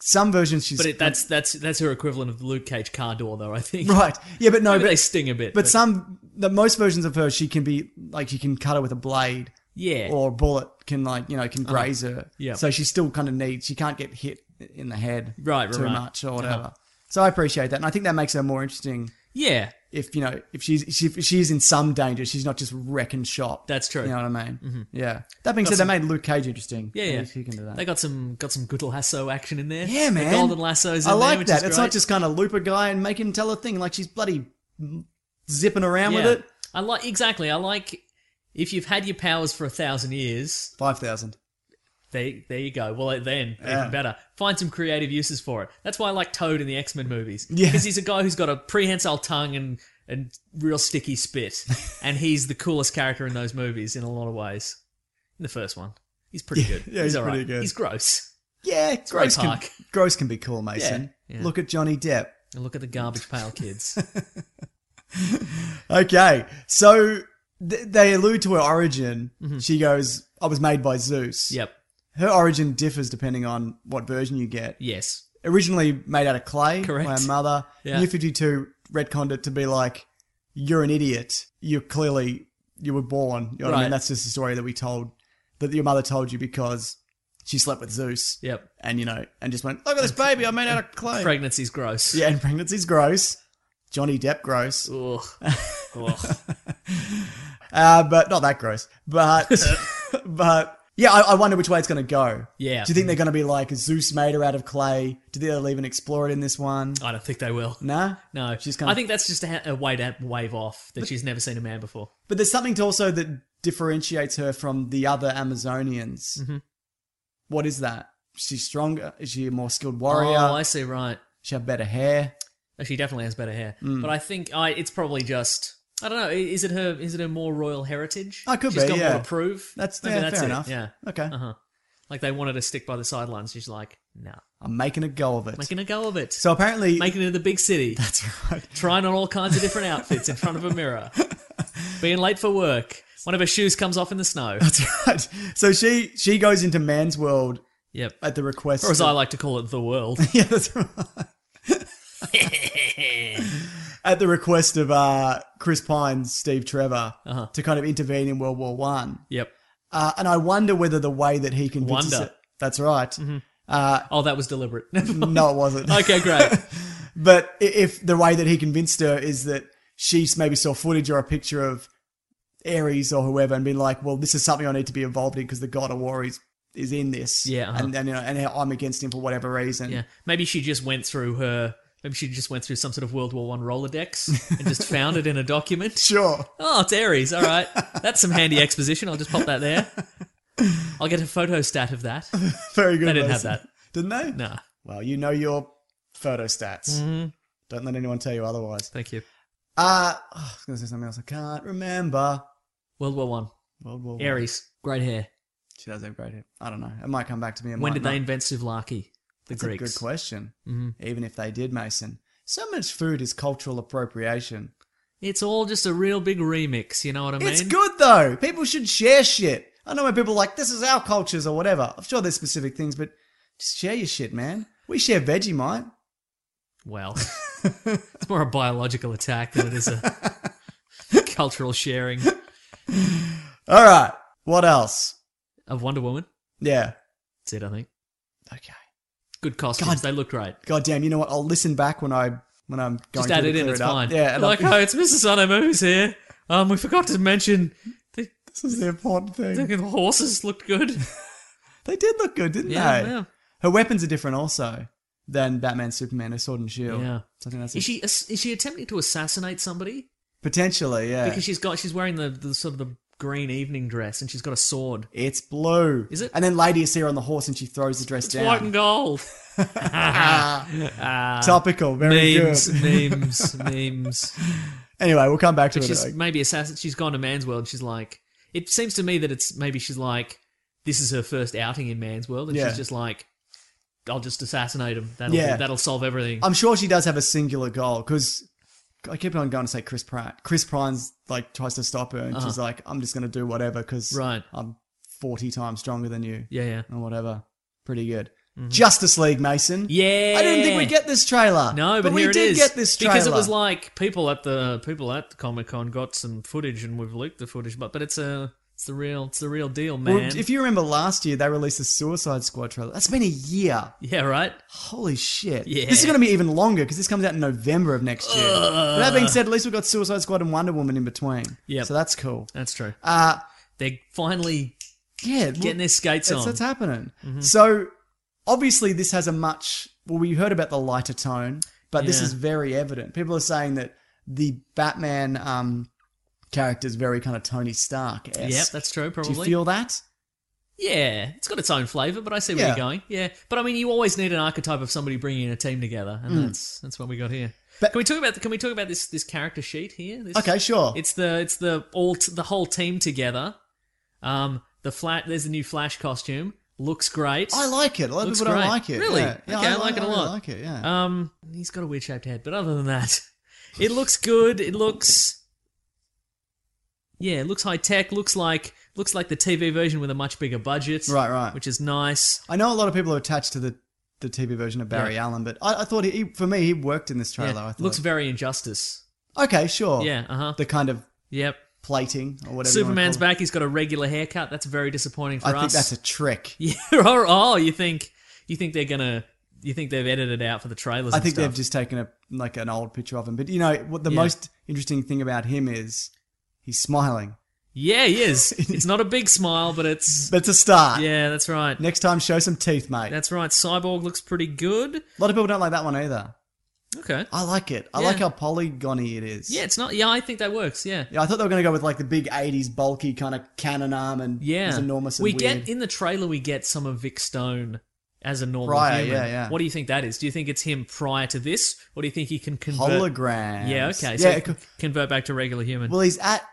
Speaker 2: Some versions she's
Speaker 3: but it, that's that's that's her equivalent of the Luke Cage car door, though. I think.
Speaker 2: right. Yeah, but no,
Speaker 3: Maybe
Speaker 2: but
Speaker 3: they sting a bit,
Speaker 2: but some the most versions of her she can be like you can cut her with a blade.
Speaker 3: yeah, Uh-huh.
Speaker 2: or a bullet can like you know can graze her.
Speaker 3: Yeah.
Speaker 2: So she still kind of needs. She can't get hit in the head
Speaker 3: Right, right,
Speaker 2: too
Speaker 3: right. Uh-huh.
Speaker 2: much or whatever. So I appreciate that, and I think that makes her more interesting
Speaker 3: Yeah.
Speaker 2: If you know, if she's she, if she's in some danger, she's not just wrecking shop.
Speaker 3: That's true. Mm-hmm.
Speaker 2: You know what I mean? Yeah. That being said, they made Luke Cage interesting.
Speaker 3: Yeah,
Speaker 2: At
Speaker 3: yeah.
Speaker 2: least He can do that.
Speaker 3: They got some got some good lasso action in there.
Speaker 2: yeah, man.
Speaker 3: The golden lassos in
Speaker 2: I like
Speaker 3: there, which
Speaker 2: that.
Speaker 3: is
Speaker 2: it's not
Speaker 3: great.
Speaker 2: just kind of loop a guy and make him tell a thing like she's bloody zipping around
Speaker 3: Yeah.
Speaker 2: with it.
Speaker 3: I like exactly. I like if you've had your powers for a thousand years,
Speaker 2: Five thousand.
Speaker 3: there there you go. Well, then
Speaker 2: Yeah.
Speaker 3: even better. Find some creative uses for it. That's why I like Toad in the X Men movies.
Speaker 2: Yeah.
Speaker 3: because he's a guy who's got a prehensile tongue and and real sticky spit, and he's the coolest character in those movies in a lot of ways. In the first one, he's pretty good.
Speaker 2: yeah, he's
Speaker 3: all
Speaker 2: pretty
Speaker 3: right.
Speaker 2: good.
Speaker 3: He's gross.
Speaker 2: Yeah, gross can,
Speaker 3: Park.
Speaker 2: gross can be cool, Mason.
Speaker 3: Yeah, yeah.
Speaker 2: Look at Johnny Depp.
Speaker 3: And look at the garbage pail kids.
Speaker 2: Okay, so th- they allude to her origin.
Speaker 3: Mm-hmm.
Speaker 2: She goes, "I was made by Zeus."
Speaker 3: yep.
Speaker 2: Her origin differs depending on what version you get.
Speaker 3: Yes.
Speaker 2: Originally made out of clay by
Speaker 3: Correct.
Speaker 2: her mother.
Speaker 3: Yeah.
Speaker 2: New Fifty Two retconned it to be like, "You're an idiot. You're clearly you were born." You know what I mean?
Speaker 3: Right.
Speaker 2: That's just the story that we told that your mother told you because she slept with Zeus.
Speaker 3: Yep.
Speaker 2: And you know, and just went, "Look at this baby. I made out of clay."
Speaker 3: Pregnancy's gross.
Speaker 2: Yeah, and pregnancy's gross. Johnny Depp gross.
Speaker 3: Ugh. Ugh.
Speaker 2: Uh, but not that gross. But but yeah, I, I wonder which way it's gonna go.
Speaker 3: Yeah.
Speaker 2: Do you think they're gonna be like Zeus made her out of clay? Do they will even explore it in this one?
Speaker 3: I don't think they will.
Speaker 2: Nah?
Speaker 3: No,
Speaker 2: She's kind
Speaker 3: I
Speaker 2: of
Speaker 3: think that's just a, ha- a way to wave off that she's never seen a man before.
Speaker 2: But there's something to also that differentiates her from the other Amazonians.
Speaker 3: Mm-hmm.
Speaker 2: What is that? She's stronger. Is she a more skilled warrior?
Speaker 3: Oh, I see. Right.
Speaker 2: she have better hair.
Speaker 3: She definitely has better hair,
Speaker 2: Hmm.
Speaker 3: but I think I, it's probably just I don't know. i- Is it her? Is it her more royal heritage?
Speaker 2: Oh, it could
Speaker 3: She's
Speaker 2: be,
Speaker 3: got
Speaker 2: yeah.
Speaker 3: more to prove.
Speaker 2: That's,
Speaker 3: Maybe
Speaker 2: yeah,
Speaker 3: that's
Speaker 2: fair
Speaker 3: it,
Speaker 2: enough.
Speaker 3: Yeah.
Speaker 2: Okay.
Speaker 3: Uh huh. Like they wanted to stick by the sidelines. She's like, no,
Speaker 2: I'm making a go of it.
Speaker 3: making a go of it.
Speaker 2: so apparently,
Speaker 3: making it to the big city.
Speaker 2: that's right.
Speaker 3: trying on all kinds of different outfits in front of a mirror, being late for work. One of her shoes comes off in the snow.
Speaker 2: That's right. So she she goes into man's world
Speaker 3: Yep.
Speaker 2: at the request.
Speaker 3: Or as
Speaker 2: of-
Speaker 3: I like to call it, the world.
Speaker 2: yeah, that's right. at the request of uh, Chris Pine, Steve Trevor,
Speaker 3: Uh-huh.
Speaker 2: to kind of intervene in World War One.
Speaker 3: Yep.
Speaker 2: Uh, and I wonder whether the way that he convinces
Speaker 3: Wonder.
Speaker 2: it- That's right. Uh,
Speaker 3: Oh, that was deliberate. Never mind.
Speaker 2: No, it wasn't.
Speaker 3: Okay, great.
Speaker 2: But i- if the way that he convinced her is that she maybe saw footage or a picture of Ares or whoever and been like, well, this is something I need to be involved in because the god of war is, is in this.
Speaker 3: Yeah, uh-huh.
Speaker 2: And, and, you know, and I'm against him for whatever reason.
Speaker 3: Yeah, maybe she just went through her. Maybe she just went through some sort of World War One Rolodex and just found it in a document.
Speaker 2: Sure.
Speaker 3: Oh, it's Ares. All right, that's some handy exposition. I'll just pop that there. I'll get a photo stat of that.
Speaker 2: Very good.
Speaker 3: They didn't have
Speaker 2: Mason.
Speaker 3: that.
Speaker 2: Didn't they?
Speaker 3: Nah,
Speaker 2: Well, you know your photo stats.
Speaker 3: Mm-hmm.
Speaker 2: Don't let anyone tell you otherwise.
Speaker 3: thank you.
Speaker 2: Uh, oh, I was going to say something else. I can't remember.
Speaker 3: World War One.
Speaker 2: World War One.
Speaker 3: Ares, great hair.
Speaker 2: She does have great hair. I don't know. It might come back to me. it
Speaker 3: When
Speaker 2: might
Speaker 3: did
Speaker 2: not.
Speaker 3: they invent souvlaki? The
Speaker 2: That's
Speaker 3: Greeks. Mm-hmm.
Speaker 2: a good question. Even if they did, Mason. So much food is cultural appropriation.
Speaker 3: It's all just a real big remix. You know what I mean?
Speaker 2: It's good though. People should share shit. I know when people are like this is our cultures or whatever. I'm sure there's specific things, but just share your shit, man. We share Vegemite.
Speaker 3: Well, it's more a biological attack than it is a cultural sharing
Speaker 2: All right. What else?
Speaker 3: of Wonder Woman.
Speaker 2: Yeah.
Speaker 3: That's it, I think.
Speaker 2: Okay.
Speaker 3: Good costumes.
Speaker 2: God.
Speaker 3: They look great.
Speaker 2: God damn. You know what? I'll listen back when I when I'm going
Speaker 3: Just
Speaker 2: through
Speaker 3: add
Speaker 2: to
Speaker 3: it in.
Speaker 2: clear
Speaker 3: It's
Speaker 2: up.
Speaker 3: fine.
Speaker 2: Yeah. and I'll-
Speaker 3: like, oh, it's Mrs. Sonomo who's here. Um, we forgot to mention the,
Speaker 2: this is the important
Speaker 3: the,
Speaker 2: thing.
Speaker 3: the horses looked good.
Speaker 2: They did look good, didn't
Speaker 3: Yeah,
Speaker 2: they?
Speaker 3: yeah.
Speaker 2: Her weapons are different also than Batman, Superman, her sword and shield.
Speaker 3: Yeah.
Speaker 2: So I think that's
Speaker 3: Is she is she attempting to assassinate somebody
Speaker 2: potentially yeah.
Speaker 3: because she's got she's wearing the, the sort of the green evening dress and she's got a sword.
Speaker 2: It's blue.
Speaker 3: Is it?
Speaker 2: And then later you see her on the horse and she throws the dress
Speaker 3: It's
Speaker 2: down.
Speaker 3: white and gold. Ah.
Speaker 2: Topical, very
Speaker 3: memes,
Speaker 2: good.
Speaker 3: memes, memes.
Speaker 2: Anyway, we'll come back to
Speaker 3: But
Speaker 2: it.
Speaker 3: she's maybe assassin. She's gone to man's world. And she's like, it seems to me that it's maybe she's like, this is her first outing in man's world, and
Speaker 2: Yeah.
Speaker 3: she's just like, I'll just assassinate him. That'll
Speaker 2: Yeah.
Speaker 3: that'll solve everything.
Speaker 2: I'm sure she does have a singular goal because I keep on going to say Chris Pratt. Chris Prine's like tries to stop her and she's like, "I'm just going to do whatever because
Speaker 3: Uh-huh. Right.
Speaker 2: I'm 40 times stronger than you
Speaker 3: yeah, yeah.
Speaker 2: or whatever." Pretty good. Justice League, Mason.
Speaker 3: Mm-hmm. Yeah.
Speaker 2: I didn't think we'd get this trailer.
Speaker 3: No, but,
Speaker 2: we
Speaker 3: here it
Speaker 2: did
Speaker 3: is.
Speaker 2: get this trailer
Speaker 3: because it was like people at the people at the Comic Con got some footage, and we've leaked the footage. But but it's a it's It's the real, it's the real deal, man.
Speaker 2: Well, if you remember last year, they released the Suicide Squad trailer. That's been a year.
Speaker 3: yeah, right.
Speaker 2: Holy shit.
Speaker 3: Yeah.
Speaker 2: This is going to be even longer because this comes out in November of next year. But that being said, at least we've got Suicide Squad and Wonder Woman in between.
Speaker 3: Yep.
Speaker 2: So that's cool.
Speaker 3: That's true.
Speaker 2: Uh,
Speaker 3: They're finally
Speaker 2: yeah. well,
Speaker 3: getting their skates
Speaker 2: that's,
Speaker 3: on. Mm-hmm.
Speaker 2: that's happening. So obviously, this has a much, well, we heard about the lighter tone, but this
Speaker 3: Yeah.
Speaker 2: is very evident. People are saying that the Batman um, character is very kind of Tony Stark
Speaker 3: Yep, that's true. Probably.
Speaker 2: Do you feel that?
Speaker 3: Yeah, it's got its own flavour, but I see where
Speaker 2: Yeah.
Speaker 3: you're going. Yeah, but I mean, you always need an archetype of somebody bringing a team together, and that's that's what we got here.
Speaker 2: Hmm. But-
Speaker 3: can we talk about the, can we talk about this this character sheet here? This,
Speaker 2: Okay, sure.
Speaker 3: It's the it's the all t- the whole team together. Um, the flat there's the new Flash costume looks great.
Speaker 2: I like it. A lot of
Speaker 3: Looks
Speaker 2: people don't
Speaker 3: great.
Speaker 2: like it.
Speaker 3: Really?
Speaker 2: Yeah, Yeah,
Speaker 3: Okay, I like it a
Speaker 2: really
Speaker 3: lot.
Speaker 2: like it, yeah.
Speaker 3: Um, he's got a weird shaped head, but other than that, it looks good. It looks, yeah, it looks high tech. Looks like looks like the TV version with a much bigger budget.
Speaker 2: Right, right.
Speaker 3: Which is nice.
Speaker 2: I know a lot of people are attached to the, the TV version of Barry
Speaker 3: Yeah.
Speaker 2: Allen, but I, I thought he, he- for me, he worked in this
Speaker 3: Yeah,
Speaker 2: trailer. I thought. Oh.
Speaker 3: looks very injustice.
Speaker 2: okay, sure.
Speaker 3: Yeah, uh huh.
Speaker 2: The kind of
Speaker 3: Yep.
Speaker 2: plating or whatever. you wanna
Speaker 3: Superman's
Speaker 2: call it.
Speaker 3: back. He's got a regular haircut. That's very disappointing for
Speaker 2: I
Speaker 3: us.
Speaker 2: think that's a trick.
Speaker 3: yeah. Oh, oh, you think you think they're gonna you think they've edited out for the trailers?
Speaker 2: I
Speaker 3: and
Speaker 2: think
Speaker 3: stuff.
Speaker 2: they've just taken a like an old picture of him. But you know what? The
Speaker 3: Yeah.
Speaker 2: most interesting thing about him is he's smiling.
Speaker 3: yeah, he is. it's not a big smile, but it's
Speaker 2: That's a start.
Speaker 3: yeah, that's right.
Speaker 2: Next time, show some teeth, mate.
Speaker 3: That's right. Cyborg looks pretty good.
Speaker 2: a lot of people don't like that one either.
Speaker 3: Okay.
Speaker 2: I like it. I
Speaker 3: Yeah.
Speaker 2: like how polygony it is.
Speaker 3: Yeah, it's not. Yeah, I think that works. Yeah.
Speaker 2: Yeah, I thought they were going to go with like the big '80s bulky kind of cannon arm and
Speaker 3: Yeah.
Speaker 2: it's enormous. And
Speaker 3: we
Speaker 2: weird.
Speaker 3: get in the trailer. We get some of Vic Stone as a normal
Speaker 2: Prior,
Speaker 3: human.
Speaker 2: yeah, yeah.
Speaker 3: What do you think that is? Do you think it's him prior to this, or do you think he can convert?
Speaker 2: holograms.
Speaker 3: Yeah. Okay. So
Speaker 2: Yeah.
Speaker 3: yeah,
Speaker 2: it could-
Speaker 3: convert back to regular human.
Speaker 2: well, he's at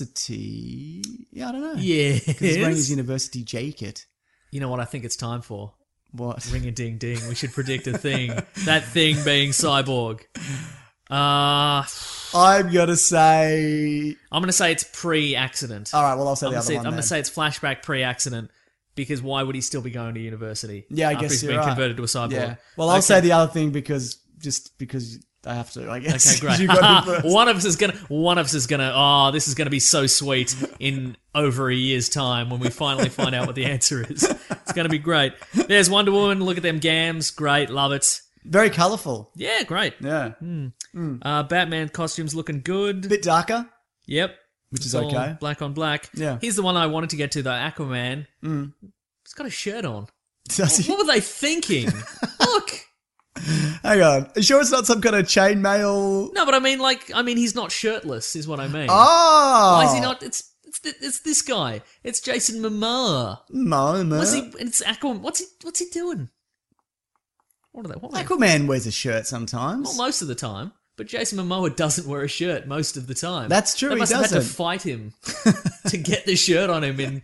Speaker 2: university. Yeah, I don't know.
Speaker 3: yeah.
Speaker 2: 'Cause he's wearing his university jacket.
Speaker 3: You know what? I think it's time for
Speaker 2: What?
Speaker 3: ring a ding ding. We should predict a thing. that thing being cyborg. Uh
Speaker 2: I'm gonna say.
Speaker 3: I'm gonna say it's pre-accident.
Speaker 2: All right. Well, I'll say
Speaker 3: I'm
Speaker 2: the
Speaker 3: gonna
Speaker 2: other
Speaker 3: say,
Speaker 2: one.
Speaker 3: I'm gonna
Speaker 2: then.
Speaker 3: say it's flashback pre-accident because why would he still be going to university?
Speaker 2: Yeah, I
Speaker 3: after
Speaker 2: guess
Speaker 3: he's
Speaker 2: you're
Speaker 3: been
Speaker 2: right.
Speaker 3: converted to a cyborg.
Speaker 2: Yeah. Well, I'll
Speaker 3: Okay.
Speaker 2: say the other thing because just because I have to. I guess.
Speaker 3: Okay, great.
Speaker 2: you got it first.
Speaker 3: one of us is gonna. One of us is gonna. Oh, this is gonna be so sweet in over a year's time when we finally find out what the answer is. It's gonna be great. There's Wonder Woman. Look at them gams. Great, love it.
Speaker 2: Very colourful.
Speaker 3: Yeah, great.
Speaker 2: Yeah. Hmm.
Speaker 3: Uh, Batman costumes looking good.
Speaker 2: Bit darker,
Speaker 3: yep,
Speaker 2: which is
Speaker 3: It's all
Speaker 2: okay.
Speaker 3: Black on black.
Speaker 2: Yeah. Hmm.
Speaker 3: Here's the one I wanted to get to though. Aquaman. He's got a shirt on.
Speaker 2: Does he-
Speaker 3: What were they thinking? Look.
Speaker 2: Hang on. Are you sure it's not some kind of chainmail?
Speaker 3: No, but I mean, like, I mean, he's not shirtless, is what I mean.
Speaker 2: Oh.
Speaker 3: Why is he not? It's it's th- it's this guy. It's Jason Momoa.
Speaker 2: Moment.
Speaker 3: What's he? It's Aquaman. What's he? What's he doing? What are they? What are they-
Speaker 2: Aquaman wears a shirt sometimes.
Speaker 3: Not most of the time, but Jason Momoa doesn't wear a shirt most of the time.
Speaker 2: That's true,
Speaker 3: They
Speaker 2: he
Speaker 3: must have had to
Speaker 2: doesn't.
Speaker 3: fight him to get the shirt on him. And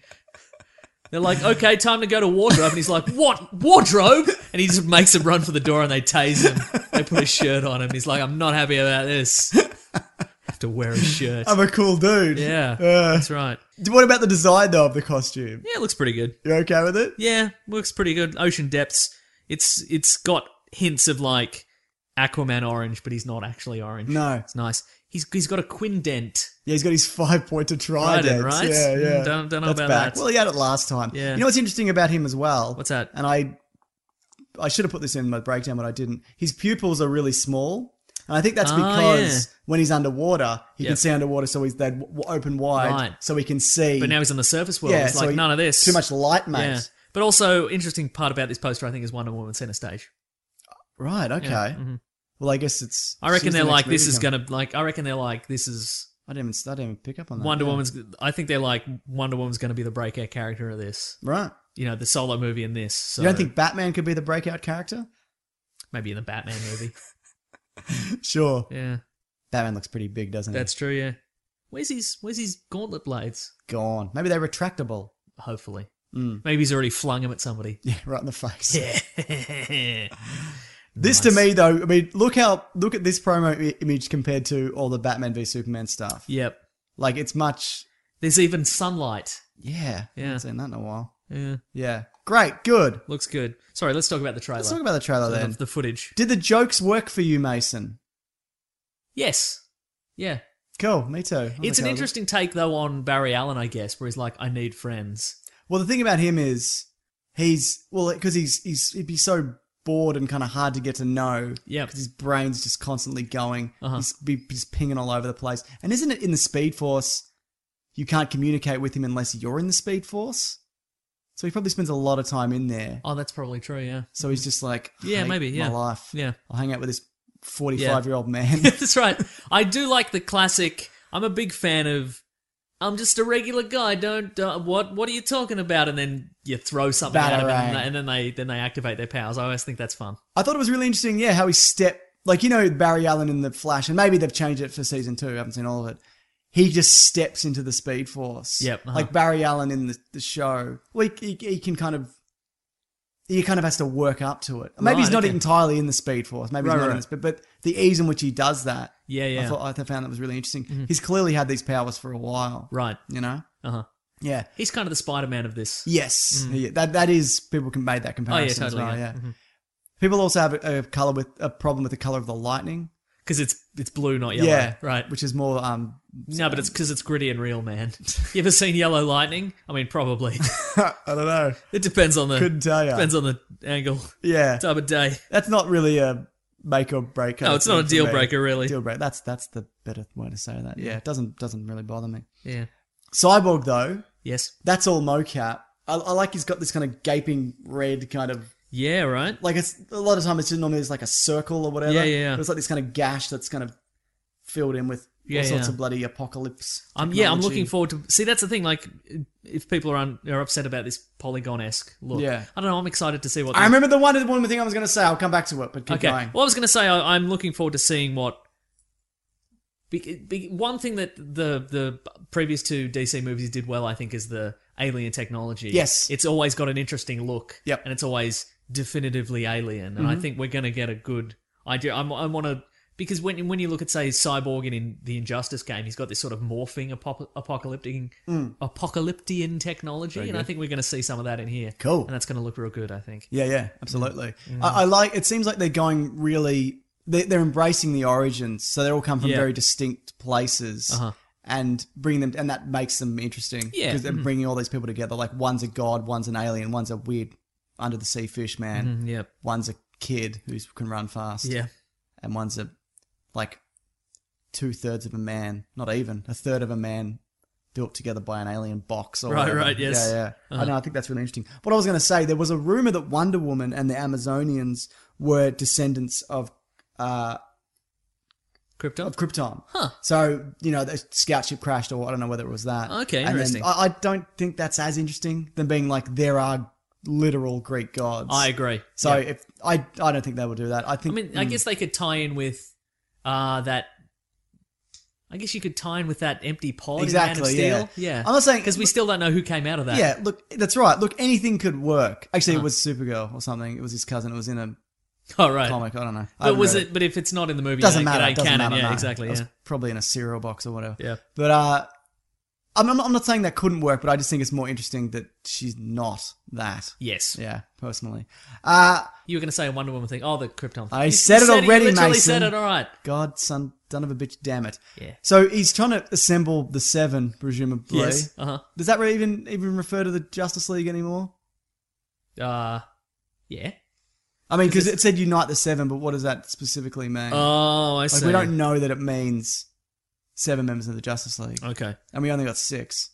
Speaker 3: they're like, "Okay, time to go to wardrobe," and he's like, "What wardrobe?" And he just makes a run for the door, and they tase him. They put a shirt on him. He's like, "I'm not happy about this. have to wear a shirt."
Speaker 2: I'm a cool dude.
Speaker 3: Yeah,
Speaker 2: Uh,
Speaker 3: that's right.
Speaker 2: what about the design though of the costume?
Speaker 3: Yeah, it looks pretty good.
Speaker 2: You okay with it?
Speaker 3: Yeah, looks pretty good. Ocean depths. It's it's got hints of like Aquaman orange, but he's not actually orange.
Speaker 2: No.
Speaker 3: it's nice. He's he's got a quindent.
Speaker 2: Yeah, he's got his five pointer trident.
Speaker 3: Trident, right?
Speaker 2: Yeah,
Speaker 3: Mm,
Speaker 2: yeah.
Speaker 3: don't- don't know
Speaker 2: That's
Speaker 3: about
Speaker 2: back.
Speaker 3: that.
Speaker 2: Well, he had it last time.
Speaker 3: Yeah.
Speaker 2: You know what's interesting about him as well?
Speaker 3: What's that?
Speaker 2: And I, I should have put this in my breakdown, but I didn't. His pupils are really small. And I think that's
Speaker 3: Ah,
Speaker 2: because
Speaker 3: yeah.
Speaker 2: when he's underwater, he can
Speaker 3: Yep.
Speaker 2: see underwater, so he's that w- open wide,
Speaker 3: Right.
Speaker 2: so he can see.
Speaker 3: But now he's on the surface world. it's
Speaker 2: so
Speaker 3: like
Speaker 2: he-
Speaker 3: none of this.
Speaker 2: Too much light, mate.
Speaker 3: Yeah. But also interesting part about this poster, I think, is Wonder Woman center stage.
Speaker 2: Right. Okay.
Speaker 3: mhm.
Speaker 2: Well, I guess it's.
Speaker 3: I reckon
Speaker 2: she's the
Speaker 3: they're
Speaker 2: next
Speaker 3: like, this
Speaker 2: movie
Speaker 3: is
Speaker 2: coming.
Speaker 3: gonna like. I reckon they're like, this is
Speaker 2: I didn't even. I didn't even pick up on that.
Speaker 3: Wonder
Speaker 2: yeah.
Speaker 3: Woman's. I think they're like Wonder Woman's gonna be the breakout character of this.
Speaker 2: Right.
Speaker 3: You know, the solo movie in this. So
Speaker 2: You don't think Batman could be the breakout character?
Speaker 3: maybe in the Batman movie?
Speaker 2: Sure.
Speaker 3: yeah,
Speaker 2: Batman looks pretty big, doesn't he?
Speaker 3: that's true. Yeah. Where's his Where's his gauntlet blades?
Speaker 2: gone. Maybe they're retractable.
Speaker 3: Hopefully.
Speaker 2: Mm.
Speaker 3: Maybe he's already flung him at somebody.
Speaker 2: Yeah, right in the face.
Speaker 3: Yeah.
Speaker 2: This to me though, I mean, look how look at this promo i- image compared to all the Batman v Superman stuff.
Speaker 3: Yep.
Speaker 2: Like it's much.
Speaker 3: There's even sunlight.
Speaker 2: Yeah. I
Speaker 3: Yeah.
Speaker 2: haven't seen that in a while.
Speaker 3: Yeah.
Speaker 2: Yeah. Great. Good.
Speaker 3: Looks good. Sorry, let's talk about the trailer.
Speaker 2: Let's talk about the trailer
Speaker 3: the,
Speaker 2: then.
Speaker 3: the footage.
Speaker 2: Did the jokes work for you, Mason?
Speaker 3: Yes. Yeah.
Speaker 2: Cool. Me too. I'm
Speaker 3: It's an
Speaker 2: okay with it.
Speaker 3: interesting take though on Barry Allen, I guess, where he's like, "I need friends."
Speaker 2: Well, the thing about him is he's well because he's he's he'd be so bored and kind of hard to get to know.
Speaker 3: Yep. Uh-huh.
Speaker 2: because his brain's just constantly going. He's be just pinging all over the place. And isn't it in the Speed Force? You can't communicate with him unless you're in the Speed Force. So he probably spends a lot of time in there.
Speaker 3: Oh, that's probably true. Yeah,
Speaker 2: So he's just like, I
Speaker 3: Yeah,
Speaker 2: hate
Speaker 3: maybe, yeah.
Speaker 2: my life.
Speaker 3: Yeah.
Speaker 2: I'll hang out with this forty-five-year-old man.
Speaker 3: that's right. I do like the classic. I'm a big fan of. I'm just a regular guy. Don't uh, what? What are you talking about? And then you throw something at them, and,
Speaker 2: Batarang.
Speaker 3: and then they then they activate their powers. I always think that's fun.
Speaker 2: I thought it was really interesting, yeah, how he stepped. Like, you know, Barry Allen in The Flash, and maybe they've changed it for season two, I haven't seen all of it. He just steps into the Speed Force.
Speaker 3: Yep, uh-huh.
Speaker 2: Like Barry Allen in the, the show. Well, he, he, he can kind of. He kind of has to work up to it. Maybe he's
Speaker 3: Right,
Speaker 2: not
Speaker 3: okay.
Speaker 2: entirely in the Speed Force. Maybe
Speaker 3: Right,
Speaker 2: he's not
Speaker 3: right.
Speaker 2: in this, but, but the ease in which he does that,
Speaker 3: Yeah,
Speaker 2: I
Speaker 3: yeah. Mm-hmm.
Speaker 2: thought I found that was really interesting. He's clearly had these powers for a while,
Speaker 3: right.
Speaker 2: you know?
Speaker 3: Uh huh.
Speaker 2: Yeah.
Speaker 3: He's kind of the Spider Man of this.
Speaker 2: Yes, yeah, that that is people can make that comparison
Speaker 3: totally,
Speaker 2: as well.
Speaker 3: Mm. Oh, yeah. Mm-hmm.
Speaker 2: Yeah, people also have a, a color with a problem with the color of the lightning.
Speaker 3: Because it's it's blue, not yellow.
Speaker 2: yeah,
Speaker 3: Right.
Speaker 2: Which is more um,
Speaker 3: no, but it's because it's gritty and real, man. You ever seen Yellow Lightning? I mean, probably.
Speaker 2: I don't know.
Speaker 3: it depends on the
Speaker 2: Couldn't tell ya.
Speaker 3: depends on the angle,
Speaker 2: Yeah,
Speaker 3: time of day.
Speaker 2: that's not really a make or break.
Speaker 3: No, it's not a deal breaker, really.
Speaker 2: Deal breaker. That's that's the better way to say that. Yeah, it doesn't doesn't really bother me.
Speaker 3: Yeah.
Speaker 2: Cyborg though,
Speaker 3: Yes.
Speaker 2: that's all mocap. I, I like he's got this kind of gaping red kind of
Speaker 3: Yeah. Right.
Speaker 2: like it's a lot of time it's just normally it's like a circle or whatever.
Speaker 3: Yeah, yeah, yeah.
Speaker 2: But it's like this kind of gash that's kind of filled in with
Speaker 3: Yeah,
Speaker 2: all sorts
Speaker 3: yeah.
Speaker 2: of bloody apocalypse.
Speaker 3: I'm yeah, I'm
Speaker 2: technology.
Speaker 3: looking forward to see. That's the thing. Like, if people are un, are upset about this polygon esque look,
Speaker 2: Yeah.
Speaker 3: I don't know. I'm excited to see what.
Speaker 2: I
Speaker 3: the-
Speaker 2: remember the one the one thing I was going to say. I'll come back to it, but keep
Speaker 3: Okay.
Speaker 2: going.
Speaker 3: Well, I was going to say I, I'm looking forward to seeing what. Be, be, one thing that the the previous two DC movies did well, I think, is the alien technology.
Speaker 2: Yes.
Speaker 3: it's always got an interesting look.
Speaker 2: Yep. Mm-hmm.
Speaker 3: and it's always definitively alien, and I think we're going to get a good idea. I'm, I want to. Because when when you look at say Cyborg in, in the Injustice game, he's got this sort of morphing apop- apocalyptic
Speaker 2: Mm.
Speaker 3: apocalyptian technology, and I think we're going to see some of that in here.
Speaker 2: Cool.
Speaker 3: and that's going to look real good. I think.
Speaker 2: Yeah, yeah, absolutely. I, I like. It seems like they're going really. They, they're embracing the origins, so they all come from
Speaker 3: Yeah.
Speaker 2: very distinct places,
Speaker 3: Uh-huh.
Speaker 2: and bring them, and that makes them interesting.
Speaker 3: Yeah. mm.
Speaker 2: because they're bringing all these people together. Like one's a god, one's an alien, one's a weird under the sea fish man,
Speaker 3: Yeah,
Speaker 2: one's a kid who can run fast.
Speaker 3: Mm, yeah.
Speaker 2: and one's a like two thirds of a man, not even a third of a man, built together by an alien box. Or
Speaker 3: Right,
Speaker 2: whatever.
Speaker 3: right, yes. Uh-huh.
Speaker 2: yeah, yeah. I know. I think that's really interesting. What I was going to say, there was a rumor that Wonder Woman and the Amazonians were descendants of uh,
Speaker 3: Krypton.
Speaker 2: of Krypton. Huh. So you know, the scout ship crashed, or I don't know whether it was that.
Speaker 3: Okay,
Speaker 2: And then
Speaker 3: interesting.
Speaker 2: I, I don't think that's as interesting than being like there are literal Greek gods.
Speaker 3: I agree.
Speaker 2: So
Speaker 3: Yeah.
Speaker 2: if I, I don't think they will do that. I
Speaker 3: I
Speaker 2: think.
Speaker 3: mean, I
Speaker 2: mm.
Speaker 3: guess they could tie in with uh, that. I guess you could tie in with that empty pod
Speaker 2: Exactly,
Speaker 3: in Man of
Speaker 2: yeah.
Speaker 3: Steel. Yeah,
Speaker 2: I'm not saying-
Speaker 3: because we still don't know who came out of that. Uh-huh.
Speaker 2: Yeah, look, that's right. Look, anything could work. Actually, it was Supergirl or something. It was his cousin. It was in a
Speaker 3: All right.
Speaker 2: comic. I don't know. I
Speaker 3: But
Speaker 2: haven't
Speaker 3: was
Speaker 2: read
Speaker 3: it? But if it's not in the movie,
Speaker 2: Doesn't
Speaker 3: it ain't-
Speaker 2: matter.
Speaker 3: It
Speaker 2: It
Speaker 3: ain't
Speaker 2: doesn't
Speaker 3: canon.
Speaker 2: matter.
Speaker 3: yeah,
Speaker 2: no.
Speaker 3: exactly.
Speaker 2: It
Speaker 3: Yeah.
Speaker 2: was probably in a cereal box or whatever.
Speaker 3: Yeah.
Speaker 2: But uh, I'm, I'm I'm not saying that couldn't work, but I just think it's more interesting that she's not that.
Speaker 3: Yes.
Speaker 2: Yeah, personally. Uh,
Speaker 3: You were going to say a Wonder Woman thing. Oh, the Krypton.
Speaker 2: I
Speaker 3: You
Speaker 2: said it already,
Speaker 3: You literally
Speaker 2: Mason.
Speaker 3: said it. All right.
Speaker 2: God, son, son of a bitch, damn it.
Speaker 3: Yeah.
Speaker 2: So he's trying to assemble the seven, presumably.
Speaker 3: Yes. Uh
Speaker 2: Does that re- even even refer to the Justice League anymore?
Speaker 3: huh. Uh, yeah.
Speaker 2: I mean, because it said unite the seven, but what does that specifically mean?
Speaker 3: Oh, I
Speaker 2: Like
Speaker 3: see.
Speaker 2: we don't know that it means seven members of the Justice League,
Speaker 3: Okay,
Speaker 2: and we only got six.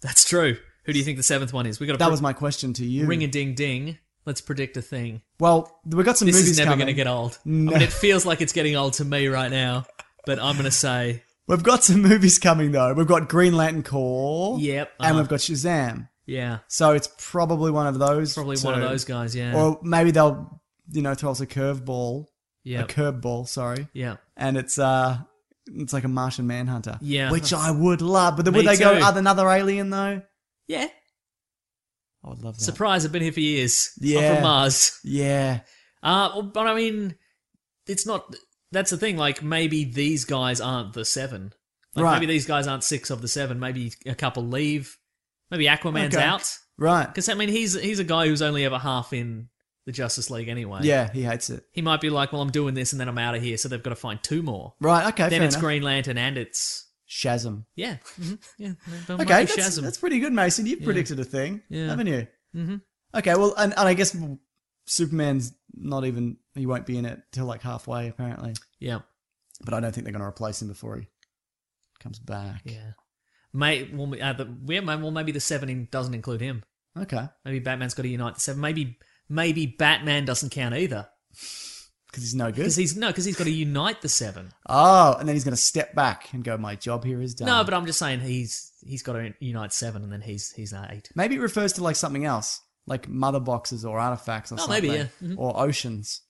Speaker 3: that's true. Who do you think the seventh one is? We got
Speaker 2: That was my question to you.
Speaker 3: ring a ding ding. Let's predict a thing.
Speaker 2: well, we got some
Speaker 3: This
Speaker 2: movies
Speaker 3: is never
Speaker 2: coming.
Speaker 3: going to get old.
Speaker 2: No.
Speaker 3: I mean, it feels like it's getting old to me right now, but I'm going to say,
Speaker 2: We've got some movies coming though. We've got Green Lantern Corps.
Speaker 3: Yep,
Speaker 2: and
Speaker 3: uh-huh.
Speaker 2: we've got Shazam.
Speaker 3: yeah,
Speaker 2: So it's probably one of those.
Speaker 3: probably one
Speaker 2: two.
Speaker 3: of those guys. Yeah,
Speaker 2: Or maybe they'll, you know, throw us a curveball,
Speaker 3: yeah,
Speaker 2: a curveball. Sorry,
Speaker 3: yeah.
Speaker 2: and it's uh, it's like a Martian Manhunter.
Speaker 3: Yeah.
Speaker 2: which I would love. But then
Speaker 3: Me
Speaker 2: would they go
Speaker 3: too.
Speaker 2: "Are there another alien though?
Speaker 3: Yeah.
Speaker 2: I would love that.
Speaker 3: Surprise! I've been here for years. I'm
Speaker 2: Yeah.
Speaker 3: from Mars.
Speaker 2: yeah,
Speaker 3: Uh, but I mean, it's not. That's the thing. Like maybe these guys aren't the seven. Like
Speaker 2: Right.
Speaker 3: maybe these guys aren't six of the seven. Maybe a couple leave. Maybe Aquaman's
Speaker 2: Okay.
Speaker 3: out.
Speaker 2: right.
Speaker 3: Because I mean, he's he's a guy who's only ever half in the Justice League anyway.
Speaker 2: Yeah, he hates it.
Speaker 3: He might be like, well, I'm doing this and then I'm out of here, so they've got to find two more.
Speaker 2: Right. Okay.
Speaker 3: then
Speaker 2: fair
Speaker 3: it's
Speaker 2: enough.
Speaker 3: Green Lantern and it's
Speaker 2: Shazam.
Speaker 3: Yeah. hmm Yeah. Don't mind
Speaker 2: Okay,
Speaker 3: the
Speaker 2: that's,
Speaker 3: Shazam.
Speaker 2: that's pretty good, Mason. You've predicted a thing,
Speaker 3: Yeah.
Speaker 2: haven't you? Mm-hmm. Okay, well, and, and I guess Superman's not even, he won't be in it till like halfway, apparently.
Speaker 3: yeah.
Speaker 2: But I don't think they're going to replace him before he comes back.
Speaker 3: Yeah. May well, we- uh, the, yeah, may- well maybe the seven in, doesn't include him.
Speaker 2: Okay.
Speaker 3: Maybe Batman's got to unite the seven. Maybe maybe Batman doesn't count either
Speaker 2: Because he's no good.
Speaker 3: because he's no because he's got to unite the seven.
Speaker 2: oh, and then he's going to step back and go, my job here is done.
Speaker 3: No, but I'm just saying he's he's got to unite seven and then he's he's now eight.
Speaker 2: Maybe it refers to like something else, like mother boxes or artifacts or
Speaker 3: Oh,
Speaker 2: something.
Speaker 3: maybe, yeah. Mhm.
Speaker 2: Or oceans.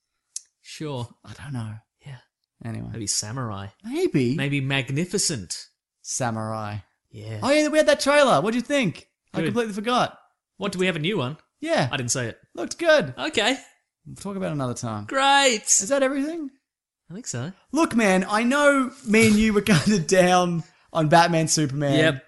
Speaker 3: Sure.
Speaker 2: I don't know.
Speaker 3: Yeah.
Speaker 2: Anyway.
Speaker 3: Maybe samurai.
Speaker 2: Maybe.
Speaker 3: Maybe magnificent.
Speaker 2: Samurai.
Speaker 3: Yeah.
Speaker 2: Oh, yeah, we had that trailer. What'd you think? I
Speaker 3: Good.
Speaker 2: completely forgot.
Speaker 3: What do we have a new one?
Speaker 2: Yeah.
Speaker 3: I didn't say it.
Speaker 2: Looked good.
Speaker 3: Okay.
Speaker 2: We'll talk about it another time.
Speaker 3: Great.
Speaker 2: Is that everything?
Speaker 3: I think so.
Speaker 2: Look, man, I know me and you were kind of down on Batman Superman.
Speaker 3: Yep.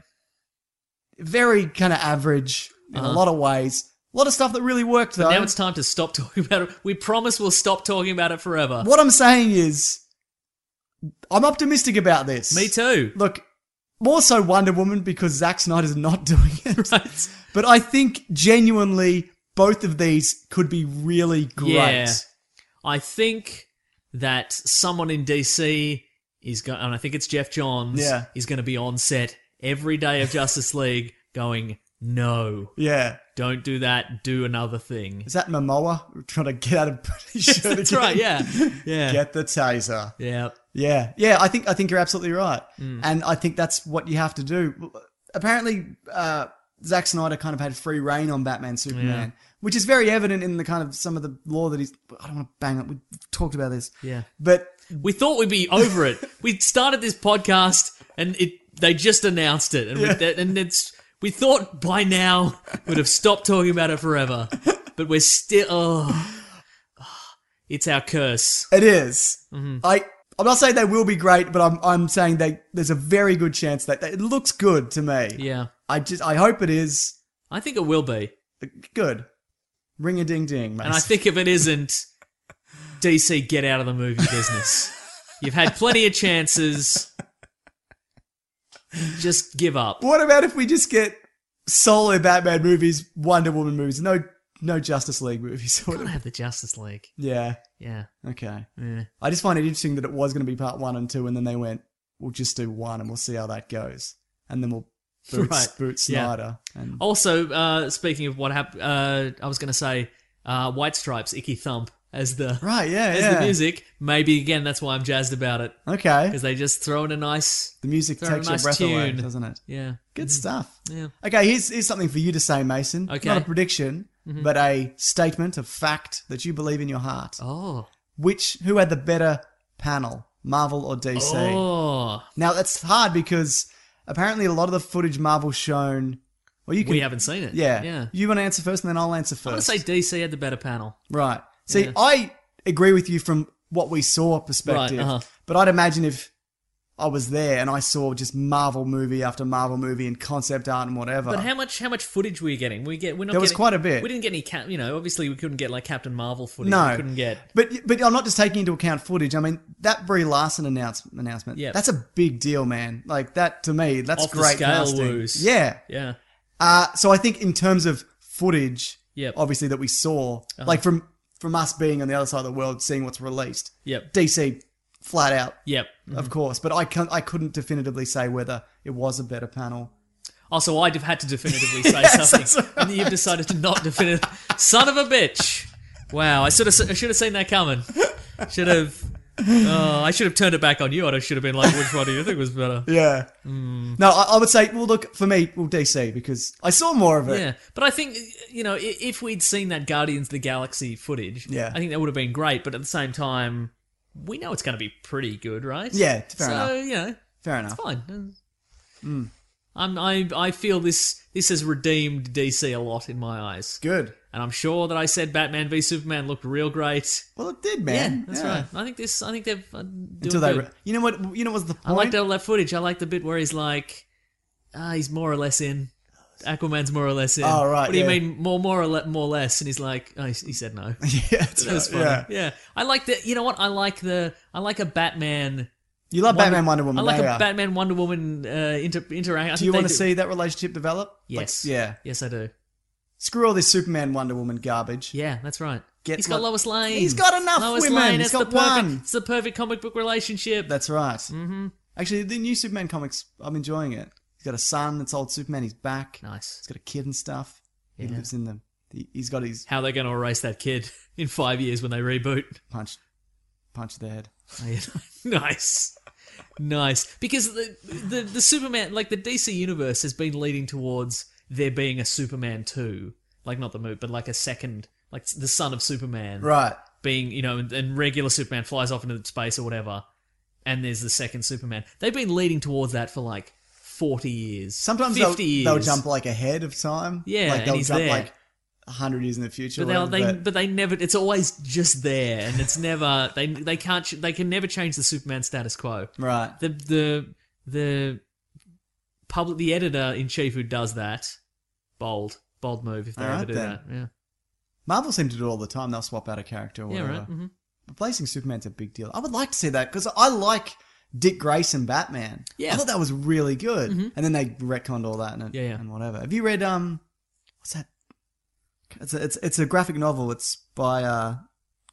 Speaker 2: Very kind of average in a
Speaker 3: Uh-huh.
Speaker 2: lot of ways. A lot of stuff that really worked, though.
Speaker 3: Now it's time to stop talking about it. We promise we'll stop talking about it forever.
Speaker 2: what I'm saying is, I'm optimistic about this.
Speaker 3: Me too.
Speaker 2: Look, more so Wonder Woman because Zack Snyder's not doing it.
Speaker 3: Right.
Speaker 2: But I think genuinely both of these could be really great.
Speaker 3: Yeah. I think that someone in DC is going, and I think it's Jeff Johns,
Speaker 2: Yeah.
Speaker 3: is going to be on set every day of Justice League going, no,
Speaker 2: Yeah.
Speaker 3: don't do that, do another thing.
Speaker 2: Is that Momoa We're trying to get out of his shirt
Speaker 3: That's
Speaker 2: again.
Speaker 3: right, yeah. Yeah.
Speaker 2: Get the taser.
Speaker 3: yeah.
Speaker 2: Yeah, yeah. I think I think you're absolutely right,
Speaker 3: Mm.
Speaker 2: and I think that's what you have to do. Apparently, uh, Zack Snyder kind of had free reign on Batman Superman, which is very evident in the kind of some of the law that he's. I don't want to bang it. We've talked about this.
Speaker 3: Yeah.
Speaker 2: but
Speaker 3: We thought we'd be over it. we started this podcast and it they just announced it. And, we, and it's we thought by now we'd have stopped talking about it forever. But we're still. Oh, it's our curse.
Speaker 2: it is.
Speaker 3: Mm-hmm.
Speaker 2: I. I'm not saying they will be great, but I'm I'm saying they there's a very good chance that, that it looks good to me.
Speaker 3: Yeah.
Speaker 2: I just I hope it is
Speaker 3: I think it will be.
Speaker 2: good. Ring a ding ding,
Speaker 3: And I think if it isn't, DC, get out of the movie business. You've had plenty of chances. Just give up.
Speaker 2: What about if we just get solo Batman movies, Wonder Woman movies, no no Justice League movies? sort
Speaker 3: Gotta
Speaker 2: of.
Speaker 3: have the Justice League.
Speaker 2: Yeah.
Speaker 3: Yeah.
Speaker 2: Okay.
Speaker 3: Yeah.
Speaker 2: I just find it interesting that it was going to be part one and two, and then they went, "We'll just do one, and we'll see how that goes, and then we'll boot,
Speaker 3: Right.
Speaker 2: boot
Speaker 3: Yeah.
Speaker 2: Snyder." And
Speaker 3: Also, uh, speaking of what happened, uh, I was going to say uh, White Stripes, Icky Thump as the
Speaker 2: right, yeah,
Speaker 3: as
Speaker 2: yeah.
Speaker 3: the music. Maybe again, that's why I'm jazzed about it
Speaker 2: Okay,
Speaker 3: because they just throw in a nice
Speaker 2: the music
Speaker 3: throw in a
Speaker 2: takes your
Speaker 3: nice
Speaker 2: breath away,
Speaker 3: tune.
Speaker 2: doesn't it?
Speaker 3: yeah.
Speaker 2: Good stuff.
Speaker 3: Yeah.
Speaker 2: Okay, here's here's something for you to say, Mason.
Speaker 3: Okay. Mm-hmm.
Speaker 2: Not a prediction, but a statement of fact that you believe in your heart.
Speaker 3: Oh.
Speaker 2: Which who had the better panel, Marvel or DC?
Speaker 3: Oh.
Speaker 2: Now that's hard because apparently a lot of the footage Marvel's shown. Well, you can.
Speaker 3: We haven't seen it.
Speaker 2: Yeah.
Speaker 3: Yeah.
Speaker 2: You want to answer first, and then I'll answer first.
Speaker 3: I want to say DC had the better panel.
Speaker 2: right. See,
Speaker 3: Yeah.
Speaker 2: I agree with you from what we saw perspective,
Speaker 3: Right, uh-huh.
Speaker 2: but I'd imagine if I was there and I saw just Marvel movie after Marvel movie and concept art and whatever.
Speaker 3: But how much how much footage were you getting? We get we're not
Speaker 2: Oh. There was
Speaker 3: getting-
Speaker 2: quite a bit.
Speaker 3: We didn't get any cap. You know, obviously we couldn't get like Captain Marvel footage.
Speaker 2: no,
Speaker 3: we couldn't get.
Speaker 2: But but I'm not just taking into account footage. I mean that Brie Larson announcement. Announcement.
Speaker 3: Yep.
Speaker 2: That's a big deal, man. Like that to me, that's
Speaker 3: Off the
Speaker 2: great
Speaker 3: scale
Speaker 2: casting.
Speaker 3: woos.
Speaker 2: Yeah.
Speaker 3: Yeah.
Speaker 2: Uh, so I think in terms of footage,
Speaker 3: Yep. Uh-huh.
Speaker 2: obviously that we saw, like from from us being on the other side of the world, seeing what's released,
Speaker 3: Yep.
Speaker 2: DC flat out,
Speaker 3: Yep.
Speaker 2: of course. But I can not I couldn't definitively say whether it was a better panel.
Speaker 3: Also, I'd have had to definitively say something, and you've decided to not definitively. Son of a bitch! Wow, I should have I should have seen that coming. Should have. Oh, I should have turned it back on you. I should have been like, "Which one do you think was better?"
Speaker 2: Yeah.
Speaker 3: Mm.
Speaker 2: No, I, I would say. Well, look for me, well DC because I saw more of it.
Speaker 3: Yeah, but I think you know i- if we'd seen that Guardians of the Galaxy footage,
Speaker 2: Yeah.
Speaker 3: I think that would have been great. But at the same time, we know it's going to be pretty good, right?
Speaker 2: Yeah, fair
Speaker 3: so
Speaker 2: enough. Hmm.
Speaker 3: you know,
Speaker 2: Fair enough.
Speaker 3: fine. I'm, I I feel this this has redeemed DC a lot in my eyes.
Speaker 2: Good.
Speaker 3: And I'm sure that I said Batman v Superman looked real great.
Speaker 2: Well, it did,
Speaker 3: Yeah,
Speaker 2: man.
Speaker 3: that's right. I think this. I think they've uh, doing
Speaker 2: Until they,
Speaker 3: good.
Speaker 2: re- you know what, you know what's the point?
Speaker 3: I liked all that footage. I like the bit where he's like, ah, he's more or less in. Aquaman's more or less in.
Speaker 2: Oh, right,
Speaker 3: What do you
Speaker 2: yeah.
Speaker 3: mean more, more or le- more or less? And he's like, oh, he, he said no.
Speaker 2: yeah, that's
Speaker 3: That was
Speaker 2: right.
Speaker 3: funny.
Speaker 2: yeah,
Speaker 3: I like the. You know what? I like the. I like a Batman
Speaker 2: You love Batman, Wonder Woman,
Speaker 3: I like
Speaker 2: they
Speaker 3: a
Speaker 2: are.
Speaker 3: Batman Wonder Woman uh, inter- interaction.
Speaker 2: Do you want to see that relationship develop? Like,
Speaker 3: Yes.
Speaker 2: yeah.
Speaker 3: Yes, I do.
Speaker 2: Screw all this Superman, Wonder Woman garbage.
Speaker 3: Yeah, that's right.
Speaker 2: Get
Speaker 3: he's got
Speaker 2: lo-
Speaker 3: Lois Lane.
Speaker 2: He's got enough
Speaker 3: Lois
Speaker 2: women.
Speaker 3: Lane.
Speaker 2: He's
Speaker 3: it's
Speaker 2: got
Speaker 3: the perfect,
Speaker 2: one.
Speaker 3: It's the perfect comic book relationship.
Speaker 2: That's right. Mm-hmm. Actually, the new Superman comics, I'm enjoying it. He's got a son. It's old Superman. He's back. He's
Speaker 3: nice.
Speaker 2: got a kid and stuff. He lives in the. he- He's got his
Speaker 3: How are they going to erase that kid in five years when they reboot?
Speaker 2: punch, punch to the head.
Speaker 3: nice. Nice. Because the, the the Superman like the DC universe has been leading towards there being a Superman 2. Like not the movie, but like a second like the son of Superman.
Speaker 2: Right.
Speaker 3: Being, you know, and, and regular Superman flies off into space or whatever. And there's the second Superman. They've been leading towards that for like 40 years.
Speaker 2: Sometimes
Speaker 3: 50
Speaker 2: they'll,
Speaker 3: years.
Speaker 2: they'll jump like ahead of time.
Speaker 3: Yeah,
Speaker 2: Like
Speaker 3: and
Speaker 2: they'll
Speaker 3: he's
Speaker 2: jump
Speaker 3: there.
Speaker 2: like hundred years in the future.
Speaker 3: But
Speaker 2: or
Speaker 3: they,
Speaker 2: whatever,
Speaker 3: they, but they never. It's always just there, and it's never. They they can't. ch- They can never change the Superman status quo.
Speaker 2: right.
Speaker 3: The the the public. The editor in chief who does that. Bold, bold move. If they ever
Speaker 2: Alright
Speaker 3: do
Speaker 2: then.
Speaker 3: that, yeah,
Speaker 2: Marvel seem to do it all the time. They'll swap out a character or
Speaker 3: yeah,
Speaker 2: whatever.
Speaker 3: right. hmm
Speaker 2: Replacing Superman's a big deal. I would like to see that because I like Dick Grayson Batman.
Speaker 3: Yeah. Mm-hmm.
Speaker 2: I thought that was really good. And then they retconned all that and,
Speaker 3: Yeah, yeah.
Speaker 2: and whatever. Have you read um, what's that? It's a, it's it's a graphic novel. It's by uh,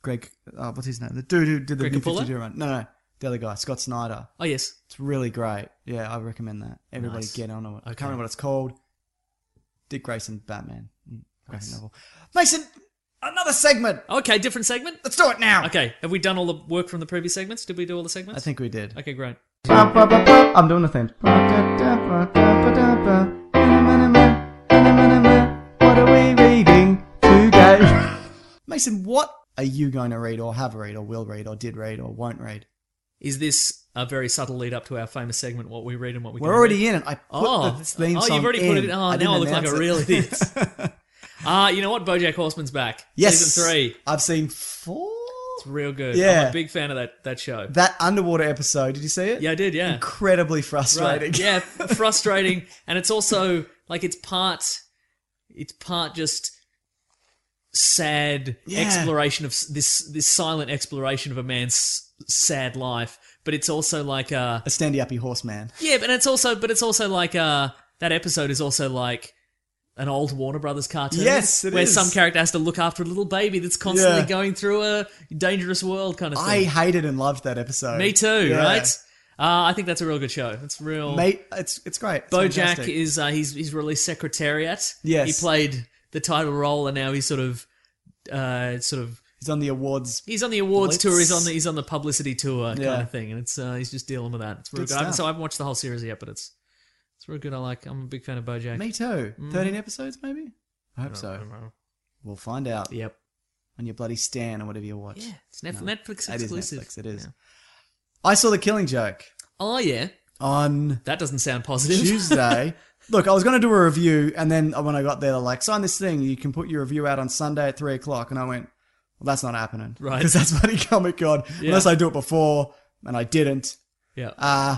Speaker 2: Greg. Uh, what's his name? The dude who did the
Speaker 3: Greg
Speaker 2: New
Speaker 3: Capullo?
Speaker 2: Fifty Two run. No, no, the other guy, Scott Snyder.
Speaker 3: Oh yes,
Speaker 2: It's really great. Yeah, I recommend that. Everybody
Speaker 3: Nice.
Speaker 2: get on it. I can't
Speaker 3: Okay.
Speaker 2: remember what it's called. Dick Grayson Batman. Mm, Graphic novel. Mason, another segment.
Speaker 3: okay. Different segment.
Speaker 2: Let's do it now.
Speaker 3: Okay, have we done all the work from the previous segments? Did we do all the segments?
Speaker 2: I think we did.
Speaker 3: Okay, great.
Speaker 2: I'm doing the thing. What are we reading today? Mason, what are you going to read or have read or will read or did read or won't read?
Speaker 3: Is this a very subtle lead up to our famous segment? What we read and what we
Speaker 2: We're
Speaker 3: don't read?
Speaker 2: already in it. I put
Speaker 3: Oh,
Speaker 2: the theme
Speaker 3: oh,
Speaker 2: song
Speaker 3: you've already
Speaker 2: in.
Speaker 3: put it in. Oh,
Speaker 2: didn't
Speaker 3: now I look like
Speaker 2: announce
Speaker 3: a
Speaker 2: it.
Speaker 3: real idiot. Ah, you know what? BoJack Horseman's back.
Speaker 2: yes.
Speaker 3: season three.
Speaker 2: I've seen four.
Speaker 3: It's real good. I'm
Speaker 2: Yeah.
Speaker 3: a big fan of that that show.
Speaker 2: That underwater episode, did you see it?
Speaker 3: yeah, I did. Yeah,
Speaker 2: Incredibly
Speaker 3: Right.
Speaker 2: frustrating.
Speaker 3: Yeah, f- frustrating, and it's also like it's part, it's part just sad
Speaker 2: Yeah.
Speaker 3: exploration of s- this this silent exploration of a man's sad life, but it's also like uh
Speaker 2: A standy uppy horseman.
Speaker 3: yeah, but it's also but it's also like uh that episode is also like an old Warner Brothers cartoon.
Speaker 2: Yes, it
Speaker 3: where
Speaker 2: is.
Speaker 3: some character has to look after a little baby that's constantly
Speaker 2: Yeah.
Speaker 3: going through a dangerous world kind of
Speaker 2: I
Speaker 3: thing.
Speaker 2: hated and loved that episode.
Speaker 3: Me too,
Speaker 2: Yeah.
Speaker 3: right? Uh, I think that's a real good show. It's real.
Speaker 2: Mate, it's it's great. It's
Speaker 3: BoJack
Speaker 2: fantastic.
Speaker 3: is uh, he's he's released Secretariat.
Speaker 2: Yes.
Speaker 3: he played the title role, and now he's sort of uh, sort of
Speaker 2: He's on the awards.
Speaker 3: he's on the awards
Speaker 2: Blitz.
Speaker 3: tour. He's on the he's on the publicity tour
Speaker 2: Yeah.
Speaker 3: kind of thing, and it's uh, he's just dealing with that. It's real
Speaker 2: Good
Speaker 3: good. I haven't-
Speaker 2: stuff.
Speaker 3: so I haven't watched the whole series yet, but it's it's real good. I like. I'm a big fan of BoJack.
Speaker 2: Me too.
Speaker 3: Mm-hmm.
Speaker 2: Thirteen episodes, maybe. I hope so. We'll find out
Speaker 3: Yep.
Speaker 2: on your bloody Stan or whatever you watch.
Speaker 3: Yeah, it's Netflix, Netflix
Speaker 2: It is
Speaker 3: exclusive.
Speaker 2: Netflix. It is.
Speaker 3: Yeah.
Speaker 2: I saw The Killing Joke
Speaker 3: Oh yeah,
Speaker 2: on
Speaker 3: that doesn't sound positive.
Speaker 2: Tuesday. Look, I was going to do a review, and then when I got there, they're like, sign this thing. You can put your review out on Sunday at three o'clock. And I went, well, that's not happening.
Speaker 3: Right.
Speaker 2: Because that's bloody Comic Con. Unless I do it before, and I didn't.
Speaker 3: yeah.
Speaker 2: Uh,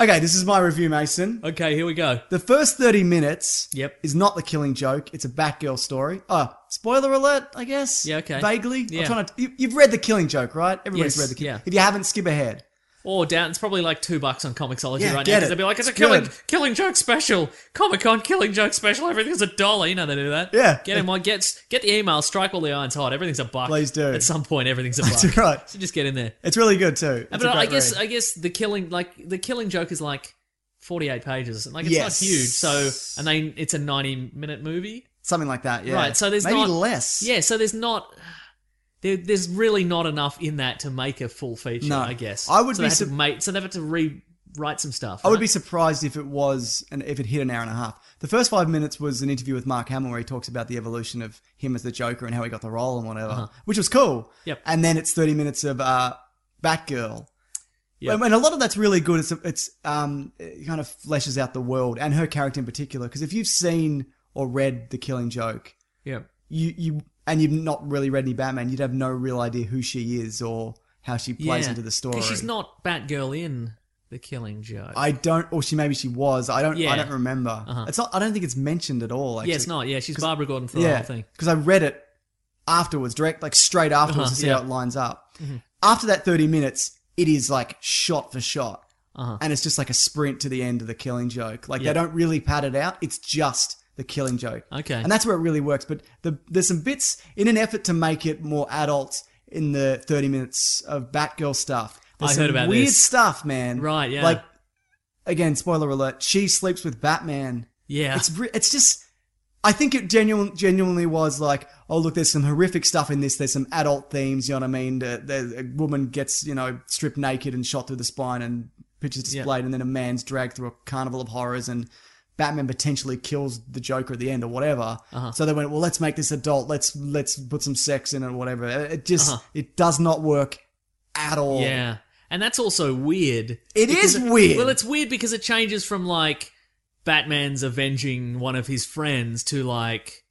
Speaker 2: okay, this is my review, Mason.
Speaker 3: okay, here we go.
Speaker 2: The first 30 minutes
Speaker 3: Yep.
Speaker 2: is not the killing joke. It's a Batgirl story. Oh, spoiler alert, I guess.
Speaker 3: Yeah, okay.
Speaker 2: Vaguely.
Speaker 3: Yeah.
Speaker 2: I'm trying to, you, you've read the killing joke, right? Everybody's
Speaker 3: Yes,
Speaker 2: read the killing
Speaker 3: yeah.
Speaker 2: If you haven't, skip ahead.
Speaker 3: Or Oh, down, it's probably like two bucks on Comixology
Speaker 2: Yeah,
Speaker 3: right
Speaker 2: get
Speaker 3: now because
Speaker 2: it.
Speaker 3: they'll be like, it's a
Speaker 2: It's
Speaker 3: killing,
Speaker 2: good.
Speaker 3: killing joke special, Comic Con killing joke special. Everything's a dollar. You know they do that.
Speaker 2: Yeah.
Speaker 3: Get in one. Get get the email. Strike while the iron's hot. Everything's a buck.
Speaker 2: Please do.
Speaker 3: At some point, everything's a buck.
Speaker 2: That's right.
Speaker 3: So just get in there.
Speaker 2: It's really good, too. It's
Speaker 3: but
Speaker 2: a
Speaker 3: I
Speaker 2: great
Speaker 3: guess
Speaker 2: read.
Speaker 3: I guess the killing like the killing joke is like forty eight pages. Like it's
Speaker 2: Yes.
Speaker 3: not huge. So and they it's a ninety minute movie.
Speaker 2: Something like that, yeah.
Speaker 3: Right, so there's
Speaker 2: Maybe
Speaker 3: not-
Speaker 2: less.
Speaker 3: Yeah, so there's not there, there's really not enough in that to make a full feature.
Speaker 2: No.
Speaker 3: I guess
Speaker 2: I would be
Speaker 3: so they had to
Speaker 2: sup-
Speaker 3: make, so they have to rewrite some stuff.
Speaker 2: I would
Speaker 3: right?
Speaker 2: be surprised if it was, and if it hit an hour and a half. The first five minutes was an interview with Mark Hamill where he talks about the evolution of him as the Joker and how he got the role and whatever, which was cool.
Speaker 3: Uh-huh. Yep.
Speaker 2: And then it's thirty minutes of uh, Batgirl.
Speaker 3: Yep.
Speaker 2: And- And a lot of that's really good. It's it's um it kind of fleshes out the world and her character in particular. Because if you've seen or read The Killing Joke,
Speaker 3: yeah.
Speaker 2: you you and you've not really read any Batman, you'd have no real idea who she is or how she plays into the story.
Speaker 3: Because she's not Batgirl in the Killing Joke.
Speaker 2: I don't, or she maybe she was. I don't.
Speaker 3: Yeah. Uh-huh.
Speaker 2: I don't remember. It's not. I don't think it's mentioned at all. Actually.
Speaker 3: yeah, it's not. Yeah, she's Barbara Gordon for the
Speaker 2: Yeah,
Speaker 3: whole thing.
Speaker 2: because I read it afterwards, direct, like straight afterwards,
Speaker 3: Uh-huh,
Speaker 2: to see
Speaker 3: yeah.
Speaker 2: how it lines up. After that thirty minutes, it is like shot for shot.
Speaker 3: Uh-huh.
Speaker 2: And it's just like a sprint to the end of the killing joke. Like they don't really pad it out. It's just the killing joke.
Speaker 3: Okay.
Speaker 2: And that's where it really works. But the, there's some bits in an effort to make it more adult in the 30 minutes of Batgirl stuff. There's
Speaker 3: I
Speaker 2: some
Speaker 3: heard about
Speaker 2: weird
Speaker 3: this.
Speaker 2: stuff, man.
Speaker 3: Right, yeah.
Speaker 2: Like again, spoiler alert. She sleeps with Batman.
Speaker 3: Yeah.
Speaker 2: It's re- it's just. I think it genuine, genuinely was like, oh look, there's some horrific stuff in this. There's some adult themes. You know what I mean? The, the, a woman gets you know stripped naked and shot through the spine and pictures displayed, and then a man's dragged through a carnival of horrors and. Batman potentially kills the Joker at the end or whatever.
Speaker 3: Uh-huh.
Speaker 2: So they went, well, let's make this adult. Let's let's put some sex in it or whatever. It it just it does not work at all.
Speaker 3: Uh-huh. Yeah. And that's also weird.
Speaker 2: It
Speaker 3: Because-
Speaker 2: is weird.
Speaker 3: Well, it's weird because it changes from like Batman's avenging one of his friends to like,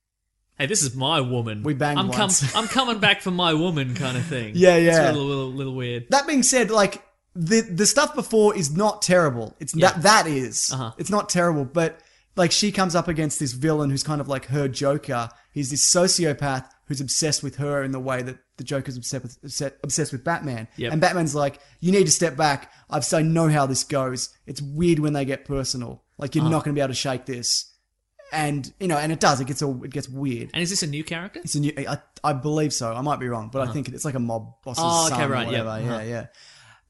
Speaker 3: hey, this is my woman.
Speaker 2: We banged
Speaker 3: I'm
Speaker 2: once.
Speaker 3: I'm coming back for my woman kind of thing.
Speaker 2: Yeah, yeah.
Speaker 3: It's a little, little, little weird.
Speaker 2: That being said, like the the stuff before is not terrible. It's that that is. It's not terrible, but like she comes up against this villain who's kind of like her Joker. He's this sociopath who's obsessed with her in the way that the Joker's obsessed with, obsessed, obsessed with Batman.
Speaker 3: Yep.
Speaker 2: And Batman's like, "You need to step back. I've so know how this goes. It's weird when they get personal. Like you're not going to be able to shake this." And you know, and it does. It gets all it gets weird.
Speaker 3: And is this a new character?
Speaker 2: It's a new. I, I believe so. I might be wrong, but I think it's like a mob boss's
Speaker 3: Uh-huh. Oh, okay,
Speaker 2: son or
Speaker 3: right, yeah,
Speaker 2: whatever. Yeah,
Speaker 3: uh-huh.
Speaker 2: yeah.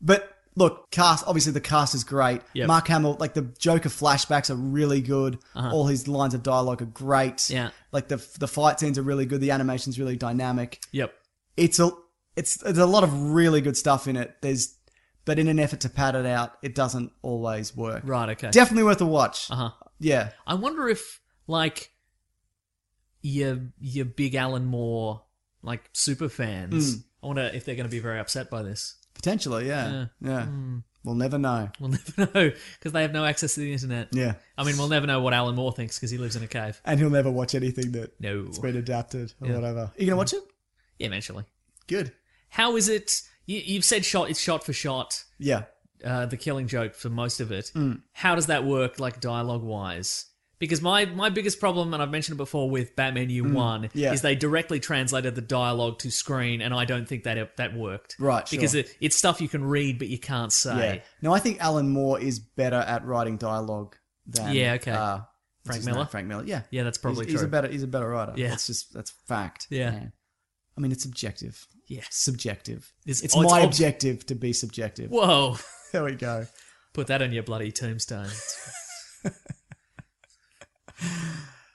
Speaker 2: But look, cast. Obviously, the cast is great.
Speaker 3: Yep.
Speaker 2: Mark Hamill, like the Joker flashbacks are really good. All his lines of dialogue are great.
Speaker 3: Uh-huh. Yeah.
Speaker 2: Like the the fight scenes are really good. The animation's really dynamic.
Speaker 3: Yep.
Speaker 2: It's a it's there's a lot of really good stuff in it. There's, but in an effort to pad it out, it doesn't always work.
Speaker 3: Right. Okay.
Speaker 2: Definitely worth a watch.
Speaker 3: Uh-huh.
Speaker 2: Yeah.
Speaker 3: I wonder if like your your big Alan Moore like super fans.
Speaker 2: Hmm.
Speaker 3: I wonder if they're going to be very upset by this.
Speaker 2: Potentially. Yeah. Yeah.
Speaker 3: Hmm.
Speaker 2: We'll never know.
Speaker 3: We'll never know because they have no access to the internet.
Speaker 2: Yeah.
Speaker 3: I mean, we'll never know what Alan Moore thinks because he lives in a cave.
Speaker 2: And he'll never watch anything that
Speaker 3: No.
Speaker 2: It's been adapted or whatever. Are you gonna watch it?
Speaker 3: Yeah, eventually.
Speaker 2: Good.
Speaker 3: How is it? You, you've said shot. It's shot for shot.
Speaker 2: Yeah.
Speaker 3: Uh, the killing joke for most of it.
Speaker 2: Hmm.
Speaker 3: How does that work, like dialogue wise? Because my my biggest problem, and I've mentioned it before with Batman Year One,
Speaker 2: Hmm. yeah.
Speaker 3: is they directly translated the dialogue to screen, and I don't think that that worked.
Speaker 2: Right,
Speaker 3: Because
Speaker 2: sure.
Speaker 3: it, it's stuff you can read, but you can't say.
Speaker 2: Yeah. No, I think Alan Moore is better at writing dialogue than
Speaker 3: Yeah, okay.
Speaker 2: uh, what's
Speaker 3: Frank
Speaker 2: his name?
Speaker 3: Miller?
Speaker 2: Frank Miller. Yeah.
Speaker 3: Yeah, that's probably
Speaker 2: he's, He's
Speaker 3: true.
Speaker 2: a better. He's a better writer.
Speaker 3: Yeah.
Speaker 2: That's just that's fact.
Speaker 3: Yeah.
Speaker 2: I mean, it's subjective.
Speaker 3: Yeah.
Speaker 2: Subjective.
Speaker 3: It's-
Speaker 2: It's,
Speaker 3: oh, it's
Speaker 2: my
Speaker 3: ob-
Speaker 2: objective to be subjective.
Speaker 3: Whoa!
Speaker 2: There we go.
Speaker 3: Put that on your bloody tombstone.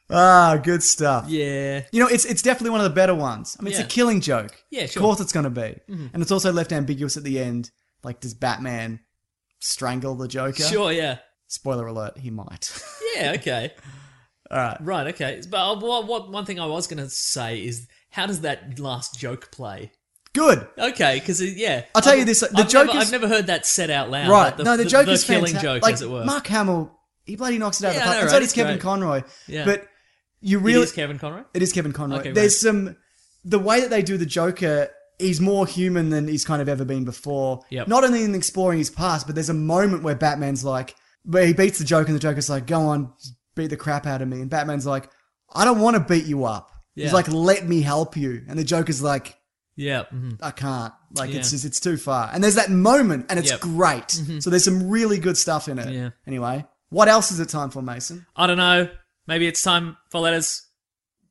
Speaker 2: Ah, good stuff.
Speaker 3: yeah.
Speaker 2: You know, it's it's definitely one of the better ones. I mean,
Speaker 3: Yeah.
Speaker 2: it's a killing joke.
Speaker 3: Yeah, sure. Mm-hmm.
Speaker 2: Of course, it's going to be, and it's also left ambiguous at the end. Like, does Batman strangle the Joker?
Speaker 3: Sure. Yeah.
Speaker 2: Spoiler alert: he might.
Speaker 3: Yeah, okay. All right. Right, okay. But uh, what, what one thing I was going to say is how does that last joke play?
Speaker 2: Good.
Speaker 3: Okay, because yeah,
Speaker 2: I'll tell you
Speaker 3: I've-
Speaker 2: this, the
Speaker 3: I've
Speaker 2: joke
Speaker 3: never,
Speaker 2: is-
Speaker 3: I've never heard that said out loud.
Speaker 2: Right.
Speaker 3: like the-
Speaker 2: no, the,
Speaker 3: the
Speaker 2: joke
Speaker 3: the
Speaker 2: is
Speaker 3: killing
Speaker 2: fanta-
Speaker 3: joke,
Speaker 2: like,
Speaker 3: as it were.
Speaker 2: Mark Hamill, he bloody knocks it out of
Speaker 3: Yeah, I
Speaker 2: the
Speaker 3: know,
Speaker 2: park. And
Speaker 3: right?
Speaker 2: so does
Speaker 3: It's
Speaker 2: Kevin
Speaker 3: great.
Speaker 2: Conroy.
Speaker 3: Yeah.
Speaker 2: But you
Speaker 3: it
Speaker 2: really.
Speaker 3: is Kevin Conroy.
Speaker 2: It is Kevin Conroy.
Speaker 3: Okay,
Speaker 2: There's some. The way that they do the Joker, he's more human than he's kind of ever been before.
Speaker 3: Yep.
Speaker 2: Not only in exploring his past, but there's a moment where Batman's like, where he beats the Joker and the Joker's like, go on, just beat the crap out of me. And Batman's like, I don't want to beat you up.
Speaker 3: Yeah.
Speaker 2: He's like, let me help you. And the Joker's like,
Speaker 3: Yeah, mhm.
Speaker 2: I can't. Like
Speaker 3: Yeah.
Speaker 2: it's just it's too far. And there's that moment, and it's
Speaker 3: Yep. Mm-hmm.
Speaker 2: great. So there's some really good stuff in it.
Speaker 3: Yeah.
Speaker 2: Anyway, what else is it time for, Mason?
Speaker 3: I don't know. Maybe it's time for letters.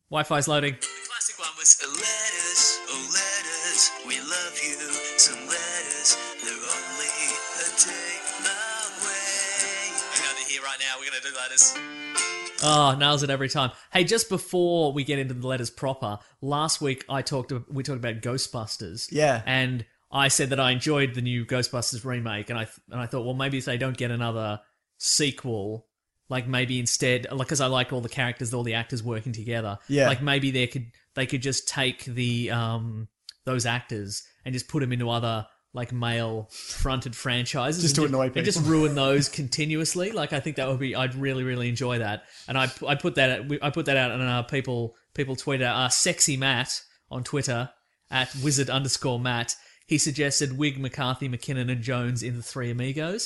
Speaker 3: Wi-Fi's loading.
Speaker 1: classic one was uh, letters, oh letters, we love you. Some letters, they're only a day away. Hang on, they're here right now. We're gonna do letters.
Speaker 3: Oh, nails it every time. Hey, just before we get into the letters proper, last week I talked we talked about Ghostbusters.
Speaker 2: Yeah.
Speaker 3: And I said that I enjoyed the new Ghostbusters remake and I th- and I thought, well, maybe if they don't get another sequel, like maybe instead like cuz I like all the characters, all the actors working together.
Speaker 2: Yeah.
Speaker 3: Like maybe they could they could just take the um those actors and just put them into other like male fronted franchises
Speaker 2: Just
Speaker 3: and
Speaker 2: to annoy
Speaker 3: ju- and just
Speaker 2: people.
Speaker 3: ruin those continuously. Like I think that would be I'd really really enjoy that. And I I put that out- I put that out and uh, people people tweeted uh, sexy Matt on Twitter at wizard underscore Matt. He suggested Wig McCarthy McKinnon and Jones in the Three Amigos.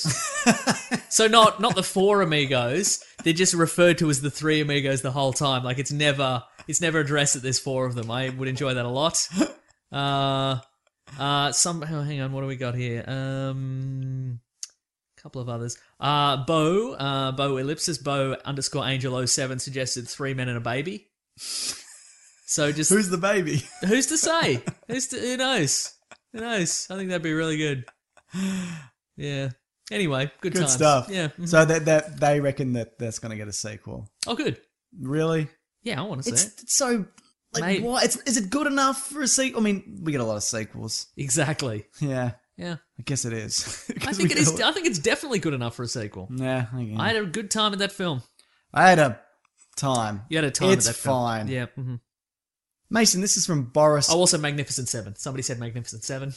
Speaker 3: so not not the Four Amigos. They're just referred to as the Three Amigos the whole time. Like it's never it's never addressed that there's four of them. I would enjoy that a lot. Uh, Uh, some. Oh, hang on. What do we got here? Um, couple of others. Uh, Bo. Uh, Bo ellipsis. Bo underscore angel 07 suggested three men and a baby. So just
Speaker 2: Who's the baby?
Speaker 3: who's to say? Who's to, who knows? Who knows? I think that'd be really good. Yeah. Anyway, good,
Speaker 2: Good
Speaker 3: times.
Speaker 2: stuff.
Speaker 3: Yeah. mhm.
Speaker 2: So that that they reckon that that's going to get a sequel.
Speaker 3: oh, good.
Speaker 2: Really?
Speaker 3: Yeah, I want to see
Speaker 2: It's,
Speaker 3: it.
Speaker 2: it's so like
Speaker 3: Mate.
Speaker 2: why? It's, is it good enough for a sequel? I mean, we get a lot of sequels.
Speaker 3: Exactly.
Speaker 2: Yeah,
Speaker 3: Yeah.
Speaker 2: I guess it is.
Speaker 3: I
Speaker 2: 'Cause we
Speaker 3: think it
Speaker 2: get
Speaker 3: is.
Speaker 2: a lot-
Speaker 3: I think it's definitely good enough for a sequel.
Speaker 2: Nah, I, think-
Speaker 3: I had a good time at that film.
Speaker 2: I had a time.
Speaker 3: You had a time
Speaker 2: It's
Speaker 3: at that film.
Speaker 2: fine.
Speaker 3: Yeah. hmm
Speaker 2: Mason, this is from Boris.
Speaker 3: Oh, also Magnificent Seven. Somebody said Magnificent Seven.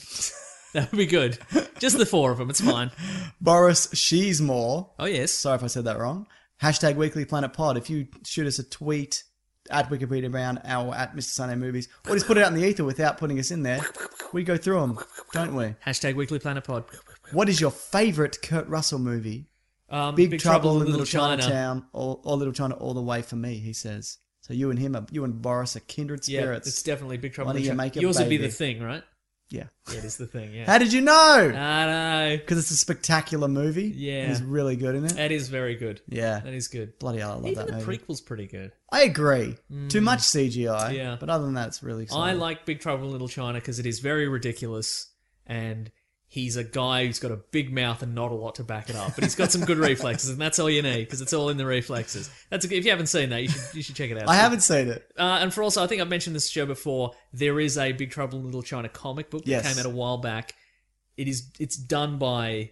Speaker 3: that would be good. Just the four of them. It's fine.
Speaker 2: Boris Sheesmore.
Speaker 3: Oh yes.
Speaker 2: Sorry if I said that wrong. Hashtag Weekly Planet Pod. If you shoot us a tweet at Wikipedia Brown or at Mr Sunday Movies, or just put it out in the ether without putting us in there, we go through them, don't we?
Speaker 3: Hashtag Weekly Planet Pod.
Speaker 2: What is your favourite Kurt Russell movie?
Speaker 3: Um,
Speaker 2: Big, Trouble, in Little, Chinatown or, or Little China all the way for me, he says. So you and him, are, you and Boris are kindred
Speaker 3: Yeah,
Speaker 2: spirits.
Speaker 3: it's definitely Big Trouble
Speaker 2: Why
Speaker 3: in Little
Speaker 2: don't you
Speaker 3: China.
Speaker 2: make a
Speaker 3: Yours would be the
Speaker 2: baby?
Speaker 3: thing, right?
Speaker 2: yeah.
Speaker 3: Yeah, it is the thing. Yeah.
Speaker 2: How did you know?
Speaker 3: I know.
Speaker 2: Because it's a spectacular movie.
Speaker 3: Uh, Yeah.
Speaker 2: He's really good in it.
Speaker 3: That is very good.
Speaker 2: yeah.
Speaker 3: That is good.
Speaker 2: Bloody hell, I love
Speaker 3: Even
Speaker 2: that
Speaker 3: the
Speaker 2: movie.
Speaker 3: prequel's pretty good.
Speaker 2: I agree. Too much CGI.
Speaker 3: Yeah.
Speaker 2: But other than that, it's really exciting.
Speaker 3: I like Big Trouble in Little China because it is very ridiculous and he's a guy who's got a big mouth and not a lot to back it up, but he's got some good reflexes and that's all you need because it's all in the reflexes. That's a, good- if you haven't seen that, you should you should check it out.
Speaker 2: I haven't seen it.
Speaker 3: Uh, and for also, I think I've mentioned this show before. There is a Big Trouble in Little China comic book that
Speaker 2: Yes.
Speaker 3: came out a while back. It is it's done by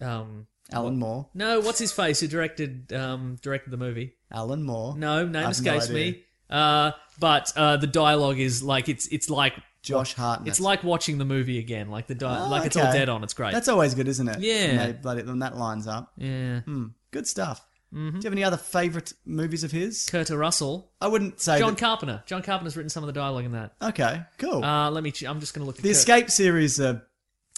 Speaker 3: um
Speaker 2: Alan Moore.
Speaker 3: no what's his face who directed um directed the movie
Speaker 2: Alan Moore.
Speaker 3: No, name
Speaker 2: I've no
Speaker 3: escapes
Speaker 2: idea.
Speaker 3: me. Uh, but uh, the dialogue is like it's it's like
Speaker 2: Josh Hartnett.
Speaker 3: it's like watching the movie again. Like the di-
Speaker 2: Oh,
Speaker 3: like it's all
Speaker 2: okay.
Speaker 3: dead on. It's great.
Speaker 2: That's always good, isn't it?
Speaker 3: Yeah.
Speaker 2: When, they, bloody- when that lines up.
Speaker 3: yeah.
Speaker 2: Hmm. Good stuff. Do you have any other favourite movies of his?
Speaker 3: Kurt Russell,
Speaker 2: I wouldn't say.
Speaker 3: John
Speaker 2: that-
Speaker 3: Carpenter. John Carpenter's written some of the dialogue in that.
Speaker 2: okay, cool.
Speaker 3: Uh, let me. Ch- I'm just gonna look at
Speaker 2: the
Speaker 3: Kurt.
Speaker 2: Escape series are.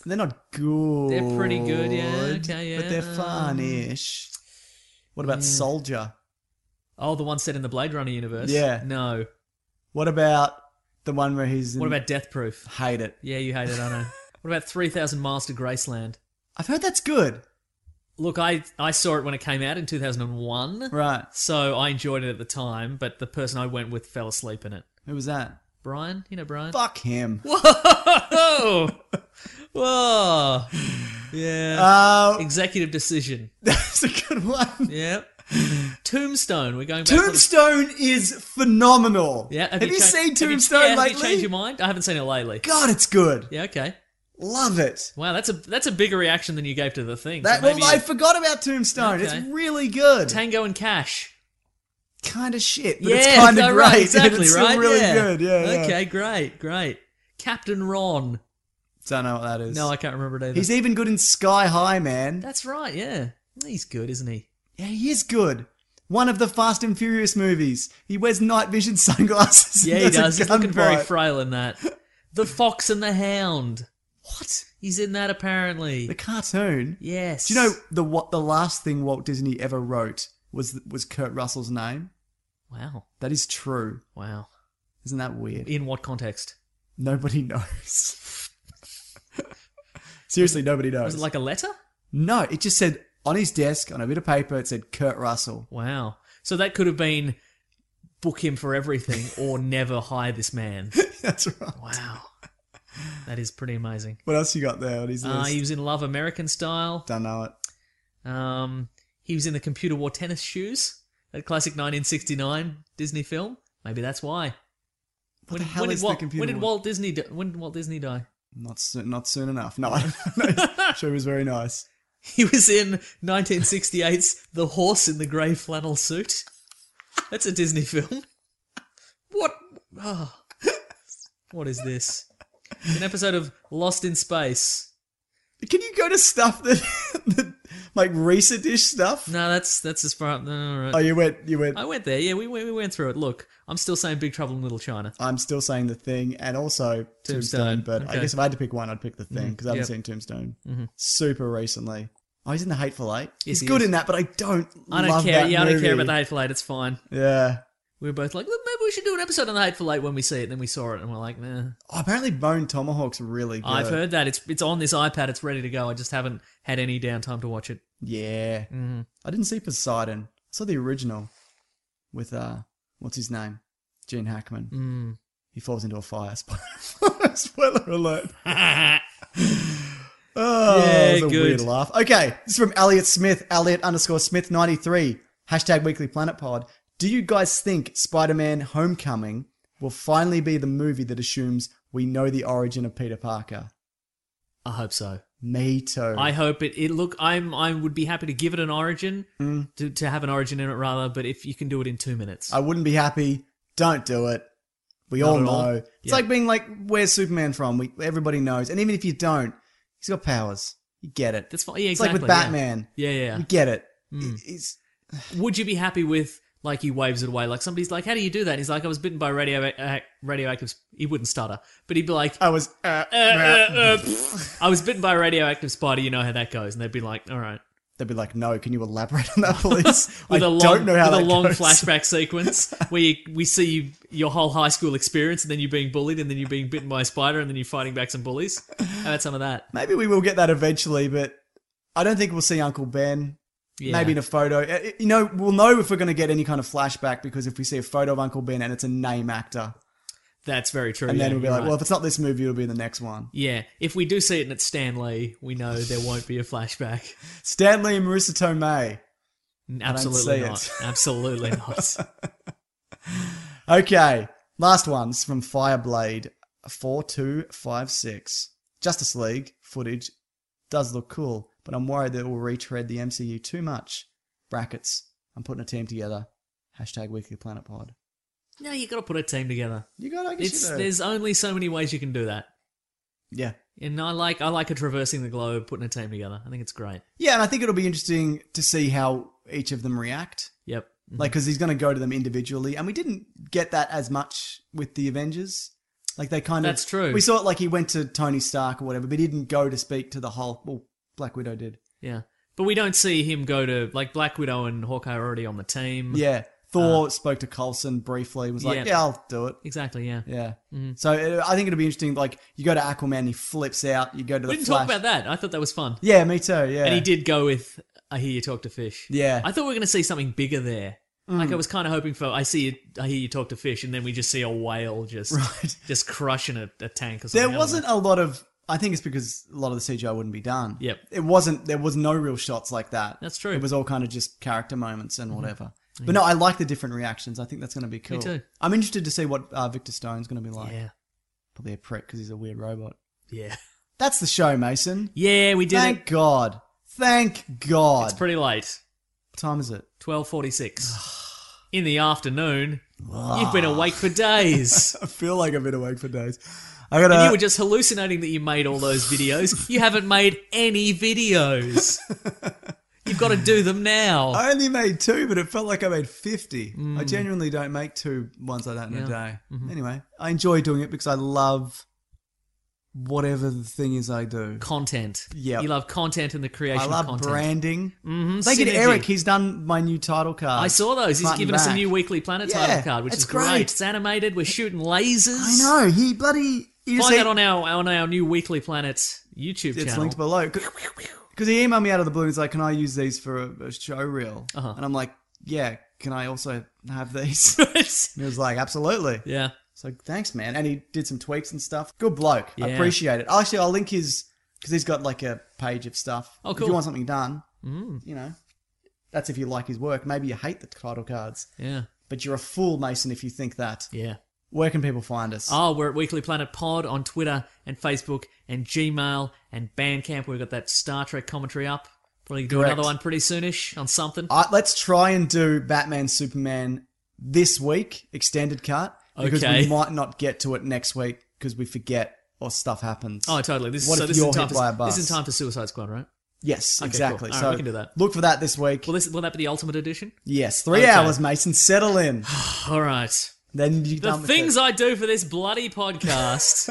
Speaker 2: They're not good.
Speaker 3: They're pretty good, yeah, okay,
Speaker 2: But they're
Speaker 3: yeah,
Speaker 2: fun ish. What about Soldier?
Speaker 3: Oh, the one set in the Blade Runner universe.
Speaker 2: Yeah.
Speaker 3: No.
Speaker 2: What about the one where he's. In,
Speaker 3: What about Death Proof?
Speaker 2: Hate it.
Speaker 3: Yeah, you hate it. I know. what about Three Thousand Miles to Graceland?
Speaker 2: I've heard that's good.
Speaker 3: Look, I I saw it when it came out in 2001.
Speaker 2: Right.
Speaker 3: So I enjoyed it at the time, but the person I went with fell asleep in it.
Speaker 2: Who was that?
Speaker 3: Brian, you know Brian.
Speaker 2: Fuck him.
Speaker 3: Whoa! Whoa! Yeah.
Speaker 2: Uh,
Speaker 3: Executive decision.
Speaker 2: that's a good one.
Speaker 3: Yeah. Tombstone. We're going back. to the-
Speaker 2: Tombstone is phenomenal.
Speaker 3: Yeah.
Speaker 2: Have, you
Speaker 3: cha-
Speaker 2: seen
Speaker 3: have you-
Speaker 2: Tombstone
Speaker 3: yeah, Have you
Speaker 2: lately?
Speaker 3: changed your mind? I haven't seen it lately.
Speaker 2: God, it's good.
Speaker 3: Yeah. Okay.
Speaker 2: Love it.
Speaker 3: Wow. That's a that's a bigger reaction than you gave to the thing. So
Speaker 2: That, well,
Speaker 3: maybe
Speaker 2: I
Speaker 3: you-
Speaker 2: forgot about Tombstone.
Speaker 3: Okay.
Speaker 2: It's really good.
Speaker 3: Tango and Cash.
Speaker 2: kind of shit, but
Speaker 3: yeah.
Speaker 2: it's kind of
Speaker 3: no,
Speaker 2: great.
Speaker 3: Right,
Speaker 2: and
Speaker 3: exactly.
Speaker 2: it's still
Speaker 3: right.
Speaker 2: really
Speaker 3: yeah.
Speaker 2: good. Yeah. yeah.
Speaker 3: Okay. Great. Great. Captain Ron.
Speaker 2: Don't know what that is.
Speaker 3: No, I can't remember it either.
Speaker 2: He's even good in Sky High, man.
Speaker 3: that's right. Yeah. He's good, isn't he?
Speaker 2: Yeah, he is good. One of the Fast and Furious movies. He wears night vision sunglasses. and
Speaker 3: Yeah, he
Speaker 2: has a
Speaker 3: does. He's
Speaker 2: gun
Speaker 3: looking very
Speaker 2: fight.
Speaker 3: frail in that. The Fox and the Hound. What? He's in that apparently.
Speaker 2: The cartoon.
Speaker 3: yes.
Speaker 2: Do you know the what the last thing Walt Disney ever wrote was was Kurt Russell's name?
Speaker 3: Wow.
Speaker 2: That is true.
Speaker 3: Wow.
Speaker 2: Isn't that weird?
Speaker 3: In what context?
Speaker 2: Nobody knows. Seriously, nobody knows.
Speaker 3: Was it like a letter?
Speaker 2: no, it just said on his desk on a bit of paper. It said Kurt Russell.
Speaker 3: Wow. So that could have been book him for everything or never hire this man.
Speaker 2: That's right.
Speaker 3: Wow. That is pretty amazing.
Speaker 2: What else you got there on his
Speaker 3: Uh,
Speaker 2: list?
Speaker 3: he was in Love American Style.
Speaker 2: Don't know it.
Speaker 3: Um, he was in the Computer War Tennis Shoes, that classic 1969 Disney film. Maybe that's why.
Speaker 2: What the hell
Speaker 3: when
Speaker 2: is
Speaker 3: did Walt,
Speaker 2: the computer?
Speaker 3: When did
Speaker 2: one?
Speaker 3: Walt Disney? Di- when did Walt Disney die?
Speaker 2: Not soon, not soon enough. No, I don't know. sure, he was very nice.
Speaker 3: He was in 1968's The Horse in the Grey Flannel Suit. That's a Disney film. What? Oh, what is this? It's an episode of Lost in Space.
Speaker 2: Can you go to stuff that, that like recent ish stuff?
Speaker 3: No, that's that's as far. No, all
Speaker 2: Oh,
Speaker 3: right.
Speaker 2: you went, you went.
Speaker 3: I went there. Yeah, we went, we went through it. Look, I'm still saying Big Trouble in Little China.
Speaker 2: I'm still saying the thing, and also
Speaker 3: Tombstone,
Speaker 2: Tombstone. but
Speaker 3: okay.
Speaker 2: I guess if I had to pick one, I'd pick the thing because I haven't
Speaker 3: yep. Mm-hmm.
Speaker 2: seen Tombstone super recently. Oh, he's in the Hateful Eight. he's
Speaker 3: he
Speaker 2: good
Speaker 3: is.
Speaker 2: in that, but I don't.
Speaker 3: I don't
Speaker 2: love
Speaker 3: care.
Speaker 2: That
Speaker 3: Yeah, I don't care
Speaker 2: movie.
Speaker 3: about the Hateful Eight. It's fine.
Speaker 2: Yeah,
Speaker 3: we were both like, "Look, maybe we should do an episode on the Hateful Eight when we see it. And then we saw it and we're like, nah.
Speaker 2: Oh, apparently, Bone Tomahawk's really good.
Speaker 3: I've heard that. It's it's on this iPad. It's ready to go. I just haven't had any downtime to watch it.
Speaker 2: Yeah.
Speaker 3: Mm-hmm.
Speaker 2: I didn't see Poseidon. I saw the original with, uh, what's his name? Gene Hackman. He falls into a fire. Spoiler, spoiler alert. Oh, that
Speaker 3: Yeah,
Speaker 2: was a
Speaker 3: good.
Speaker 2: weird laugh. Okay, this is from Elliot Smith, Elliot underscore Smith 93, hashtag Weekly Planet Pod. Do you guys think Spider Man Homecoming will finally be the movie that assumes we know the origin of Peter Parker?
Speaker 3: I hope so.
Speaker 2: Me too.
Speaker 3: I hope it. It look. I'm. I would be happy to give it an origin to to have an origin in it rather. But if you can do it in two minutes,
Speaker 2: Hmm. I wouldn't be happy. Don't do it. We all
Speaker 3: at
Speaker 2: know.
Speaker 3: all.
Speaker 2: It's
Speaker 3: Yeah.
Speaker 2: like being like, where's Superman from? We, everybody knows. And even if you don't, he's got powers. You get it.
Speaker 3: that's fine. Yeah,
Speaker 2: it's
Speaker 3: exactly.
Speaker 2: like with
Speaker 3: yeah.
Speaker 2: Batman.
Speaker 3: Yeah, yeah.
Speaker 2: You get it.
Speaker 3: Mm.
Speaker 2: It- It's,
Speaker 3: Would you be happy with like he waves it away? Like somebody's like, "How do you do that?" And he's like, "I was bitten by radio uh, radioactive." sp-" He wouldn't stutter, but he'd be like,
Speaker 2: I was. Uh,
Speaker 3: "Uh, uh, uh, "I was bitten by a radioactive spider." You know how that goes, and they'd be like, "All right."
Speaker 2: They'd be like, no, can you elaborate on that, please? I
Speaker 3: with a long,
Speaker 2: don't know how
Speaker 3: with
Speaker 2: that
Speaker 3: a long
Speaker 2: goes.
Speaker 3: flashback sequence where you, we see you, your whole high school experience, and then you being bullied, and then you being bitten by a spider, and then you fighting back some bullies. How about some of that?
Speaker 2: Maybe we will get that eventually, but I don't think we'll see Uncle Ben.
Speaker 3: Yeah.
Speaker 2: Maybe in a photo. Uh, uh, You know, we'll know if we're going to get any kind of flashback because if we see a photo of Uncle Ben and it's a name actor,
Speaker 3: that's very true.
Speaker 2: and
Speaker 3: yeah,
Speaker 2: then we'll be
Speaker 3: you're
Speaker 2: like,
Speaker 3: right.
Speaker 2: well, if it's not this movie, it'll be in the next one.
Speaker 3: yeah, if we do see it and it's Stan Lee, we know there won't be a flashback.
Speaker 2: Stanley and Marissa Tomei.
Speaker 3: Absolutely
Speaker 2: see
Speaker 3: not.
Speaker 2: it.
Speaker 3: Absolutely not.
Speaker 2: Okay, last one's from Fireblade four two five six. Justice League footage does look cool, but I'm worried that it will retread the MCU too much. Brackets. I'm putting a team together. Hashtag Weekly Planet Pod.
Speaker 3: No, you got to put a team together.
Speaker 2: You got to
Speaker 3: It's
Speaker 2: get you
Speaker 3: there's only so many ways you can do that.
Speaker 2: yeah,
Speaker 3: And I like I like a traversing the globe, putting a team together. I think it's great.
Speaker 2: yeah, and I think it'll be interesting to see how each of them react.
Speaker 3: Yep.
Speaker 2: Like, because he's going to go to them individually, and we didn't get that as much with the Avengers. Like they kind of
Speaker 3: That's true.
Speaker 2: We saw it like he went to Tony Stark or whatever, but he didn't go to speak to the Hulk. Well, Black Widow did.
Speaker 3: Yeah. But we don't see him go to like Black Widow and Hawkeye are already on the team.
Speaker 2: Yeah, Thor spoke to Coulson briefly. Was like, yeah,
Speaker 3: Uh-huh. Yeah. Mm-hmm.
Speaker 2: I'll do it.
Speaker 3: Exactly, yeah.
Speaker 2: Yeah. So uh, I think it'll be interesting. Like you go to Aquaman, he flips out. You go to
Speaker 3: We
Speaker 2: the
Speaker 3: didn't
Speaker 2: Flash.
Speaker 3: talk about that. I thought that was fun.
Speaker 2: Yeah, me too. Yeah.
Speaker 3: And he did go with I hear you talk to fish.
Speaker 2: Yeah. Mm.
Speaker 3: I thought we were gonna see something bigger there. Like I was kind of hoping for I see you, I hear you talk to fish and then we just see a whale just
Speaker 2: Right.
Speaker 3: just crushing a, a tank or something. I
Speaker 2: There
Speaker 3: don't
Speaker 2: wasn't
Speaker 3: know.
Speaker 2: a lot of. I think it's because a lot of the CGI wouldn't be done.
Speaker 3: Yep.
Speaker 2: It wasn't. There was no real shots like that.
Speaker 3: That's true. Mm-hmm.
Speaker 2: It was all kind of just character moments and whatever. But no, I like the different reactions. I think that's going to be cool.
Speaker 3: too.
Speaker 2: I'm interested to see what uh, Victor Stone's going to be like.
Speaker 3: Yeah.
Speaker 2: Probably a prick because he's a weird robot.
Speaker 3: Yeah.
Speaker 2: That's the show, Mason.
Speaker 3: Yeah, we did
Speaker 2: Thank
Speaker 3: it.
Speaker 2: God. Thank God.
Speaker 3: It's pretty late.
Speaker 2: what time is it?
Speaker 3: Twelve forty six. In the afternoon. You've been awake for days.
Speaker 2: I feel like I've been awake for days. I gotta.
Speaker 3: And you were just hallucinating that you made all those videos. You haven't made any videos. You've got to do them now.
Speaker 2: I only made two, but it felt like I made 50. I genuinely don't make two ones like that in a
Speaker 3: Mm. Yeah. Mm-hmm.
Speaker 2: day. Anyway, I enjoy doing it because I love whatever the thing is I do.
Speaker 3: Content.
Speaker 2: Yeah.
Speaker 3: You love content and the creation
Speaker 2: I love
Speaker 3: of content.
Speaker 2: branding.
Speaker 3: Mhm,
Speaker 2: Thank you to
Speaker 3: synergy.
Speaker 2: Eric. He's done my new title card.
Speaker 3: I saw those. He's
Speaker 2: Front and
Speaker 3: given us a
Speaker 2: back.
Speaker 3: new Weekly Planet title
Speaker 2: Yeah,
Speaker 3: card, which
Speaker 2: it's
Speaker 3: is great.
Speaker 2: great.
Speaker 3: It's animated. We're shooting lasers.
Speaker 2: I know. He bloody. You
Speaker 3: Find
Speaker 2: see-
Speaker 3: that on our on our new Weekly Planet YouTube
Speaker 2: it's
Speaker 3: channel.
Speaker 2: linked below. Because he emailed me out of the blue. He's like, "Can I use these for a, a show reel?"
Speaker 3: Uh-huh.
Speaker 2: And I'm like, "Yeah, can I also have these?" and he was like, "Absolutely."
Speaker 3: yeah.
Speaker 2: So thanks, man. And he did some tweaks and stuff. Good bloke. I
Speaker 3: Yeah.
Speaker 2: appreciate it. Actually, I'll link his because he's got like a page of stuff.
Speaker 3: Oh,
Speaker 2: If
Speaker 3: cool. Mm.
Speaker 2: you want something done, you know, that's if you like his work. Maybe you hate the title cards,
Speaker 3: Yeah.
Speaker 2: but you're a fool, Mason, if you think that.
Speaker 3: Yeah.
Speaker 2: Where can people find us?
Speaker 3: Oh, we're at Weekly Planet Pod on Twitter and Facebook and Gmail and Bandcamp. We've got that Star Trek commentary up. Probably do
Speaker 2: Correct.
Speaker 3: another one pretty soonish on something.
Speaker 2: Uh, let's try and do Batman Superman this week, extended cut, because we
Speaker 3: Okay.
Speaker 2: might not get to it next week because we forget or stuff happens.
Speaker 3: oh, totally. This,
Speaker 2: what
Speaker 3: so
Speaker 2: if
Speaker 3: this
Speaker 2: you're
Speaker 3: is in time
Speaker 2: hit
Speaker 3: for,
Speaker 2: by a bus?
Speaker 3: This is in time for Suicide Squad, right?
Speaker 2: yes,
Speaker 3: Okay,
Speaker 2: exactly.
Speaker 3: cool. All
Speaker 2: So
Speaker 3: right, we can do that.
Speaker 2: Look for that this week.
Speaker 3: Will this will that be the Ultimate Edition?
Speaker 2: yes, three
Speaker 3: Okay.
Speaker 2: hours, Mason. Settle in.
Speaker 3: All right.
Speaker 2: Then you
Speaker 3: The
Speaker 2: done with
Speaker 3: things
Speaker 2: it.
Speaker 3: I do for this bloody podcast.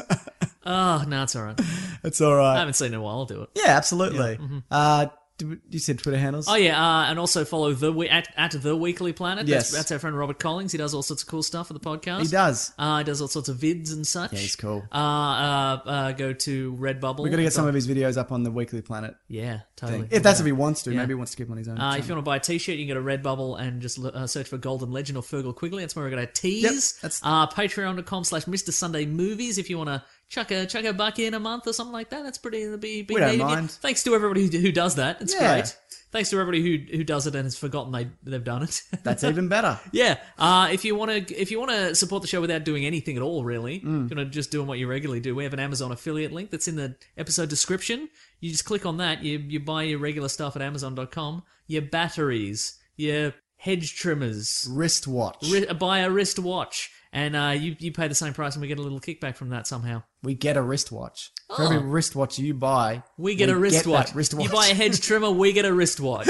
Speaker 3: oh, no, it's all right.
Speaker 2: It's all
Speaker 3: I
Speaker 2: right.
Speaker 3: haven't seen it in a while. I'll do it.
Speaker 2: Yeah, absolutely. Uh, Did, you said Twitter handles?
Speaker 3: Oh yeah, uh, and also follow the we- at, at the Weekly Planet. That's,
Speaker 2: Yes.
Speaker 3: that's our friend Robert Collins. He does all sorts of cool stuff for the podcast.
Speaker 2: He does.
Speaker 3: Uh, he does all sorts of vids and such. Yeah,
Speaker 2: he's cool.
Speaker 3: Uh, uh, uh, go to Redbubble.
Speaker 2: We're gonna get some of his videos up on the Weekly Planet
Speaker 3: Yeah,
Speaker 2: thing.
Speaker 3: totally.
Speaker 2: If that's if he wants to, maybe he wants to keep 'em on his own.
Speaker 3: Uh, if you want to buy a T-shirt, you can go to Redbubble and just lo- uh, search for Golden Legend or Fergal Quigley. That's where we're going to tease.
Speaker 2: Yep, that's-
Speaker 3: uh, Patreon.com slash Mr. Sunday Movies if you want to chuck a chuck a buck in a month or something like that. That's pretty. That'd be, be
Speaker 2: We don't
Speaker 3: neat of you.
Speaker 2: mind.
Speaker 3: Thanks to everybody who, who does that. It's
Speaker 2: Yeah.
Speaker 3: great. Thanks to everybody who who does it and has forgotten they they've done it.
Speaker 2: That's even better.
Speaker 3: yeah. Uh, if you want to if you want to support the show without doing anything at all, really, if you want to just doing what you regularly do. We have an Amazon affiliate link that's in the episode description. You just click on that. You you buy your regular stuff at Amazon.com. Your batteries, your hedge trimmers,
Speaker 2: Wristwatch.
Speaker 3: ri- buy a wristwatch, and uh, you you pay the same price, and we get a little kickback from that somehow.
Speaker 2: we get a wristwatch. For
Speaker 3: Oh.
Speaker 2: every wristwatch you buy,
Speaker 3: We get a
Speaker 2: that
Speaker 3: wristwatch.
Speaker 2: wristwatch.
Speaker 3: You buy a hedge trimmer, we get a wristwatch.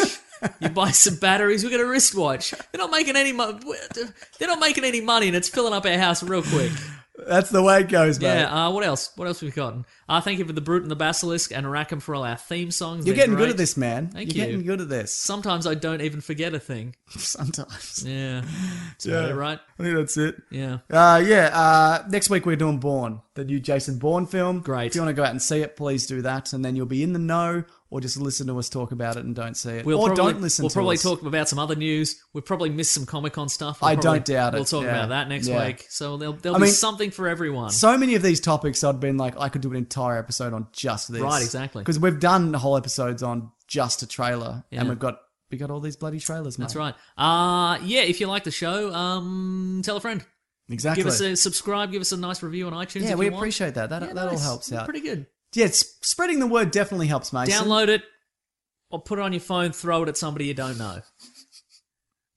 Speaker 3: you buy some batteries, we get a wristwatch. They're not making any money. They're not making any money, and it's filling up our house real quick.
Speaker 2: That's the way it goes, mate.
Speaker 3: Yeah. Uh, what else? What else have we gotten? Uh, thank you for the Brute and the Basilisk and Rackham for all our theme songs.
Speaker 2: You're
Speaker 3: They're
Speaker 2: getting good
Speaker 3: great.
Speaker 2: at this, man.
Speaker 3: Thank
Speaker 2: You're
Speaker 3: you.
Speaker 2: getting good at this.
Speaker 3: Sometimes I don't even forget a thing.
Speaker 2: Sometimes.
Speaker 3: Yeah. That's
Speaker 2: Yeah.
Speaker 3: about it, right?
Speaker 2: I think that's it.
Speaker 3: Yeah.
Speaker 2: Uh, yeah. Uh, next week we're doing Born, the new Jason Bourne film.
Speaker 3: Great.
Speaker 2: If you want to go out and see it, please do that, and then you'll be in the know. Or just listen to us talk about it and don't see it,
Speaker 3: We'll
Speaker 2: or
Speaker 3: probably,
Speaker 2: don't listen.
Speaker 3: We'll
Speaker 2: to
Speaker 3: probably
Speaker 2: us.
Speaker 3: talk about some other news. We'll probably miss some Comic Con stuff. We'll
Speaker 2: I
Speaker 3: probably-
Speaker 2: don't doubt it.
Speaker 3: We'll talk
Speaker 2: Yeah.
Speaker 3: about that next
Speaker 2: Yeah.
Speaker 3: week. So there'll, there'll
Speaker 2: I
Speaker 3: be
Speaker 2: mean-
Speaker 3: something for everyone.
Speaker 2: So many of these topics, I'd been like, I could do an entire episode on just this.
Speaker 3: Right, exactly.
Speaker 2: Because we've done whole episodes on just a trailer,
Speaker 3: Yeah.
Speaker 2: and we've got we got all these bloody trailers. Mate.
Speaker 3: That's right. Uh, yeah, if you like the show, um, tell a friend.
Speaker 2: Exactly.
Speaker 3: Give us a subscribe. Give us a nice review on iTunes.
Speaker 2: yeah,
Speaker 3: if
Speaker 2: we
Speaker 3: you want.
Speaker 2: appreciate that. That
Speaker 3: Yeah,
Speaker 2: that all
Speaker 3: nice.
Speaker 2: helps out.
Speaker 3: Pretty good.
Speaker 2: yeah, s- spreading the word definitely helps, Mason.
Speaker 3: Download it or put it on your phone, throw it at somebody you don't know.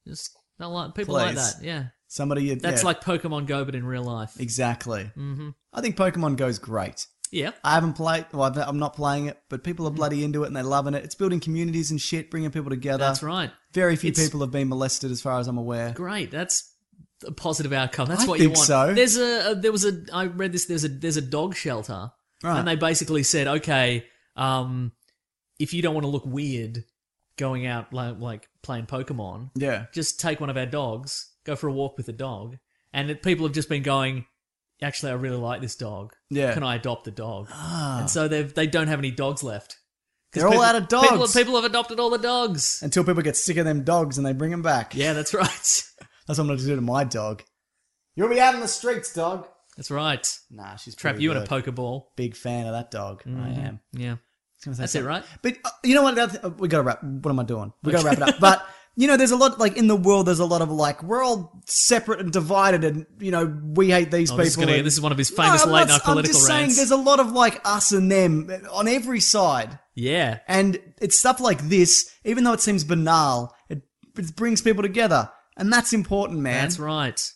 Speaker 3: Just not like people like
Speaker 2: Please.
Speaker 3: that. Yeah.
Speaker 2: Somebody you-
Speaker 3: That's
Speaker 2: yeah,
Speaker 3: like Pokemon Go but in real life.
Speaker 2: exactly. Mm-hmm. I think Pokemon Go's great.
Speaker 3: Yeah.
Speaker 2: I haven't played. Well, I've- I'm not playing it, but people are
Speaker 3: Mm-hmm.
Speaker 2: bloody into it and they're loving it. It's building communities and shit, bringing people together.
Speaker 3: That's right.
Speaker 2: Very few
Speaker 3: It's-
Speaker 2: people have been molested, as far as I'm aware.
Speaker 3: Great. That's a positive outcome. That's
Speaker 2: I
Speaker 3: what
Speaker 2: think
Speaker 3: you want.
Speaker 2: so.
Speaker 3: There's a, a there was a I read this there's a there's a dog shelter
Speaker 2: Right.
Speaker 3: and they basically said, "Okay, um if you don't want to look weird going out like, like playing Pokemon,
Speaker 2: yeah.
Speaker 3: just take one of our dogs, go for a walk with the dog. And it, people have just been going, actually, I really like this dog.
Speaker 2: Yeah. Ah.
Speaker 3: Can I adopt the dog? And so they they don't have any dogs left. 'Cause
Speaker 2: They're all
Speaker 3: people-
Speaker 2: out of dogs.
Speaker 3: People, people have adopted all the dogs.
Speaker 2: Until people get sick of them dogs and they bring them back.
Speaker 3: Yeah, that's right.
Speaker 2: That's what I'm going to do to my dog. You'll be out in the streets, dog.
Speaker 3: That's right.
Speaker 2: Nah, she's
Speaker 3: Trap
Speaker 2: pretty
Speaker 3: you Mm-hmm. in a
Speaker 2: good.
Speaker 3: pokeball.
Speaker 2: Big fan of that dog. I am.
Speaker 3: Yeah.
Speaker 2: I was gonna say
Speaker 3: That's it,
Speaker 2: something.
Speaker 3: right?
Speaker 2: But uh, you know what? That's, uh, we got to wrap. What am I doing? We got to wrap it up. But you know, there's a lot like in the world. There's a lot of like we're all separate and divided, and you know we hate these
Speaker 3: Oh,
Speaker 2: people.
Speaker 3: this, is gonna,
Speaker 2: and-
Speaker 3: this is one of his
Speaker 2: No,
Speaker 3: famous
Speaker 2: I'm
Speaker 3: late
Speaker 2: not-
Speaker 3: night
Speaker 2: I'm
Speaker 3: political
Speaker 2: just saying
Speaker 3: rants.
Speaker 2: there's a lot of like us and them on every side,
Speaker 3: yeah.
Speaker 2: and it's stuff like this. Even though it seems banal, it, it brings people together, and that's important, man.
Speaker 3: That's right.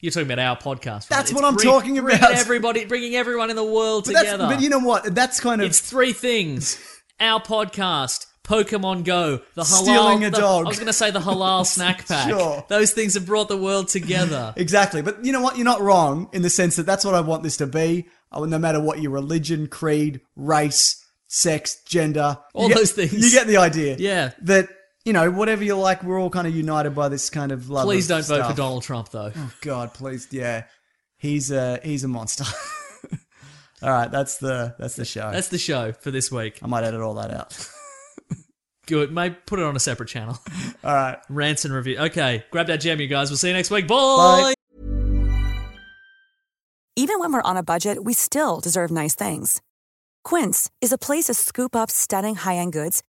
Speaker 3: You're talking about our podcast. Right?
Speaker 2: That's
Speaker 3: It's
Speaker 2: what I'm talking
Speaker 3: bringing
Speaker 2: about.
Speaker 3: Everybody, bringing everyone in the world
Speaker 2: But, that's,
Speaker 3: together.
Speaker 2: but you know what? That's kind of
Speaker 3: It's three things: our podcast, Pokemon Go, the halal.
Speaker 2: Stealing a
Speaker 3: the-
Speaker 2: dog.
Speaker 3: I was going to say the halal snack pack.
Speaker 2: Sure.
Speaker 3: Those things have brought the world together.
Speaker 2: Exactly. But you know what? You're not wrong in the sense that that's what I want this to be. I want- no matter what your religion, creed, race, sex, gender,
Speaker 3: All
Speaker 2: you get-
Speaker 3: those things.
Speaker 2: You get the idea.
Speaker 3: Yeah.
Speaker 2: That, you know, whatever you like, we're all kind of united by this kind of love.
Speaker 3: Please
Speaker 2: of
Speaker 3: don't vote
Speaker 2: stuff.
Speaker 3: for Donald Trump, though.
Speaker 2: God, please. Yeah. He's a, he's a monster. all right. That's the, that's the show.
Speaker 3: That's the show for this week.
Speaker 2: I might edit all that out.
Speaker 3: Good. May put it on a separate channel.
Speaker 2: All right.
Speaker 3: Rants and review. Okay. Grab that gem, you guys. We'll see you next week.
Speaker 2: Bye.
Speaker 3: Bye.
Speaker 6: Even when we're on a budget, we still deserve nice things. Quince is a place to scoop up stunning high end goods